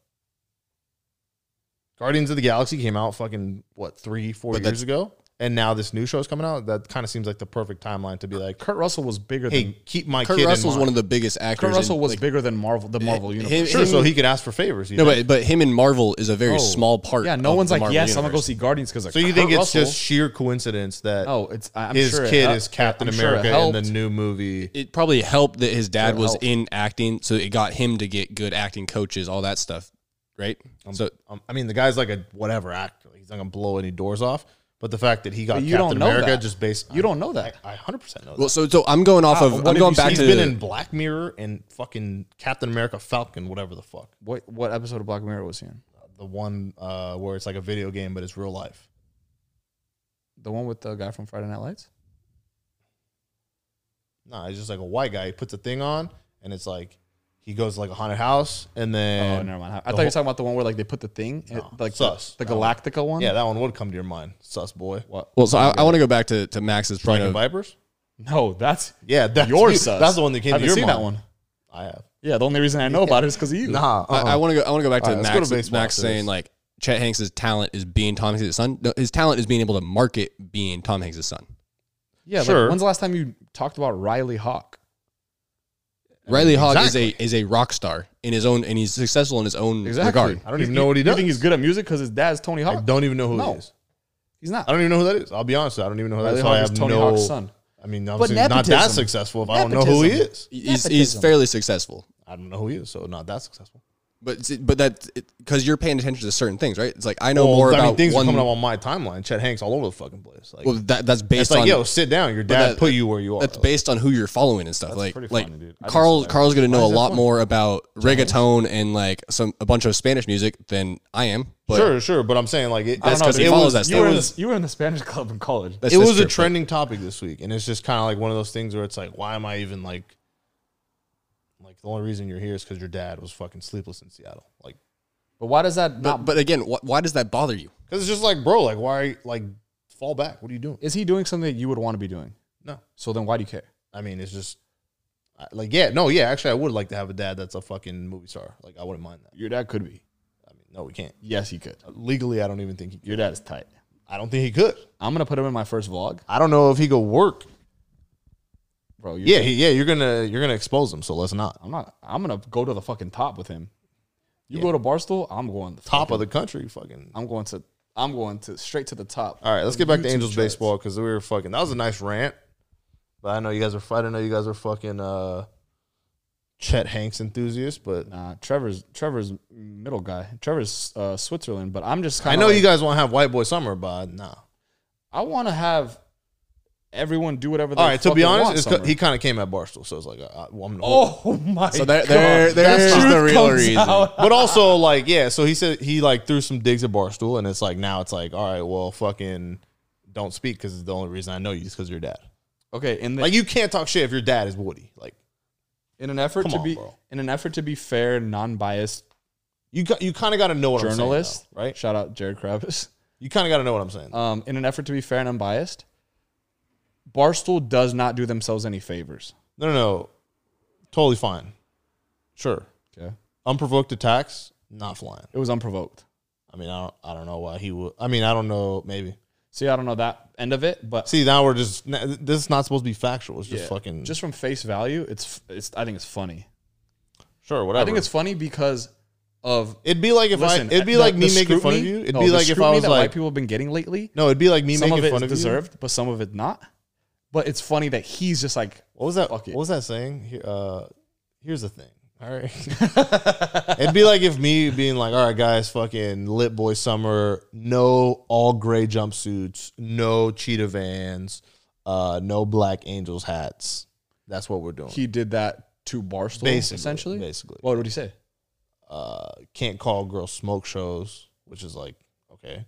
[SPEAKER 1] Guardians of the Galaxy came out fucking what three, four
[SPEAKER 3] But
[SPEAKER 1] years ago, and now this new show is coming out. That kind of seems like the perfect timeline to be like,
[SPEAKER 2] Kurt Russell was bigger than
[SPEAKER 1] hey, keep my
[SPEAKER 3] Kurt
[SPEAKER 1] kid.
[SPEAKER 3] Russell's
[SPEAKER 1] in
[SPEAKER 3] one
[SPEAKER 1] mind.
[SPEAKER 3] of the biggest actors.
[SPEAKER 2] Kurt Russell
[SPEAKER 3] in,
[SPEAKER 2] was
[SPEAKER 3] like,
[SPEAKER 2] bigger than Marvel.
[SPEAKER 1] eh,
[SPEAKER 2] The Marvel
[SPEAKER 3] him-
[SPEAKER 2] universe.
[SPEAKER 1] sure,
[SPEAKER 3] him-
[SPEAKER 1] so he could ask for favors. you
[SPEAKER 3] No,
[SPEAKER 1] know?
[SPEAKER 3] but but him and Marvel is a very
[SPEAKER 2] Oh.
[SPEAKER 3] small part.
[SPEAKER 2] Yeah, no
[SPEAKER 3] of
[SPEAKER 2] one's
[SPEAKER 3] the
[SPEAKER 2] like,
[SPEAKER 3] Marvel
[SPEAKER 2] yes, I'm gonna go
[SPEAKER 3] universe.
[SPEAKER 2] see Guardians because.
[SPEAKER 1] so you think it's just sheer coincidence that
[SPEAKER 2] Oh, it's I- I'm
[SPEAKER 1] his
[SPEAKER 2] sure it
[SPEAKER 1] kid
[SPEAKER 2] hel-
[SPEAKER 1] is Captain
[SPEAKER 2] I'm sure it
[SPEAKER 1] America in
[SPEAKER 2] helped.
[SPEAKER 1] the new movie?
[SPEAKER 3] It probably helped that his dad
[SPEAKER 2] Sure
[SPEAKER 3] was
[SPEAKER 2] helped.
[SPEAKER 3] in acting, so it got him to get good acting coaches, all that stuff, right? so
[SPEAKER 1] Um, I mean, the guy's like a whatever actor. He's not gonna blow any doors off. But the fact that he got
[SPEAKER 2] But you
[SPEAKER 1] Captain
[SPEAKER 2] don't know
[SPEAKER 1] America
[SPEAKER 2] that.
[SPEAKER 1] just based
[SPEAKER 2] You don't know that.
[SPEAKER 1] I 100 percent know
[SPEAKER 3] well,
[SPEAKER 1] that.
[SPEAKER 3] so so I'm going off
[SPEAKER 2] Ah,
[SPEAKER 3] of
[SPEAKER 2] what
[SPEAKER 3] I'm
[SPEAKER 2] have
[SPEAKER 3] going
[SPEAKER 2] you seen?
[SPEAKER 3] back
[SPEAKER 1] He's
[SPEAKER 3] to
[SPEAKER 1] been in Black Mirror and fucking Captain America Falcon, whatever the fuck.
[SPEAKER 2] What what episode of Black Mirror was he in?
[SPEAKER 1] The one uh, where it's like a video game, but it's real life.
[SPEAKER 2] The one with the guy from Friday Night Lights.
[SPEAKER 1] Nah, it's just like a white guy. He puts a thing on, and it's like he goes to like a haunted house, and then
[SPEAKER 2] oh, never mind.
[SPEAKER 1] the
[SPEAKER 2] I thought you were talking about the one where like they put the thing, eh,
[SPEAKER 1] No,
[SPEAKER 2] like the-
[SPEAKER 1] sus.
[SPEAKER 2] the,
[SPEAKER 1] That one.
[SPEAKER 2] Galactica one.
[SPEAKER 1] yeah, that one would come to your mind, sus boy.
[SPEAKER 2] What?
[SPEAKER 3] Well, so I, I want to go back to, to Max's point
[SPEAKER 1] Dragon
[SPEAKER 3] of
[SPEAKER 1] Vipers.
[SPEAKER 2] No, that's
[SPEAKER 1] Yeah, that's
[SPEAKER 2] your
[SPEAKER 1] you-
[SPEAKER 2] sus.
[SPEAKER 1] That's the one that came
[SPEAKER 2] I
[SPEAKER 1] to
[SPEAKER 2] haven't
[SPEAKER 1] your
[SPEAKER 2] seen
[SPEAKER 1] mind.
[SPEAKER 2] that one.
[SPEAKER 1] I have.
[SPEAKER 2] Yeah, the only reason I know about it is because of you.
[SPEAKER 1] Nah,
[SPEAKER 3] I, I want to go. I want to go back to
[SPEAKER 1] Uh-huh. All right, let's go
[SPEAKER 3] Max.
[SPEAKER 1] to baseball
[SPEAKER 3] Max
[SPEAKER 1] after this.
[SPEAKER 3] saying like Chet Hanks' talent is being Tom Hanks' son. No, his talent is being able to market being Tom Hanks' son.
[SPEAKER 2] Yeah,
[SPEAKER 1] Sure.
[SPEAKER 2] like when's the last time you talked about Riley Hawk?
[SPEAKER 3] Riley Hogg is a is a rock star in his own, and he's successful in his own regard.
[SPEAKER 1] I don't even know what he
[SPEAKER 2] You
[SPEAKER 1] does.
[SPEAKER 2] think he's good at music because his dad's Tony
[SPEAKER 1] I
[SPEAKER 2] Hawk?
[SPEAKER 1] don't even know who
[SPEAKER 2] No.
[SPEAKER 1] he is.
[SPEAKER 2] He's
[SPEAKER 1] I
[SPEAKER 2] not.
[SPEAKER 1] don't even know who that is. I'll be honest. I don't even know who that
[SPEAKER 2] Riley
[SPEAKER 1] is.
[SPEAKER 2] Hawk
[SPEAKER 1] so I
[SPEAKER 2] is
[SPEAKER 1] have
[SPEAKER 2] Tony
[SPEAKER 1] no,
[SPEAKER 2] Hawk's son.
[SPEAKER 1] I mean,
[SPEAKER 5] But
[SPEAKER 1] obviously he's not that
[SPEAKER 5] nepotism.
[SPEAKER 1] successful if I don't know who he
[SPEAKER 5] Nepotism.
[SPEAKER 1] is.
[SPEAKER 3] He's, he's
[SPEAKER 5] Nepotism.
[SPEAKER 3] fairly successful,
[SPEAKER 1] I don't know who he is, so not that successful.
[SPEAKER 3] but but that because you're paying attention to certain things, right? It's like I know
[SPEAKER 1] Well,
[SPEAKER 3] more
[SPEAKER 1] I
[SPEAKER 3] about
[SPEAKER 1] mean, things
[SPEAKER 3] one.
[SPEAKER 1] are coming up on my timeline. Chet Hanks all over the fucking place. Like,
[SPEAKER 3] well, that, that's based
[SPEAKER 1] it's like,
[SPEAKER 3] on
[SPEAKER 1] yo, sit down. Your dad
[SPEAKER 3] that-
[SPEAKER 1] put you where you are.
[SPEAKER 3] that's
[SPEAKER 1] Like,
[SPEAKER 3] based on who you're following and stuff. like
[SPEAKER 1] pretty
[SPEAKER 3] like
[SPEAKER 1] funny, dude. I think
[SPEAKER 3] Carl
[SPEAKER 1] so.
[SPEAKER 3] Carl's gonna know a
[SPEAKER 1] is that
[SPEAKER 3] lot
[SPEAKER 1] funny?
[SPEAKER 3] more about reggaeton and like some a bunch of Spanish music than I am. But
[SPEAKER 1] sure, sure, but I'm saying like it,
[SPEAKER 3] That's 'cause he
[SPEAKER 1] it
[SPEAKER 3] follows
[SPEAKER 1] was,
[SPEAKER 3] that
[SPEAKER 1] it
[SPEAKER 3] stuff.
[SPEAKER 2] You were, in
[SPEAKER 1] was
[SPEAKER 2] the, you were in the Spanish club in college.
[SPEAKER 3] that's
[SPEAKER 1] it
[SPEAKER 3] just
[SPEAKER 1] was a
[SPEAKER 3] true.
[SPEAKER 1] trending topic this week, and it's just kind of like one of those things where it's like, why am I even like, like the only reason you're here is because your dad was fucking sleepless in Seattle, like,
[SPEAKER 5] But why does that
[SPEAKER 3] But,
[SPEAKER 5] not?
[SPEAKER 3] but again, wh- why does that bother you?
[SPEAKER 1] because it's just like, bro, like, why, are you- like, fall back? What are you doing?
[SPEAKER 2] Is he doing something that you would want to be doing?
[SPEAKER 1] No,
[SPEAKER 2] So then why do you care?
[SPEAKER 1] I mean, it's just I- like, yeah, no, yeah, actually, I would like to have a dad that's a fucking movie star. Like, I wouldn't mind that.
[SPEAKER 2] Your dad could be.
[SPEAKER 1] I mean, no, we can't.
[SPEAKER 2] Yes, he could.
[SPEAKER 1] Legally, I don't even think he.
[SPEAKER 2] Your dad is tight.
[SPEAKER 1] I don't think he could.
[SPEAKER 2] I'm gonna put him in my first vlog,
[SPEAKER 1] I don't know if he could work.
[SPEAKER 2] bro. you
[SPEAKER 1] Yeah, he, yeah, you're gonna you're gonna expose him. So let's not
[SPEAKER 2] I'm not. I'm gonna go to the fucking top with him. You go to Barstool, I'm going to the
[SPEAKER 1] top
[SPEAKER 2] fucking-
[SPEAKER 1] of the country. Fucking
[SPEAKER 2] I'm going to. I'm going to straight to the top.
[SPEAKER 1] All right, let's get back to
[SPEAKER 2] YouTube
[SPEAKER 1] Angels
[SPEAKER 2] charts.
[SPEAKER 1] baseball because we were fucking. That was a nice rant, but I know you guys are. I don't know you guys are fucking uh, Chet Hanks enthusiasts, but
[SPEAKER 2] Nah, Trevor's Trevor's middle guy. Trevor's uh, Switzerland, but I'm just
[SPEAKER 1] I
[SPEAKER 2] kind of.
[SPEAKER 1] know you guys want to have White Boy Summer, but nah.
[SPEAKER 2] I want to have everyone do whatever. They
[SPEAKER 1] All right, to be
[SPEAKER 2] fucking
[SPEAKER 1] honest,
[SPEAKER 2] want,
[SPEAKER 1] it's 'cause
[SPEAKER 2] Summer.
[SPEAKER 1] he kind of came at Barstool, so it's like, uh, well, I'm
[SPEAKER 5] oh my!
[SPEAKER 3] So there, there, there's
[SPEAKER 5] Truth
[SPEAKER 3] the real
[SPEAKER 5] comes
[SPEAKER 3] reason.
[SPEAKER 5] out.
[SPEAKER 1] but also like yeah so he said he like threw some digs at barstool and it's like now it's like all right well fucking don't speak because the only reason i know you is because your dad
[SPEAKER 2] okay. In the,
[SPEAKER 1] like you can't talk shit if your dad is woody like
[SPEAKER 2] in an effort
[SPEAKER 1] Come
[SPEAKER 2] to
[SPEAKER 1] on,
[SPEAKER 2] be
[SPEAKER 1] bro.
[SPEAKER 2] in an effort to be fair, non-biased
[SPEAKER 1] you got, you kind of got to know what i'm
[SPEAKER 2] journalist,
[SPEAKER 1] saying though, right
[SPEAKER 2] Shout out Jared Kravis.
[SPEAKER 1] you kind of got to know what i'm saying
[SPEAKER 2] um, in an effort to be fair and unbiased, Barstool does not do themselves any favors.
[SPEAKER 1] no no no totally fine sure
[SPEAKER 2] Okay,
[SPEAKER 1] unprovoked attacks not flying
[SPEAKER 2] it was unprovoked.
[SPEAKER 1] i mean i don't i don't know why he would i mean i don't know maybe
[SPEAKER 2] See, I don't know that end of it, but
[SPEAKER 1] see now we're just n- this is not supposed to be factual it's just
[SPEAKER 2] yeah,
[SPEAKER 1] fucking
[SPEAKER 2] just from face value, it's it's. I think it's funny.
[SPEAKER 1] sure whatever
[SPEAKER 2] I think it's funny because of
[SPEAKER 1] it'd be like if
[SPEAKER 2] listen.
[SPEAKER 1] i it'd be
[SPEAKER 2] the-
[SPEAKER 1] like
[SPEAKER 2] the
[SPEAKER 1] me making fun of
[SPEAKER 2] scrutiny-
[SPEAKER 1] you it'd
[SPEAKER 2] no,
[SPEAKER 1] be
[SPEAKER 2] the
[SPEAKER 1] like if i
[SPEAKER 2] scrutiny
[SPEAKER 1] was
[SPEAKER 2] that
[SPEAKER 1] like
[SPEAKER 2] white people have been getting lately.
[SPEAKER 1] No, it'd be like me
[SPEAKER 2] Some of
[SPEAKER 1] making
[SPEAKER 2] it
[SPEAKER 1] fun
[SPEAKER 2] is
[SPEAKER 1] of
[SPEAKER 2] deserved, but some of it not. But it's funny that he's just like
[SPEAKER 1] you. What was that?
[SPEAKER 2] Fuck it.
[SPEAKER 1] What was that saying? Here, uh, here's the thing. All right. it'd be like if me being like, all right, guys, fucking lit boy summer, no all gray jumpsuits, no cheetah vans, uh, no black angels hats. That's what we're doing.
[SPEAKER 2] he did that to Barstool
[SPEAKER 1] basically,
[SPEAKER 2] essentially.
[SPEAKER 1] basically,
[SPEAKER 2] What would he say?
[SPEAKER 1] uh, can't call girls smoke shows, which is like, okay,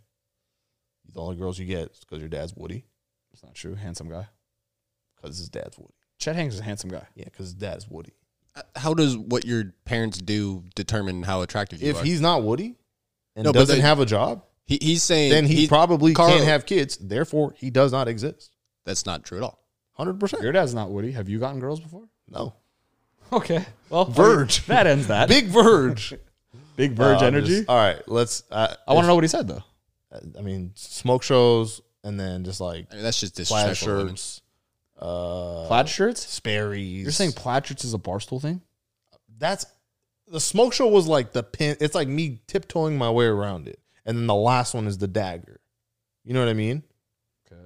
[SPEAKER 1] the only girls you get is because your dad's Woody,
[SPEAKER 2] It's not true. Handsome guy.
[SPEAKER 1] because his dad's Woody.
[SPEAKER 2] Chet Hanks is a handsome guy.
[SPEAKER 1] Yeah, because his dad's Woody.
[SPEAKER 3] How does what your parents do determine how attractive you
[SPEAKER 1] if
[SPEAKER 3] are?
[SPEAKER 1] he's not Woody and
[SPEAKER 3] No, but
[SPEAKER 1] doesn't
[SPEAKER 3] the-
[SPEAKER 1] have a job,
[SPEAKER 3] He, he's saying
[SPEAKER 1] then he, probably
[SPEAKER 3] Carl-
[SPEAKER 1] can't have kids. Therefore, he does not exist.
[SPEAKER 3] that's not true at all.
[SPEAKER 1] Hundred percent.
[SPEAKER 2] Your dad's not Woody. Have you gotten girls before?
[SPEAKER 1] No,
[SPEAKER 2] Okay. Well,
[SPEAKER 1] Verge.
[SPEAKER 2] That ends that.
[SPEAKER 1] big verge.
[SPEAKER 2] Big Verge
[SPEAKER 1] Uh, I'm
[SPEAKER 2] energy.
[SPEAKER 1] just- all right, let's. Uh,
[SPEAKER 2] I want to know what he said though.
[SPEAKER 1] I mean, smoke shows and then just like
[SPEAKER 3] I mean, that's just
[SPEAKER 1] plaid
[SPEAKER 3] disrespectful. to women.
[SPEAKER 1] shirts, uh,
[SPEAKER 2] Plaid shirts.
[SPEAKER 1] Sperry's.
[SPEAKER 2] You're saying plaid shirts is a barstool thing?
[SPEAKER 1] that's the smoke show was like the pin. It's like me tiptoeing my way around it, and then the last one is the dagger. You know what I mean?
[SPEAKER 2] Okay.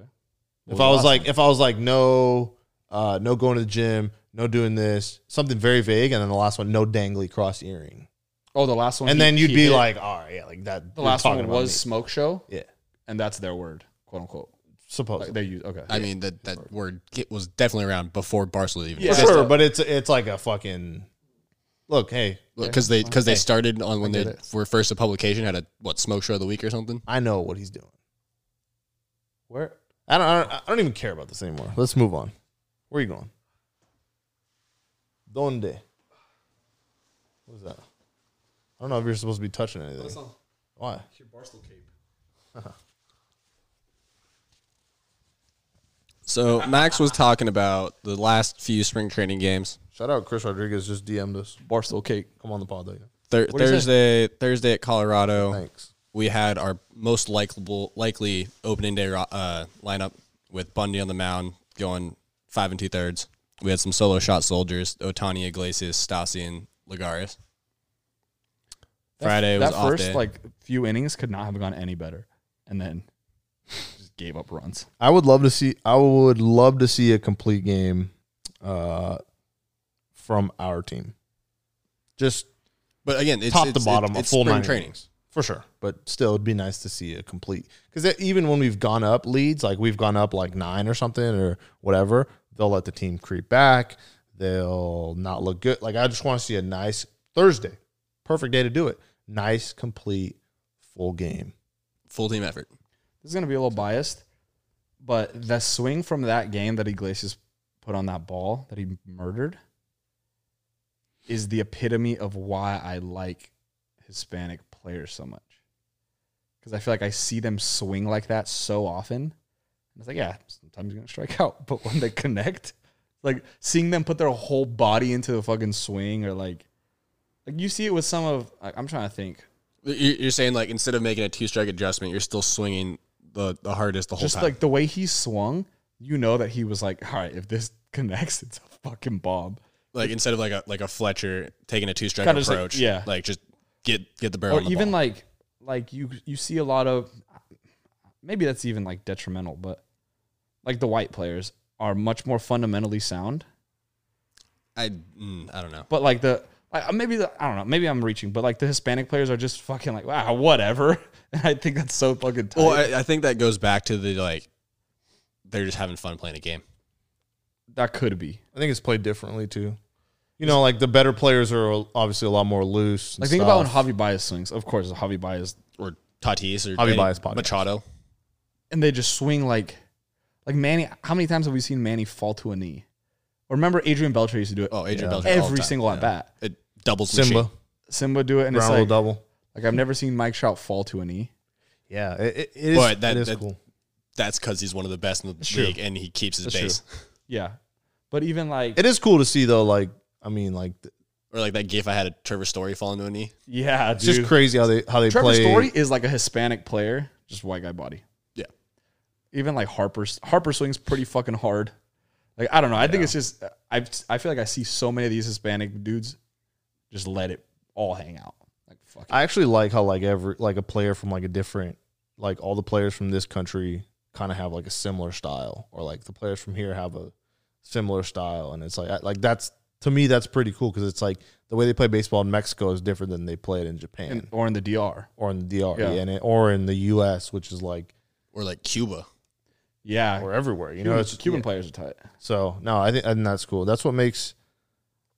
[SPEAKER 1] If I was like, if I was like, no, uh, no going to the gym, no doing this, something very vague, and then the last one, no dangly cross earring,
[SPEAKER 2] oh, the last one.
[SPEAKER 1] and
[SPEAKER 2] he-
[SPEAKER 1] then you'd
[SPEAKER 2] he
[SPEAKER 1] be
[SPEAKER 2] hit.
[SPEAKER 1] like, all right, yeah, like that.
[SPEAKER 2] the
[SPEAKER 1] you're
[SPEAKER 2] last
[SPEAKER 1] talking
[SPEAKER 2] one
[SPEAKER 1] about
[SPEAKER 2] was
[SPEAKER 1] me.
[SPEAKER 2] smoke show,
[SPEAKER 1] yeah,
[SPEAKER 2] and that's their word, quote unquote.
[SPEAKER 1] supposedly.
[SPEAKER 2] Like they use okay.
[SPEAKER 3] I mean, that, that word ki- was definitely around before Barcelona even
[SPEAKER 1] For
[SPEAKER 2] Yeah.
[SPEAKER 1] sure, but it's it's like a fucking look. Hey,
[SPEAKER 3] because they because they started on when
[SPEAKER 2] I
[SPEAKER 3] they
[SPEAKER 2] get it.
[SPEAKER 3] were first a publication had a what smoke show of the week or something.
[SPEAKER 1] I know what he's doing.
[SPEAKER 2] Where?
[SPEAKER 1] I don't, I don't. I don't even care about this anymore. Let's move on. Where are you going? Donde? What is that? I don't know if you're supposed to be touching anything. Why?
[SPEAKER 3] So Max was talking about the last few spring training games.
[SPEAKER 1] Shout out Chris Rodriguez just DM'd us.
[SPEAKER 2] Barstool cake.
[SPEAKER 1] Come on the pod, though.
[SPEAKER 3] Thir-
[SPEAKER 2] do you say?
[SPEAKER 3] Thursday Thursday at Colorado,
[SPEAKER 1] Thanks.
[SPEAKER 3] we had our most likable likely opening day ro- uh, lineup with Bundy on the mound going five and two thirds. We had some solo shot soldiers: Otani, Iglesias, Stassi, and Ligaris. Friday
[SPEAKER 2] that
[SPEAKER 3] was off
[SPEAKER 2] first
[SPEAKER 3] day.
[SPEAKER 2] like few innings could not have gone any better, and then just just gave up runs.
[SPEAKER 1] I would love to see. I would love to see a complete game, uh, from our team. Just
[SPEAKER 3] But again, it's
[SPEAKER 1] top
[SPEAKER 3] it's-
[SPEAKER 1] to bottom,
[SPEAKER 3] it's,
[SPEAKER 1] a full
[SPEAKER 3] spring
[SPEAKER 1] nine
[SPEAKER 3] training.
[SPEAKER 1] innings. for sure. But still, it'd be nice to see a complete because even when we've gone up leads, like we've gone up like nine or something or whatever, they'll let the team creep back. They'll not look good. Like I just want to see a nice Thursday, perfect day to do it. Nice, complete, full game.
[SPEAKER 3] full team effort.
[SPEAKER 2] This is gonna be a little biased, but the swing from that game that Iglesias put on that ball that he murdered is the epitome of why I like Hispanic players so much. Because I feel like I see them swing like that so often. And it's like, yeah, sometimes you're gonna strike out, but when they connect, like seeing them put their whole body into the fucking swing or like like you see it with some of I- I'm trying to think.
[SPEAKER 3] You- You're saying like instead of making a two strike adjustment, you're still swinging the, the hardest the whole
[SPEAKER 2] just
[SPEAKER 3] time.
[SPEAKER 2] like the way he swung, you know that he was like, all right, if this connects, it's a fucking bomb.
[SPEAKER 3] like instead of like a like a Fletcher taking a two strike
[SPEAKER 2] Kinda just like-
[SPEAKER 3] approach,
[SPEAKER 2] yeah.
[SPEAKER 3] like just get get the barrel.
[SPEAKER 2] or even like, like you you see a lot of, maybe that's even like detrimental, but like the white players are much more fundamentally sound.
[SPEAKER 3] I mm, I don't know.
[SPEAKER 2] But like the I, maybe the I don't know, maybe I'm reaching, but like the Hispanic players are just fucking like, wow, whatever. And I think that's so fucking tight.
[SPEAKER 3] Well, I, I think that goes back to the like they're just having fun playing a game.
[SPEAKER 2] that could be.
[SPEAKER 1] I think it's played differently too. You know, like the better players are obviously a lot more loose. and
[SPEAKER 2] Like think about when
[SPEAKER 1] stuff.
[SPEAKER 2] Javi Baez swings. Of course, Javi Baez
[SPEAKER 3] Or Tatis or
[SPEAKER 1] Javi
[SPEAKER 3] any-
[SPEAKER 1] Baez podcast.
[SPEAKER 3] Machado.
[SPEAKER 2] and they just swing like like Manny. How many times have we seen Manny fall to a knee? Or remember Adrian Beltre used to do it
[SPEAKER 3] Oh, Adrian
[SPEAKER 1] Yeah.
[SPEAKER 3] Beltre. all the
[SPEAKER 2] every
[SPEAKER 3] time.
[SPEAKER 2] single
[SPEAKER 3] Yeah.
[SPEAKER 2] at bat.
[SPEAKER 3] It doubles
[SPEAKER 1] Simba
[SPEAKER 3] Simba.
[SPEAKER 2] Simba do it,
[SPEAKER 1] ground
[SPEAKER 2] and it's
[SPEAKER 1] rule
[SPEAKER 2] like,
[SPEAKER 1] double.
[SPEAKER 2] like I've never seen Mike Trout fall to a knee.
[SPEAKER 1] Yeah, it, it- it is.
[SPEAKER 3] But that-
[SPEAKER 1] it is
[SPEAKER 3] that-
[SPEAKER 1] cool.
[SPEAKER 3] That's because he's one of the best in the
[SPEAKER 1] true.
[SPEAKER 3] league, and he keeps his
[SPEAKER 2] That's true.
[SPEAKER 3] base.
[SPEAKER 2] Yeah, but even like
[SPEAKER 1] It is cool to see though. Like I mean, like th-
[SPEAKER 3] Or like that gif I had of Trevor Story falling to a knee.
[SPEAKER 2] yeah,
[SPEAKER 1] it's
[SPEAKER 2] dude.
[SPEAKER 1] just crazy how they how they
[SPEAKER 2] Trevor
[SPEAKER 1] play.
[SPEAKER 2] Story is like a Hispanic player, just white guy body.
[SPEAKER 3] Yeah.
[SPEAKER 2] Even like Harper's Harper swings pretty fucking hard. Like I don't know. I think it's just I I feel like I see so many of these Hispanic dudes just let it all hang out. Like fuck. it.
[SPEAKER 1] I actually like how like every like a player from like a different like all the players from this country kind of have like a similar style, or like the players from here have a similar style, and it's like I, like that's to me that's pretty cool because it's like the way they play baseball in Mexico is different than they play it in Japan
[SPEAKER 2] In- or in the DR.
[SPEAKER 1] or in the DR
[SPEAKER 2] Yeah.
[SPEAKER 1] and it, or in the US, which is like
[SPEAKER 3] Or like Cuba.
[SPEAKER 2] Yeah,
[SPEAKER 1] or everywhere. You know,
[SPEAKER 2] Cuban,
[SPEAKER 1] it's
[SPEAKER 2] Cuban
[SPEAKER 1] yeah.
[SPEAKER 2] players are tight.
[SPEAKER 1] So no, I think and that's cool. That's what makes.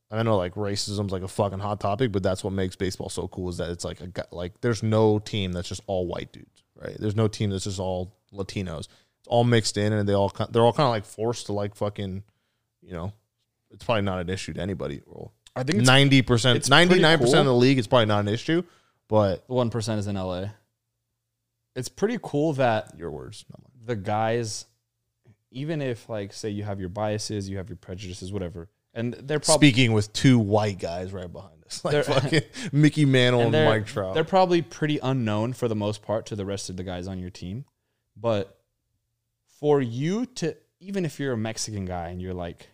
[SPEAKER 1] I know like racism's like a fucking hot topic, but that's what makes baseball so cool is that it's like a gu- like there's no team that's just all white dudes, right? There's no team that's just all Latinos. It's all mixed in, and they all ki- they're all kind of like forced to like fucking, you know, it's probably not an issue to anybody.
[SPEAKER 2] I think
[SPEAKER 1] Ninety percent,
[SPEAKER 2] it's pretty
[SPEAKER 1] ninety nine percent of the
[SPEAKER 2] cool.
[SPEAKER 1] league, it's probably not an issue. But
[SPEAKER 2] one percent is in LA. It's pretty cool that
[SPEAKER 1] your words, not mine.
[SPEAKER 2] the guys, even if like say you have your biases, you have your prejudices, whatever, and they're probably
[SPEAKER 1] Speaking with two white guys right behind us, like
[SPEAKER 2] They're-
[SPEAKER 1] fucking Mickey Mantle and,
[SPEAKER 2] and they're,
[SPEAKER 1] Mike Trout.
[SPEAKER 2] They're probably pretty unknown for the most part to the rest of the guys on your team. But for you to, even if you're a Mexican guy and you're like,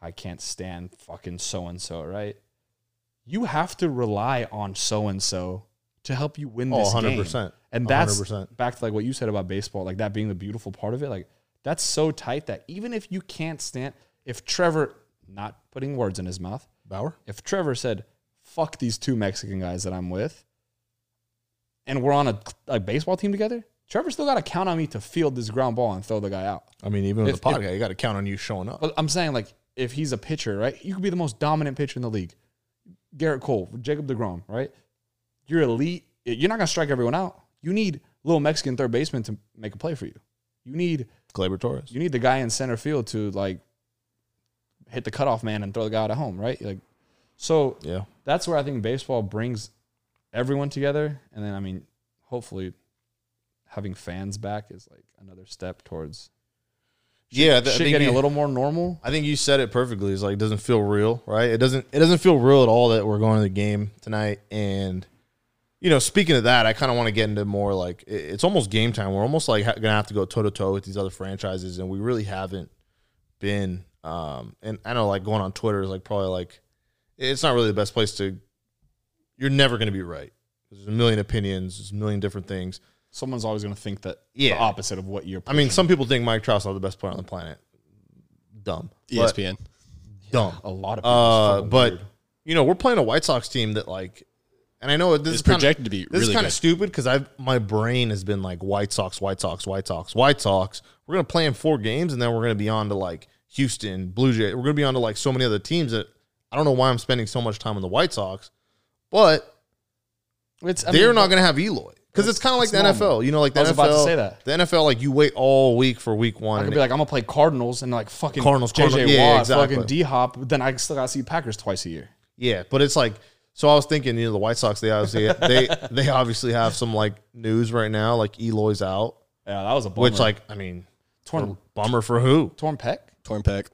[SPEAKER 2] I can't stand fucking so and so, right? You have to rely on so and so to help you win
[SPEAKER 1] Oh,
[SPEAKER 2] this
[SPEAKER 1] 100%.
[SPEAKER 2] game. And that's
[SPEAKER 1] 100%.
[SPEAKER 2] back to like what you said about baseball, like that being the beautiful part of it. Like that's so tight that even if you can't stand, if Trevor, not putting words in his mouth,
[SPEAKER 1] Bauer.
[SPEAKER 2] if Trevor said, "Fuck these two Mexican guys that I'm with," and we're on a, a baseball team together, Trevor still got to count on me to field this ground ball and throw the guy out.
[SPEAKER 1] I mean, even with
[SPEAKER 2] If-
[SPEAKER 1] the
[SPEAKER 2] if-
[SPEAKER 1] podcast, you got to count on you showing up.
[SPEAKER 2] But I'm saying, like, if he's a pitcher, right? You could be the most dominant pitcher in the league. Garrett Cole, Jacob Degrom, right? You're elite. You're not gonna strike everyone out. You need little Mexican third baseman to make a play for you. You need
[SPEAKER 1] Glaber Torres.
[SPEAKER 2] you need the guy in center field to like hit the cutoff man and throw the guy out at home, right? Like, so
[SPEAKER 1] Yeah.
[SPEAKER 2] that's where I think baseball brings everyone together. And then, I mean, hopefully having fans back is like another step towards
[SPEAKER 1] Yeah, th- I
[SPEAKER 2] shit
[SPEAKER 1] think
[SPEAKER 2] getting
[SPEAKER 1] you-
[SPEAKER 2] a little more normal.
[SPEAKER 1] I think you said it perfectly. It's like it doesn't feel real, right? It doesn't. It doesn't feel real at all that we're going to the game tonight. And you know, speaking of that, I kind of want to get into more like it- it's almost game time. We're almost like ha- gonna have to go toe to toe with these other franchises, and we really haven't been. Um, and I know like going on Twitter is like probably like it's not really the best place to. You're never gonna be right. There's a million opinions. There's a million different things.
[SPEAKER 2] someone's always going to think that the
[SPEAKER 1] Yeah.
[SPEAKER 2] opposite of what you're.
[SPEAKER 1] I mean, some people think Mike Trout's not the best player on the planet. Dumb. But-
[SPEAKER 3] ESPN.
[SPEAKER 1] Dumb.
[SPEAKER 2] a lot of people. it's
[SPEAKER 1] Uh,
[SPEAKER 2] fucking
[SPEAKER 1] but
[SPEAKER 2] weird.
[SPEAKER 1] you know, we're playing a White Sox team that like, and I know this
[SPEAKER 3] It's
[SPEAKER 1] is kinda-
[SPEAKER 3] projected to be
[SPEAKER 1] this
[SPEAKER 3] really
[SPEAKER 1] is kind
[SPEAKER 3] good.
[SPEAKER 1] of stupid because I've my brain has been like White Sox, White Sox, White Sox, White Sox. We're gonna play in four games, and then we're gonna be on to like Houston Blue Jays. We're gonna be on to like so many other teams that I don't know why I'm spending so much time on the White Sox, but
[SPEAKER 2] It's, I
[SPEAKER 1] they're
[SPEAKER 2] mean,
[SPEAKER 1] not gonna have Eloy because it's kind of like the NFL. You know, like the
[SPEAKER 2] I was
[SPEAKER 1] NFL.
[SPEAKER 2] about to say that.
[SPEAKER 1] the NFL, like you wait all week for week one.
[SPEAKER 2] I
[SPEAKER 1] and it-
[SPEAKER 2] could be like, I'm gonna play Cardinals and like fucking
[SPEAKER 1] Cardinals,
[SPEAKER 2] JJ
[SPEAKER 1] Cardinals. Yeah,
[SPEAKER 2] Watt,
[SPEAKER 1] exactly.
[SPEAKER 2] fucking D Hop. Then I still gotta see Packers twice a year.
[SPEAKER 1] Yeah, but it's like so. I was thinking, you know, the White Sox. They obviously they they obviously have some like news right now, like Eloy's out,
[SPEAKER 2] Yeah, that was a bummer.
[SPEAKER 1] which like I mean,
[SPEAKER 2] torn
[SPEAKER 1] bummer for who?
[SPEAKER 2] torn pec.
[SPEAKER 3] Torn pec.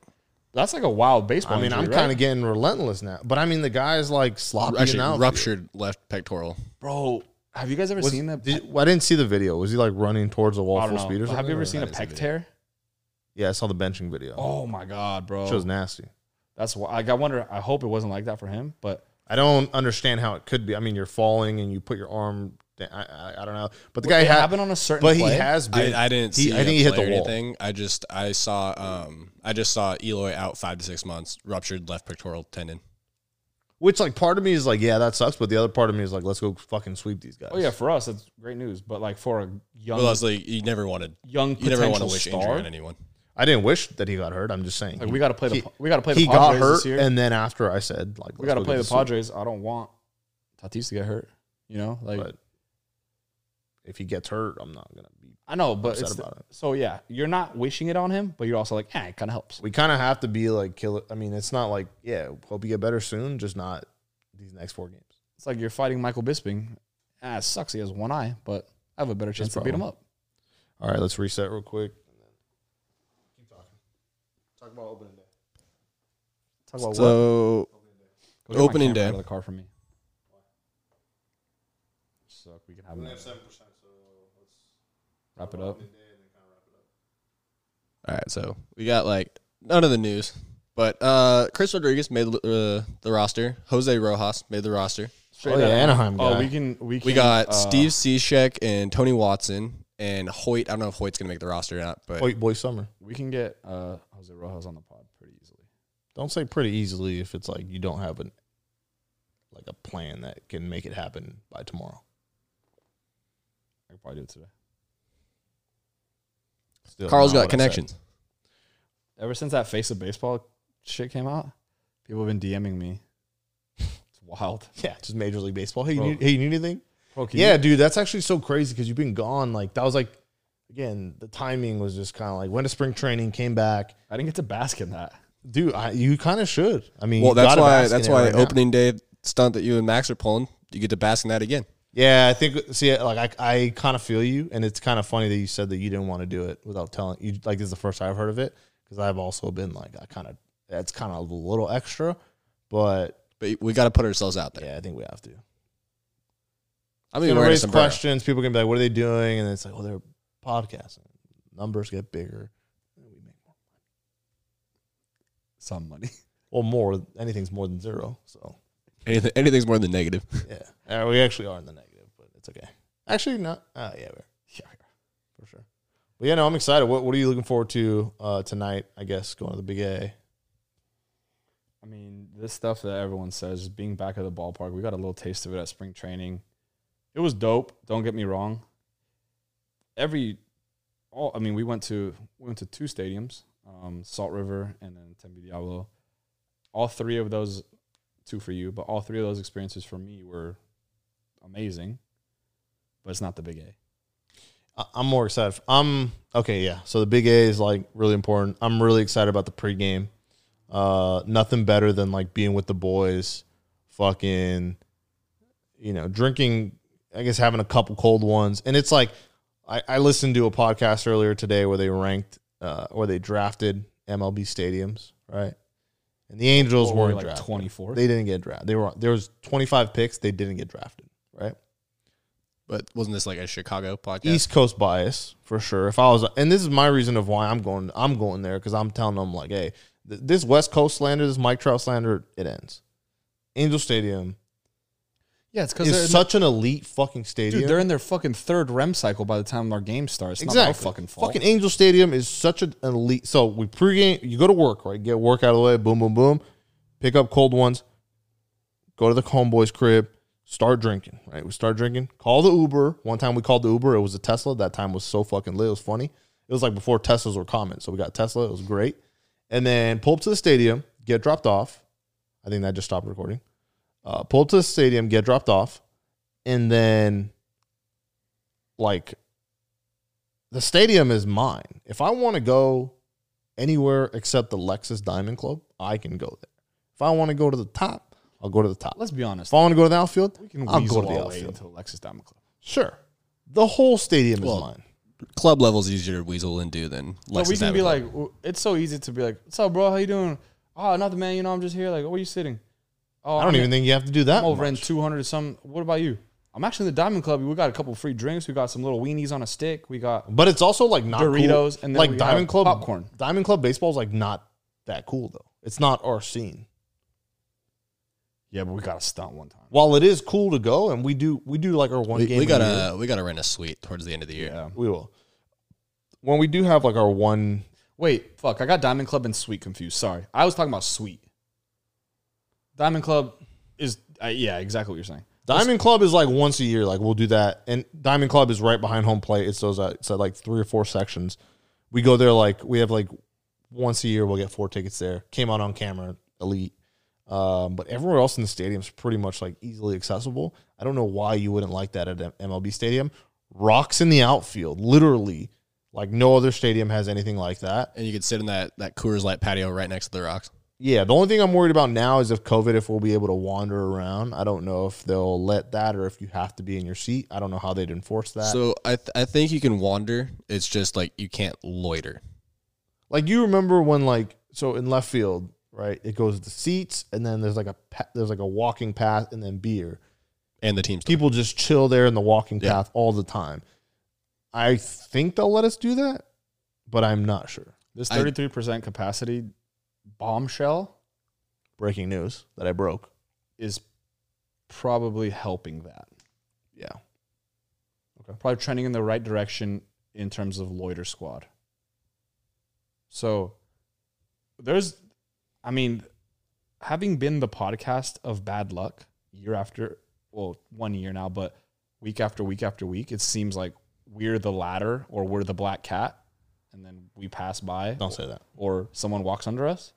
[SPEAKER 2] That's like a wild baseball.
[SPEAKER 1] I mean, I'm
[SPEAKER 2] injury,
[SPEAKER 1] kind
[SPEAKER 2] right?
[SPEAKER 1] of getting relentless now, but I mean, the guy's like sloppy
[SPEAKER 3] Actually,
[SPEAKER 1] now.
[SPEAKER 3] ruptured left pectoral.
[SPEAKER 2] bro. Have you guys ever seen that?
[SPEAKER 1] Did, well, I didn't see the video. Was he like running towards the wall
[SPEAKER 2] I
[SPEAKER 1] full
[SPEAKER 2] don't know.
[SPEAKER 1] speed or something?
[SPEAKER 2] Have you ever
[SPEAKER 1] or-
[SPEAKER 2] seen a pec tear?
[SPEAKER 1] Yeah, I saw the benching video.
[SPEAKER 2] Oh my god, bro.
[SPEAKER 1] Which was nasty.
[SPEAKER 2] That's why like, I wonder. I hope it wasn't like that for him, but
[SPEAKER 1] I don't understand how it could be. I mean, you're falling and you put your arm. Down. I, I I don't know, but the guy
[SPEAKER 2] it
[SPEAKER 1] had,
[SPEAKER 2] happened on a certain.
[SPEAKER 1] but he
[SPEAKER 2] play.
[SPEAKER 1] has been.
[SPEAKER 3] I, I didn't
[SPEAKER 1] he-
[SPEAKER 3] see.
[SPEAKER 1] I
[SPEAKER 3] a
[SPEAKER 1] think he hit
[SPEAKER 3] play
[SPEAKER 1] the
[SPEAKER 3] or
[SPEAKER 1] wall.
[SPEAKER 3] Anything. I just I saw um I just saw Eloy out five to six months, ruptured left pectoral tendon.
[SPEAKER 1] Which like part of me is like, yeah, that sucks, but the other part of me is like, let's go fucking sweep these guys.
[SPEAKER 2] Oh yeah, for us that's great news. But like for a young,
[SPEAKER 3] Well, I was like, you never wanted
[SPEAKER 2] young
[SPEAKER 3] you never
[SPEAKER 2] potential
[SPEAKER 3] want to wish injury
[SPEAKER 2] star,
[SPEAKER 3] on anyone.
[SPEAKER 1] I didn't wish that he got hurt. I'm just saying.
[SPEAKER 2] like we got to play the
[SPEAKER 1] He-
[SPEAKER 2] we got to play the
[SPEAKER 1] he got
[SPEAKER 2] Padres
[SPEAKER 1] hurt,
[SPEAKER 2] this year.
[SPEAKER 1] and then after I said, like,
[SPEAKER 2] we
[SPEAKER 1] let's
[SPEAKER 2] got to
[SPEAKER 1] go
[SPEAKER 2] play
[SPEAKER 1] get
[SPEAKER 2] the
[SPEAKER 1] this sweep.
[SPEAKER 2] Padres. I don't want Tatis to get hurt. You know, like
[SPEAKER 1] But if he gets hurt, I'm not gonna be.
[SPEAKER 2] I know, but
[SPEAKER 1] upset
[SPEAKER 2] it's the-
[SPEAKER 1] about
[SPEAKER 2] so yeah, you're not wishing it on him, but you're also like, eh, it kind of helps.
[SPEAKER 1] We kind of have to be like killer. I mean, it's not like yeah, hope you get better soon, just not these next four games.
[SPEAKER 2] It's like you're fighting Michael Bisping. Ah, it sucks. He has one eye, but I have a better chance to beat him up.
[SPEAKER 1] All right, let's reset real quick.
[SPEAKER 2] Talk about what?
[SPEAKER 3] So
[SPEAKER 2] Go get my
[SPEAKER 3] opening
[SPEAKER 2] camera
[SPEAKER 3] day.
[SPEAKER 2] out of the car for me. Suck. We can have another. Wrap it up.
[SPEAKER 3] all right, so we got like none of the news, but uh Chris Rodriguez made uh, the roster. Jose Rojas made the roster.
[SPEAKER 2] Straight
[SPEAKER 1] Oh, yeah,
[SPEAKER 2] out of-
[SPEAKER 1] Anaheim
[SPEAKER 2] Oh,
[SPEAKER 1] guy.
[SPEAKER 2] we can. We, can,
[SPEAKER 3] We got
[SPEAKER 2] uh,
[SPEAKER 3] Steve Cishek and Tony Watson and Hoyt. I don't know if Hoyt's gonna make the roster or not, but
[SPEAKER 1] Oh, Boy, boy, summer.
[SPEAKER 2] We can get uh, Jose Rojas on the pod pretty easily.
[SPEAKER 1] Don't say pretty easily if it's like you don't have an like a plan that can make it happen by tomorrow.
[SPEAKER 2] I could probably do it today.
[SPEAKER 1] Still
[SPEAKER 3] Carl's
[SPEAKER 1] not
[SPEAKER 3] got
[SPEAKER 1] what I said.
[SPEAKER 3] connections.
[SPEAKER 2] Ever since that face of baseball shit came out, people have been DMing me. It's wild.
[SPEAKER 1] Yeah, just Major League Baseball. Hey, you
[SPEAKER 2] Bro.
[SPEAKER 1] need, hey, you need anything?
[SPEAKER 2] Bro, can
[SPEAKER 1] Yeah,
[SPEAKER 2] you-
[SPEAKER 1] dude, that's actually so crazy because you've been gone. Like that was like, again, the timing was just kind of like went to spring training, came back.
[SPEAKER 2] I didn't get to bask in that.
[SPEAKER 1] Dude, I, you kind of should. I mean,
[SPEAKER 3] Well,
[SPEAKER 1] you
[SPEAKER 3] that's
[SPEAKER 1] gotta
[SPEAKER 3] why
[SPEAKER 1] bask in
[SPEAKER 3] that's
[SPEAKER 1] it
[SPEAKER 3] why
[SPEAKER 1] right now.
[SPEAKER 3] opening day stunt that you and Max are pulling, you get to bask in that again.
[SPEAKER 1] Yeah, I think. See, like I, I kind of feel you, and it's kind of funny that you said that you didn't want to do it without telling you. Like this is the first I've heard of it because I've also been like, I kind of that's kind of a little extra, but
[SPEAKER 3] But we got to put ourselves out there.
[SPEAKER 1] yeah, I think we have to.
[SPEAKER 3] I'm
[SPEAKER 1] It's
[SPEAKER 3] even
[SPEAKER 1] gonna
[SPEAKER 3] wearing a
[SPEAKER 1] raise
[SPEAKER 3] sombrero.
[SPEAKER 1] questions. People can be like, "What are they doing?" And it's like, "Well, they're podcasting. Numbers get bigger. We make more."
[SPEAKER 2] Some money.
[SPEAKER 1] Well, more anything's more than zero. So
[SPEAKER 3] Anything, anything's more than negative.
[SPEAKER 1] yeah, Uh, we actually are in the negative, but it's okay. Actually, not. Uh, yeah, we're yeah, we are, for sure. But yeah, no, I'm excited. What What are you looking forward to uh, tonight? I guess going to the Big A.
[SPEAKER 2] I mean, this stuff that everyone says, just being back at the ballpark, we got a little taste of it at spring training. It was dope. Don't get me wrong. Every, all I mean, we went to we went to two stadiums, um, Salt River and then Tempe Diablo. All three of those, two for you, but all three of those experiences for me were amazing. But it's not the Big A.
[SPEAKER 1] I- I'm more excited. For, I'm okay. Yeah. So the Big A is like really important. I'm really excited about the pregame. Uh, nothing better than like being with the boys, fucking, you know, drinking. I guess having a couple cold ones, and it's like I, I listened to a podcast earlier today where they ranked uh, or they drafted MLB stadiums, right? And the Angels
[SPEAKER 2] Or
[SPEAKER 1] weren't
[SPEAKER 2] like
[SPEAKER 1] drafted.
[SPEAKER 2] twenty four.
[SPEAKER 1] They didn't get drafted. They were there was 25 picks. They didn't get drafted, right?
[SPEAKER 3] But wasn't this like a Chicago podcast?
[SPEAKER 1] East Coast bias for sure. If I was, and this is my reason of why I'm going, I'm going there because I'm telling them like, hey, th- this West Coast slander, this Mike Trout slander, it ends. Angel Stadium,
[SPEAKER 5] Yeah, it's because they're
[SPEAKER 1] It's
[SPEAKER 5] such
[SPEAKER 1] such an elite fucking stadium.
[SPEAKER 5] dude. They're in their fucking third REM cycle by the time our game starts. It's Not our
[SPEAKER 1] exactly.
[SPEAKER 5] fucking fault.
[SPEAKER 1] Fucking Angel Stadium is such an elite. So we pregame. You go to work, right? Get work out of the way. Boom, boom, boom. Pick up cold ones. Go to the homeboy's crib. Start drinking. Right. We start drinking. Call the Uber. One time we called the Uber. It was a Tesla. That time was so fucking lit. It was funny. It was like before Teslas were common. So we got Tesla. It was great. And then pull up to the stadium. Get dropped off. I think that just stopped recording. Uh, pull up to the stadium. Get dropped off. And then, like, the stadium is mine. If I want to go anywhere except the Lexus Diamond Club, I can go there. If I want to go to the top, I'll go to the top.
[SPEAKER 5] Let's be honest.
[SPEAKER 1] if I want to go to the outfield,
[SPEAKER 5] we can
[SPEAKER 1] I'll
[SPEAKER 5] weasel
[SPEAKER 1] go to the
[SPEAKER 5] our way
[SPEAKER 1] outfield.
[SPEAKER 5] into the Lexus Diamond Club.
[SPEAKER 1] Sure. The whole stadium
[SPEAKER 3] Well,
[SPEAKER 1] is mine.
[SPEAKER 3] Club level's easier to weasel and do than
[SPEAKER 2] But
[SPEAKER 3] Lexus.
[SPEAKER 2] we can
[SPEAKER 3] Avenue
[SPEAKER 2] be
[SPEAKER 3] Club.
[SPEAKER 2] like, w- it's so easy to be like, "What's up, bro? How you doing? Oh, nothing, man. You know, I'm just here. Like, where you sitting? Oh,
[SPEAKER 1] I don't even think you have to do that.
[SPEAKER 2] I'm over in
[SPEAKER 1] much.
[SPEAKER 2] 200 or something. What about you? I'm actually in the Diamond Club. We got a couple free drinks. We got some little weenies on a stick. We got
[SPEAKER 1] But it's also like not cool.
[SPEAKER 2] Doritos, and then
[SPEAKER 1] like
[SPEAKER 2] we
[SPEAKER 1] Diamond
[SPEAKER 2] have
[SPEAKER 1] Club
[SPEAKER 2] popcorn.
[SPEAKER 1] Diamond Club baseball is like not that cool though. It's not our scene.
[SPEAKER 2] yeah, but we got a stunt one time.
[SPEAKER 1] While it is cool to go, and we do we do like our one
[SPEAKER 3] we,
[SPEAKER 1] game.
[SPEAKER 3] we
[SPEAKER 1] a year.
[SPEAKER 3] gotta uh, we gotta rent a suite towards the end of the year.
[SPEAKER 2] Yeah.
[SPEAKER 1] we will. When we do have like our one
[SPEAKER 2] Wait, fuck. I got Diamond Club and Sweet confused. Sorry, I was talking about Sweet. Diamond Club is uh, yeah, exactly what you're saying.
[SPEAKER 1] Diamond Club is like once a year. Like we'll do that, and Diamond Club is right behind home plate. It's those uh, it's at like three or four sections. We go there like we have like once a year. We'll get four tickets there. Came out on camera, elite. Um, but everywhere else in the stadium is pretty much like easily accessible. I don't know why you wouldn't like that at an MLB stadium. Rocks in the outfield, literally. Like no other stadium has anything like that.
[SPEAKER 3] And you could sit in that that Coors Light patio right next to the rocks.
[SPEAKER 1] Yeah, the only thing I'm worried about now is if COVID, if we'll be able to wander around. I don't know if they'll let that or if you have to be in your seat. I don't know how they'd enforce that.
[SPEAKER 3] So I th- I think you can wander. It's just like you can't loiter.
[SPEAKER 1] like you remember when like so in left field, right? It goes to seats and then there's like a pa- there's like a walking path and then beer.
[SPEAKER 3] And the team's
[SPEAKER 1] People just chill there in the walking
[SPEAKER 3] Yeah.
[SPEAKER 1] path all the time. I think they'll let us do that, but I'm not sure.
[SPEAKER 2] This
[SPEAKER 3] I-
[SPEAKER 2] 33 percent capacity bombshell
[SPEAKER 1] Breaking news that I broke.
[SPEAKER 2] is probably helping that.
[SPEAKER 1] Yeah.
[SPEAKER 2] probably trending in the right direction in terms of loiter squad. So there's, I mean, having been the podcast of bad luck year after, well, one year now, but week after week after week, it seems like we're the ladder or we're the black cat. And then we pass by
[SPEAKER 1] Don't say that.
[SPEAKER 2] or someone walks under us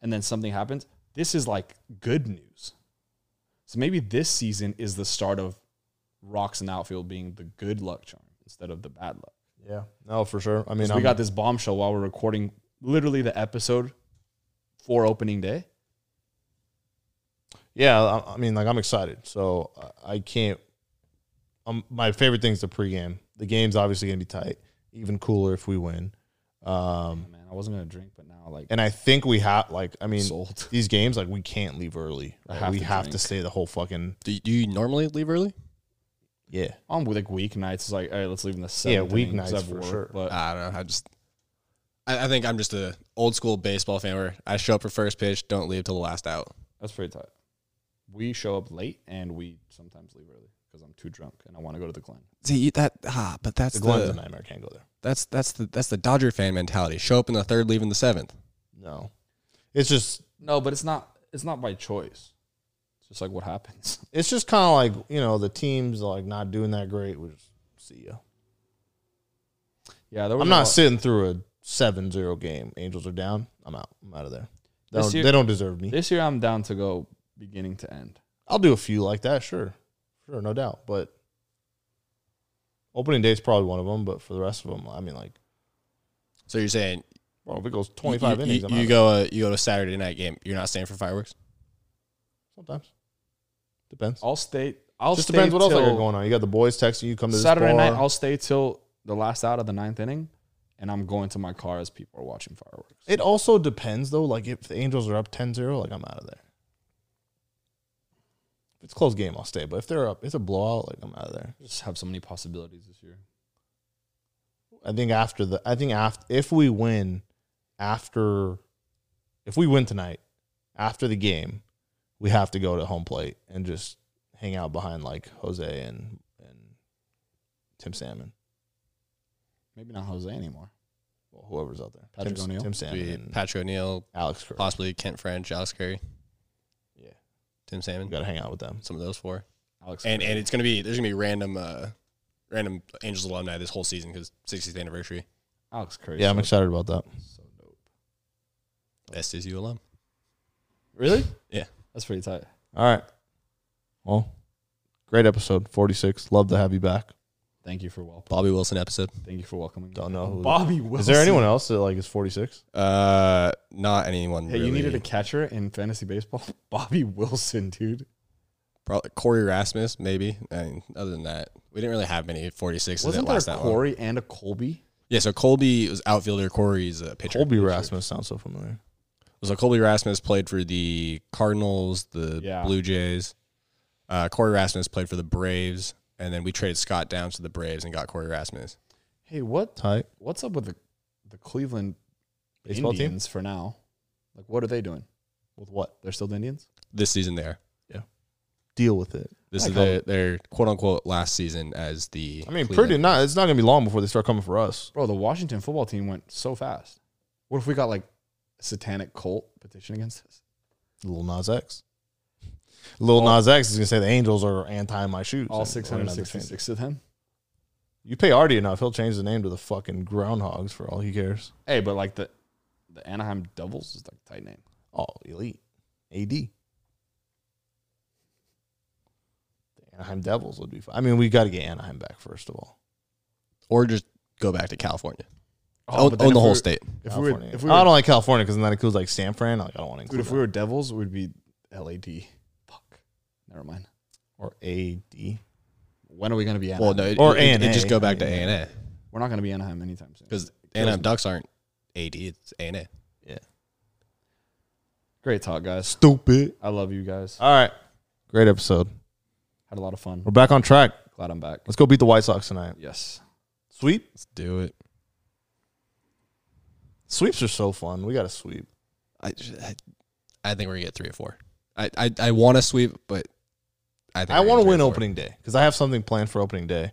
[SPEAKER 2] and then something happens. This is like good news. So maybe this season is the start of rocks and outfield being the good luck charm instead of the bad luck.
[SPEAKER 1] Yeah. No, for sure. I mean,
[SPEAKER 2] So
[SPEAKER 1] I'm,
[SPEAKER 2] we got this bombshell while we're recording literally the episode for opening day.
[SPEAKER 1] yeah, I, I mean, like I'm excited, so I- I can't. Um, my favorite thing is the pregame. The game's obviously gonna be tight, even cooler if we win. Um,
[SPEAKER 2] Oh, Man, I wasn't gonna drink, but now like
[SPEAKER 1] and I think we have like, I mean,
[SPEAKER 2] sold.
[SPEAKER 1] these games like we can't leave early.
[SPEAKER 2] I
[SPEAKER 1] right?
[SPEAKER 2] have
[SPEAKER 1] we
[SPEAKER 2] to
[SPEAKER 1] have to
[SPEAKER 2] drink.
[SPEAKER 1] stay the whole fucking
[SPEAKER 3] Do you, do you normally leave early?
[SPEAKER 1] yeah.
[SPEAKER 2] On like weeknights, it's like, all right, let's leave in the seventh inning 'cause
[SPEAKER 1] weeknights
[SPEAKER 2] I've
[SPEAKER 1] for
[SPEAKER 2] worked,
[SPEAKER 1] sure.
[SPEAKER 2] But
[SPEAKER 3] I don't know. I just I, I think I'm just a old school baseball fan where I show up for first pitch, don't leave till the last out.
[SPEAKER 2] that's pretty tight. We show up late and we sometimes leave early because I'm too drunk and I want to go to the Glen.
[SPEAKER 3] See that ah, but that's
[SPEAKER 1] The Glen's a nightmare. Can't go there.
[SPEAKER 3] that's that's the that's the Dodger fan mentality. Show up in the third, leave in the seventh.
[SPEAKER 1] No, it's just
[SPEAKER 2] No, but it's not. It's not by choice. It's just like what happens.
[SPEAKER 1] it's just kind of like you know the teams like not doing that great. We just see ya.
[SPEAKER 2] Yeah, there was
[SPEAKER 1] I'm
[SPEAKER 2] a
[SPEAKER 1] not
[SPEAKER 2] lot-
[SPEAKER 1] sitting through a 7-0 game. Angels are down. I'm out. I'm out of there. They
[SPEAKER 2] This
[SPEAKER 1] don't,
[SPEAKER 2] year-
[SPEAKER 1] they don't deserve me.
[SPEAKER 2] This year, I'm down to go beginning to end.
[SPEAKER 1] I'll do a few like that, sure, sure, no doubt. But opening day is probably one of them. But for the rest of them, I mean, like,
[SPEAKER 3] So you're saying
[SPEAKER 1] well, if it goes twenty five
[SPEAKER 3] you,
[SPEAKER 1] innings,
[SPEAKER 3] you,
[SPEAKER 1] I'm
[SPEAKER 3] you
[SPEAKER 1] out of
[SPEAKER 3] go uh, you go to a Saturday night game. You're not staying for fireworks.
[SPEAKER 1] it. sometimes depends.
[SPEAKER 2] I'll stay. I'll
[SPEAKER 1] Just
[SPEAKER 2] stay
[SPEAKER 1] depends what else I
[SPEAKER 2] till
[SPEAKER 1] got going on. You got the boys texting you. Come to this
[SPEAKER 2] Saturday
[SPEAKER 1] bar.
[SPEAKER 2] night. I'll stay till the last out of the ninth inning, and I'm going to my car as people are watching fireworks.
[SPEAKER 1] it also depends though. Like if the Angels are up 10-0, like I'm out of there. If it's a close game, I'll stay. But if they're up, it's a blowout. Like I'm out of there.
[SPEAKER 2] Just have so many possibilities this year.
[SPEAKER 1] I think after the I think after if we win after if we win tonight after the game, we have to go to home plate and just hang out behind like Jose and and Tim Salmon,
[SPEAKER 2] Maybe not Jose anymore.
[SPEAKER 1] well, whoever's out there.
[SPEAKER 2] Patrick
[SPEAKER 1] Tim,
[SPEAKER 2] O'Neill?
[SPEAKER 1] Tim Salmon,
[SPEAKER 3] Be
[SPEAKER 1] and
[SPEAKER 3] Patrick O'Neill,
[SPEAKER 1] Alex Kirk.
[SPEAKER 3] possibly Kent French, Alex Curry,
[SPEAKER 1] Yeah,
[SPEAKER 3] Tim
[SPEAKER 1] you
[SPEAKER 3] Salmon,
[SPEAKER 1] got to hang out with them.
[SPEAKER 3] some of those four.
[SPEAKER 2] Alex
[SPEAKER 3] And and it's gonna be there's gonna be random uh random Angels alumni this whole season because 60th anniversary.
[SPEAKER 2] Alex Curry.
[SPEAKER 1] Yeah, I'm excited about that.
[SPEAKER 2] so dope.
[SPEAKER 3] SSU alum.
[SPEAKER 2] Really?
[SPEAKER 3] Yeah.
[SPEAKER 2] That's pretty tight.
[SPEAKER 1] All right. Well, great episode 46. Love to have you back.
[SPEAKER 2] Thank you for wel-
[SPEAKER 3] Bobby Wilson episode.
[SPEAKER 2] Thank you for welcoming.
[SPEAKER 1] Don't know who.
[SPEAKER 2] Bobby Wilson.
[SPEAKER 1] Is there anyone else that like is 46?
[SPEAKER 3] Uh not anyone.
[SPEAKER 2] Hey, you needed a
[SPEAKER 3] really.
[SPEAKER 2] catcher in fantasy baseball. Bobby Wilson, dude.
[SPEAKER 3] Probably Corey Rasmus, maybe. And other than that, we didn't really have many 46s
[SPEAKER 2] Wasn't
[SPEAKER 3] that
[SPEAKER 2] there
[SPEAKER 3] last
[SPEAKER 2] a
[SPEAKER 3] that long.
[SPEAKER 2] Corey and a Colby?
[SPEAKER 3] Yeah, so Colby was outfielder. Corey's uh, pitcher.
[SPEAKER 1] Colby Rasmus sounds so familiar.
[SPEAKER 3] So Colby Rasmus played for the Cardinals, the
[SPEAKER 2] Yeah.
[SPEAKER 3] Blue Jays. Uh, Corey Rasmus played for the Braves, and then we traded Scott Downs to the Braves and got Corey Rasmus.
[SPEAKER 2] Hey, what
[SPEAKER 1] Tight.
[SPEAKER 2] what's up with the the Cleveland
[SPEAKER 1] Baseball team?
[SPEAKER 2] Indians for now? Like, what are they doing?
[SPEAKER 1] With what?
[SPEAKER 2] They're still the Indians.
[SPEAKER 3] This season there.
[SPEAKER 1] Deal with it.
[SPEAKER 3] This
[SPEAKER 1] I
[SPEAKER 3] is
[SPEAKER 1] call
[SPEAKER 3] their, their quote unquote last season as the.
[SPEAKER 1] I mean,
[SPEAKER 3] Cleveland-
[SPEAKER 1] pretty not. It's not going to be long before they start coming for us.
[SPEAKER 2] Bro, the Washington football team went so fast. What if we got like a satanic cult petition against us?
[SPEAKER 1] Little Nas X. Little Nas X is going to say the Angels are anti my shoes.
[SPEAKER 2] All
[SPEAKER 1] And we're gonna have to change it.
[SPEAKER 2] 666 of them.
[SPEAKER 1] You pay Artie enough, he'll change the name to the fucking Groundhogs for all he cares.
[SPEAKER 2] Hey, but like the the Anaheim Devils is like a tight name.
[SPEAKER 1] All elite. AD. The Anaheim Devils would be fun. I mean, we got to get Anaheim back, first of all.
[SPEAKER 3] Or just go back to California.
[SPEAKER 2] Oh,
[SPEAKER 3] own
[SPEAKER 2] but then
[SPEAKER 3] own the
[SPEAKER 2] if
[SPEAKER 3] whole
[SPEAKER 2] we were-
[SPEAKER 3] state.
[SPEAKER 2] If we were,
[SPEAKER 1] California.
[SPEAKER 2] if we
[SPEAKER 1] I
[SPEAKER 2] were,
[SPEAKER 1] don't like California because then that includes like San Fran. Like, I don't want to
[SPEAKER 2] dude,
[SPEAKER 1] include
[SPEAKER 2] if we were Devils, we'd be LAD. Fuck. Never mind.
[SPEAKER 1] that. or AD.
[SPEAKER 2] When are we gonna be Anaheim?
[SPEAKER 3] Well, no, it,
[SPEAKER 1] Or
[SPEAKER 3] or it,
[SPEAKER 1] ANA.
[SPEAKER 3] it just go back to
[SPEAKER 1] I
[SPEAKER 3] A
[SPEAKER 1] mean,
[SPEAKER 3] and A
[SPEAKER 2] We're not gonna be Anaheim anytime soon.
[SPEAKER 3] because Anaheim Ducks aren't AD. It's A and A.
[SPEAKER 1] Yeah.
[SPEAKER 2] Great talk, guys.
[SPEAKER 1] Stupid.
[SPEAKER 2] I love you guys.
[SPEAKER 1] All right. Great episode.
[SPEAKER 2] Had a lot of fun.
[SPEAKER 1] We're back on track.
[SPEAKER 2] Glad I'm back.
[SPEAKER 1] Let's go beat the White Sox tonight.
[SPEAKER 2] Yes.
[SPEAKER 1] Sweep?
[SPEAKER 3] Let's do it.
[SPEAKER 1] Sweeps are so fun. We got to sweep.
[SPEAKER 3] I, I, I think we're gonna get three or four. I I, I want to sweep, but I think
[SPEAKER 1] I
[SPEAKER 3] we're
[SPEAKER 1] want to
[SPEAKER 3] gonna
[SPEAKER 1] win
[SPEAKER 3] get three or four.
[SPEAKER 1] opening day because I have something planned for opening day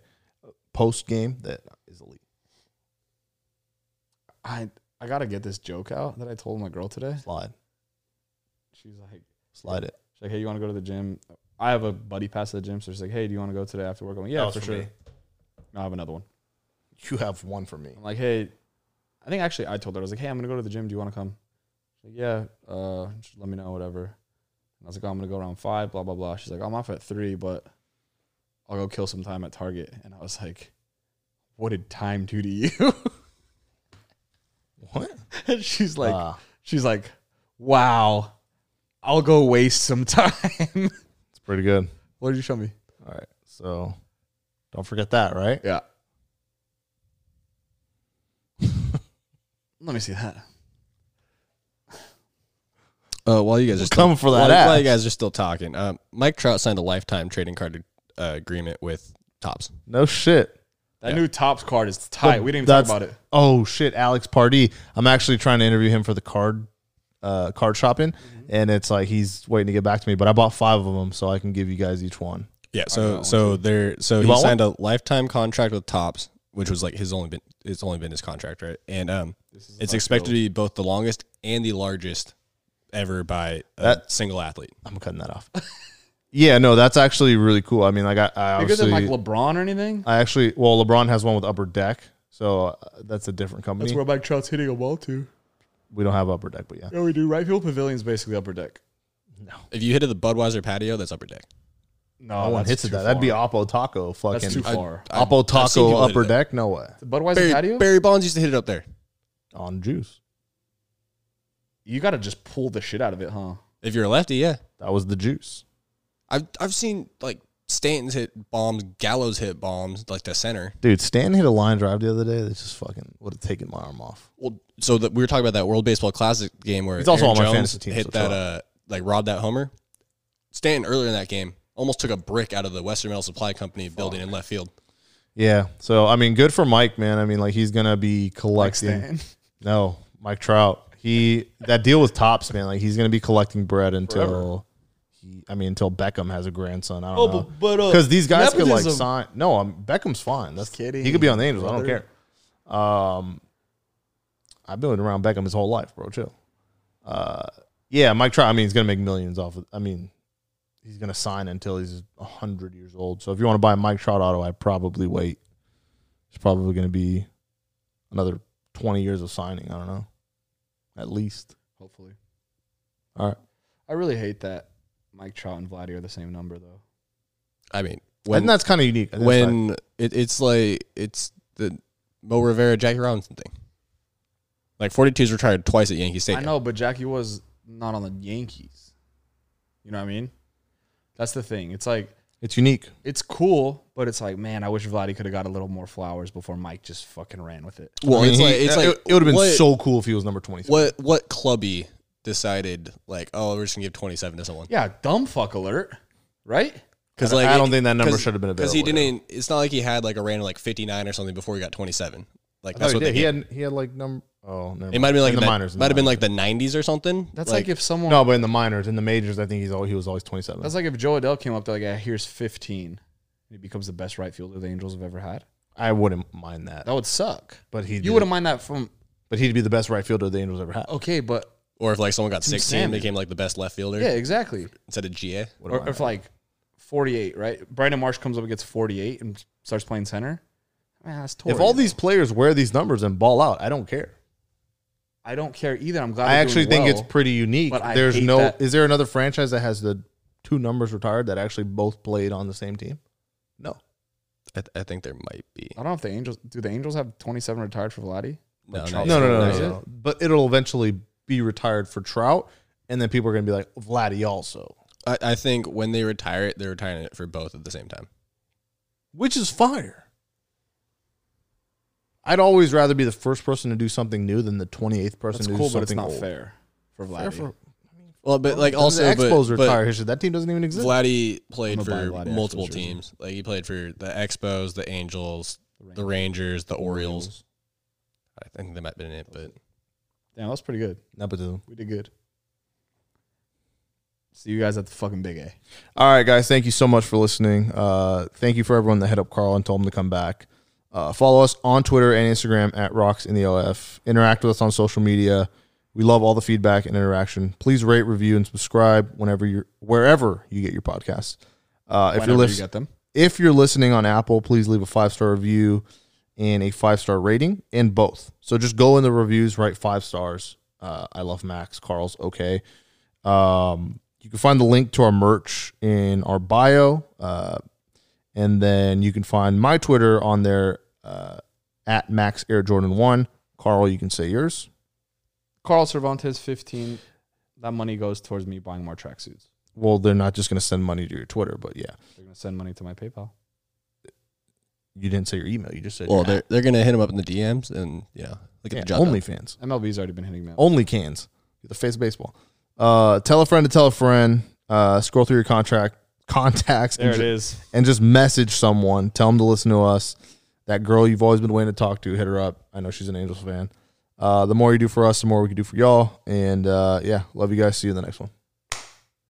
[SPEAKER 1] post game that is elite.
[SPEAKER 2] I I gotta get this joke out that I told my girl today.
[SPEAKER 1] Slide.
[SPEAKER 2] She's like,
[SPEAKER 1] Slide it.
[SPEAKER 2] she's like, hey, you want to go to the gym? I have a buddy pass at the gym, so she's like, hey, do you want to go today after work? I'm like, yeah,
[SPEAKER 1] That was
[SPEAKER 2] for
[SPEAKER 1] for
[SPEAKER 2] sure.
[SPEAKER 1] me.
[SPEAKER 2] I have another one.
[SPEAKER 1] You have one for me.
[SPEAKER 2] I'm like, hey, I think actually I told her I was like, hey, I'm gonna go to the gym. Do you want to come? She's like, yeah. Uh, just let me know, whatever. And I was like, oh, I'm gonna go around five, blah blah blah. She's like, I'm off at three, but I'll go kill some time at Target. And I was like, what did time do to you?
[SPEAKER 1] What?
[SPEAKER 2] and she's like,
[SPEAKER 1] Ah,
[SPEAKER 2] she's like, wow, I'll go waste some time.
[SPEAKER 1] it's pretty good.
[SPEAKER 2] what did you show me?
[SPEAKER 1] All right. So don't forget that, right?
[SPEAKER 2] Yeah. Let me see that.
[SPEAKER 3] Uh, while you guys are
[SPEAKER 1] come for that
[SPEAKER 3] While, while
[SPEAKER 1] ass.
[SPEAKER 3] you guys are still talking, um, Mike Trout signed a lifetime trading card uh, agreement with Tops.
[SPEAKER 1] No shit.
[SPEAKER 2] That new tops card is tight. we didn't even talk
[SPEAKER 1] That's-
[SPEAKER 2] about it.
[SPEAKER 1] Oh shit, Alex Pardee. I'm actually trying to interview him for the card uh card shopping
[SPEAKER 2] Mm-hmm.
[SPEAKER 1] and it's like he's waiting to get back to me, but I bought 5 of them so I can give you guys each one.
[SPEAKER 3] Yeah. So so there so
[SPEAKER 1] want
[SPEAKER 3] he signed a lifetime contract with Tops, which was like his only been it's only been his contract, right? And um, it's expected to be both the longest and the largest ever by a
[SPEAKER 1] That-
[SPEAKER 3] single athlete.
[SPEAKER 1] I'm cutting that off. yeah, no, that's actually really cool. I mean, like I, I
[SPEAKER 2] Bigger
[SPEAKER 1] obviously
[SPEAKER 2] than like LeBron or anything?
[SPEAKER 1] I actually well, LeBron has one with Upper Deck, so uh, that's a different company.
[SPEAKER 2] That's where Mike Trout's hitting a ball to.
[SPEAKER 1] we don't have Upper Deck, but yeah.
[SPEAKER 2] Yeah, we do. Right field pavilion's basically upper deck.
[SPEAKER 3] If you hit it the Budweiser patio, that's upper deck.
[SPEAKER 2] No,
[SPEAKER 1] No one hits it that. That'd be Oppo Taco fucking
[SPEAKER 2] That's too far.
[SPEAKER 3] I-
[SPEAKER 1] Oppo
[SPEAKER 3] I've seen
[SPEAKER 1] Taco
[SPEAKER 3] people hit it
[SPEAKER 1] Upper
[SPEAKER 3] there.
[SPEAKER 1] Deck. No way.
[SPEAKER 2] The Budweiser
[SPEAKER 3] Barry,
[SPEAKER 2] patio?
[SPEAKER 3] Barry Bonds used to hit it up there.
[SPEAKER 1] On juice.
[SPEAKER 2] You got to just pull the shit out of it, huh?
[SPEAKER 3] If you're a lefty, yeah.
[SPEAKER 1] That was the juice.
[SPEAKER 3] I've I've seen like Stanton's hit bombs, Gallows hit bombs, like the center.
[SPEAKER 1] Dude, Stan hit a line drive the other day that just fucking would have taken my arm off.
[SPEAKER 3] Well, so that we were talking about that World Baseball Classic game where
[SPEAKER 1] He's also
[SPEAKER 3] Aaron
[SPEAKER 1] on my
[SPEAKER 3] Jones
[SPEAKER 1] fantasy team,
[SPEAKER 3] hit
[SPEAKER 1] so chill
[SPEAKER 3] that uh like robbed that homer. Stanton earlier in that game almost took a brick out of the Western Metal Supply Company building in left field.
[SPEAKER 1] Yeah. So I mean, good for Mike, man. I mean, like he's gonna be collecting.
[SPEAKER 2] Stan.
[SPEAKER 1] no, Mike Trout. He that deal with Tops, man. Like he's gonna be collecting bread until he, I mean, until Beckham has a grandson, I don't
[SPEAKER 6] Oh,
[SPEAKER 1] know.
[SPEAKER 6] but but uh,
[SPEAKER 1] Because these guys could like
[SPEAKER 6] nepotism.
[SPEAKER 1] sign. No, I'm Beckham's fine. That's
[SPEAKER 6] Just kidding,
[SPEAKER 1] He could be on the Angels. I don't
[SPEAKER 6] brother.
[SPEAKER 1] care. Um, I've been around Beckham his whole life, bro. Chill. Uh, yeah, Mike Trout. I mean, he's gonna make millions off. of I mean, he's gonna sign until he's hundred years old. So if you want to buy a Mike Trout auto, I'd probably wait. It's probably gonna be another twenty years of signing. I don't know, at least.
[SPEAKER 2] Hopefully.
[SPEAKER 1] All right.
[SPEAKER 2] I really hate that Mike Trout and Vladdy are the same number though.
[SPEAKER 3] I mean,
[SPEAKER 1] I think
[SPEAKER 3] when
[SPEAKER 1] that's kind of unique. I think that's nice.
[SPEAKER 3] when it, it's like it's the Mo Rivera Jackie Robinson thing. Like 42 is retired twice at Yankee Stadium.
[SPEAKER 2] I know, but Jackie was not on the Yankees. You know what I mean? That's the thing. It's like
[SPEAKER 1] it's unique.
[SPEAKER 2] it's cool, but it's like, man, I wish Vladdy could have got a little more flowers before Mike just fucking ran with it.
[SPEAKER 3] Well,
[SPEAKER 1] I mean,
[SPEAKER 3] it's
[SPEAKER 1] he-
[SPEAKER 3] like it's like
[SPEAKER 1] it, would have been
[SPEAKER 3] what-
[SPEAKER 1] so cool if he was number twenty three.
[SPEAKER 3] What what clubby decided like oh we're just gonna give 27 to someone?
[SPEAKER 2] Yeah, dumb fuck alert, right?
[SPEAKER 3] Because
[SPEAKER 1] I don't- I don't think that number should've been
[SPEAKER 3] because he
[SPEAKER 1] available, yeah.
[SPEAKER 3] didn't. It's not like he had like a random like 59 or something before he got 27. Like
[SPEAKER 1] No,
[SPEAKER 3] that's
[SPEAKER 1] Oh, he
[SPEAKER 3] what
[SPEAKER 1] did.
[SPEAKER 3] they
[SPEAKER 1] He
[SPEAKER 3] had.
[SPEAKER 1] had he had like number. Oh, never
[SPEAKER 3] It
[SPEAKER 1] mind.
[SPEAKER 3] might have been like
[SPEAKER 1] in
[SPEAKER 3] the,
[SPEAKER 1] the minors. in the
[SPEAKER 3] Might have been
[SPEAKER 1] minors.
[SPEAKER 3] like the 90s or something.
[SPEAKER 2] That's like, if someone
[SPEAKER 1] no, but in the minors, in the majors, I think he's all he was always twenty seven.
[SPEAKER 2] that's like if Joe Adele came up there like, yeah, here's fifteen, and he becomes the best right fielder the Angels have ever had.
[SPEAKER 1] I wouldn't mind that,
[SPEAKER 2] That would suck.
[SPEAKER 1] but he
[SPEAKER 2] You wouldn't mind that from
[SPEAKER 1] But he'd be the best right fielder the Angels ever had.
[SPEAKER 2] okay, but
[SPEAKER 3] or if like someone got 16,
[SPEAKER 2] Samuel.
[SPEAKER 3] became like the best left fielder
[SPEAKER 2] yeah, exactly.
[SPEAKER 3] instead of GA.
[SPEAKER 1] Wouldn't
[SPEAKER 2] Or
[SPEAKER 1] mind
[SPEAKER 2] if like forty eight, right? Brandon Marsh comes up and gets forty eight and starts playing center. Man, that's
[SPEAKER 1] that.
[SPEAKER 2] totally.
[SPEAKER 1] if all these players wear these numbers and ball out, I don't care.
[SPEAKER 2] I don't care either. I'm glad.
[SPEAKER 1] I
[SPEAKER 2] they're
[SPEAKER 1] actually
[SPEAKER 2] doing
[SPEAKER 1] think
[SPEAKER 2] well.
[SPEAKER 1] it's pretty unique.
[SPEAKER 2] but I
[SPEAKER 1] There's
[SPEAKER 2] hate
[SPEAKER 1] no.
[SPEAKER 2] that.
[SPEAKER 1] Is there another franchise that has the two numbers retired that actually both played on the same team? No.
[SPEAKER 3] I, th- I think there might be.
[SPEAKER 2] I don't know if the Angels do. The Angels have 27 retired for Vladdy.
[SPEAKER 3] No,
[SPEAKER 2] Like
[SPEAKER 3] no,
[SPEAKER 2] Trout-
[SPEAKER 1] No, no, no,
[SPEAKER 2] That's
[SPEAKER 1] no,
[SPEAKER 2] it?
[SPEAKER 1] no. But it'll eventually be retired for Trout, and then people are going to be like, Vladdy also,
[SPEAKER 3] I, I think when they retire it, they're retiring it for both at the same time.
[SPEAKER 1] which is fire. I'd always rather be the first person to do something new than the 28th person
[SPEAKER 2] That's
[SPEAKER 1] to
[SPEAKER 2] cool,
[SPEAKER 1] do something
[SPEAKER 2] but it's not
[SPEAKER 1] old.
[SPEAKER 2] fair for
[SPEAKER 1] Fair
[SPEAKER 2] Vladdy.
[SPEAKER 1] for-
[SPEAKER 3] Well, but like
[SPEAKER 1] Oh, the
[SPEAKER 3] also,
[SPEAKER 1] Expos
[SPEAKER 3] but,
[SPEAKER 1] retire
[SPEAKER 3] but
[SPEAKER 1] history. That team doesn't even exist.
[SPEAKER 3] Vladdy played
[SPEAKER 2] I'm
[SPEAKER 3] for
[SPEAKER 2] gonna buy Vladdy
[SPEAKER 3] multiple
[SPEAKER 2] Expos jersey.
[SPEAKER 3] teams. Like he played for the Expos, the Angels, the Rangers, the Orioles. I think that might have been it, but
[SPEAKER 2] Damn, that was pretty good.
[SPEAKER 1] Nepotism.
[SPEAKER 2] We did good. See you guys at the fucking Big A.
[SPEAKER 1] All right, guys. Thank you so much for listening. Uh, thank you for everyone that hit up Carl and told him to come back. Uh, follow us on Twitter and Instagram at Rocks in the OF. Interact with us on social media. We love all the feedback and interaction. Please rate, review, and subscribe whenever you're wherever you get your podcasts. Uh, if you're
[SPEAKER 2] Whenever you
[SPEAKER 1] listening,
[SPEAKER 2] get them.
[SPEAKER 1] if you're listening on Apple, please leave a five star review and a five star rating in both. So just go in the reviews, write five stars. Uh, I love Max. Carl's okay. Um, you can find the link to our merch in our bio. Uh, and then you can find my Twitter on there uh, at Max Air Jordan 1. Carl, you can say yours.
[SPEAKER 2] Carl Cervantes, 15. That money goes towards me buying more tracksuits.
[SPEAKER 1] Well, they're not just going to send money to your Twitter, but yeah.
[SPEAKER 2] They're gonna send money to my PayPal.
[SPEAKER 1] You didn't say your email. You just said
[SPEAKER 3] well,
[SPEAKER 1] your
[SPEAKER 3] they're they're gonna hit him up in the DMs and yeah, look at
[SPEAKER 1] yeah,
[SPEAKER 3] the job. done.
[SPEAKER 1] OnlyFans.
[SPEAKER 2] MLB's already been hitting me. Up.
[SPEAKER 1] only cans. You're the face of baseball. Uh, tell a friend to tell a friend. Uh, scroll through your contract contacts
[SPEAKER 2] there
[SPEAKER 1] and,
[SPEAKER 2] it
[SPEAKER 1] ju-
[SPEAKER 2] is.
[SPEAKER 1] and just message someone. Tell them to listen to us. That girl you've always been waiting to talk to, hit her up. I know she's an Angels fan. Uh, the more you do for us, the more we can do for y'all. And uh, yeah, love you guys. See you in the next one.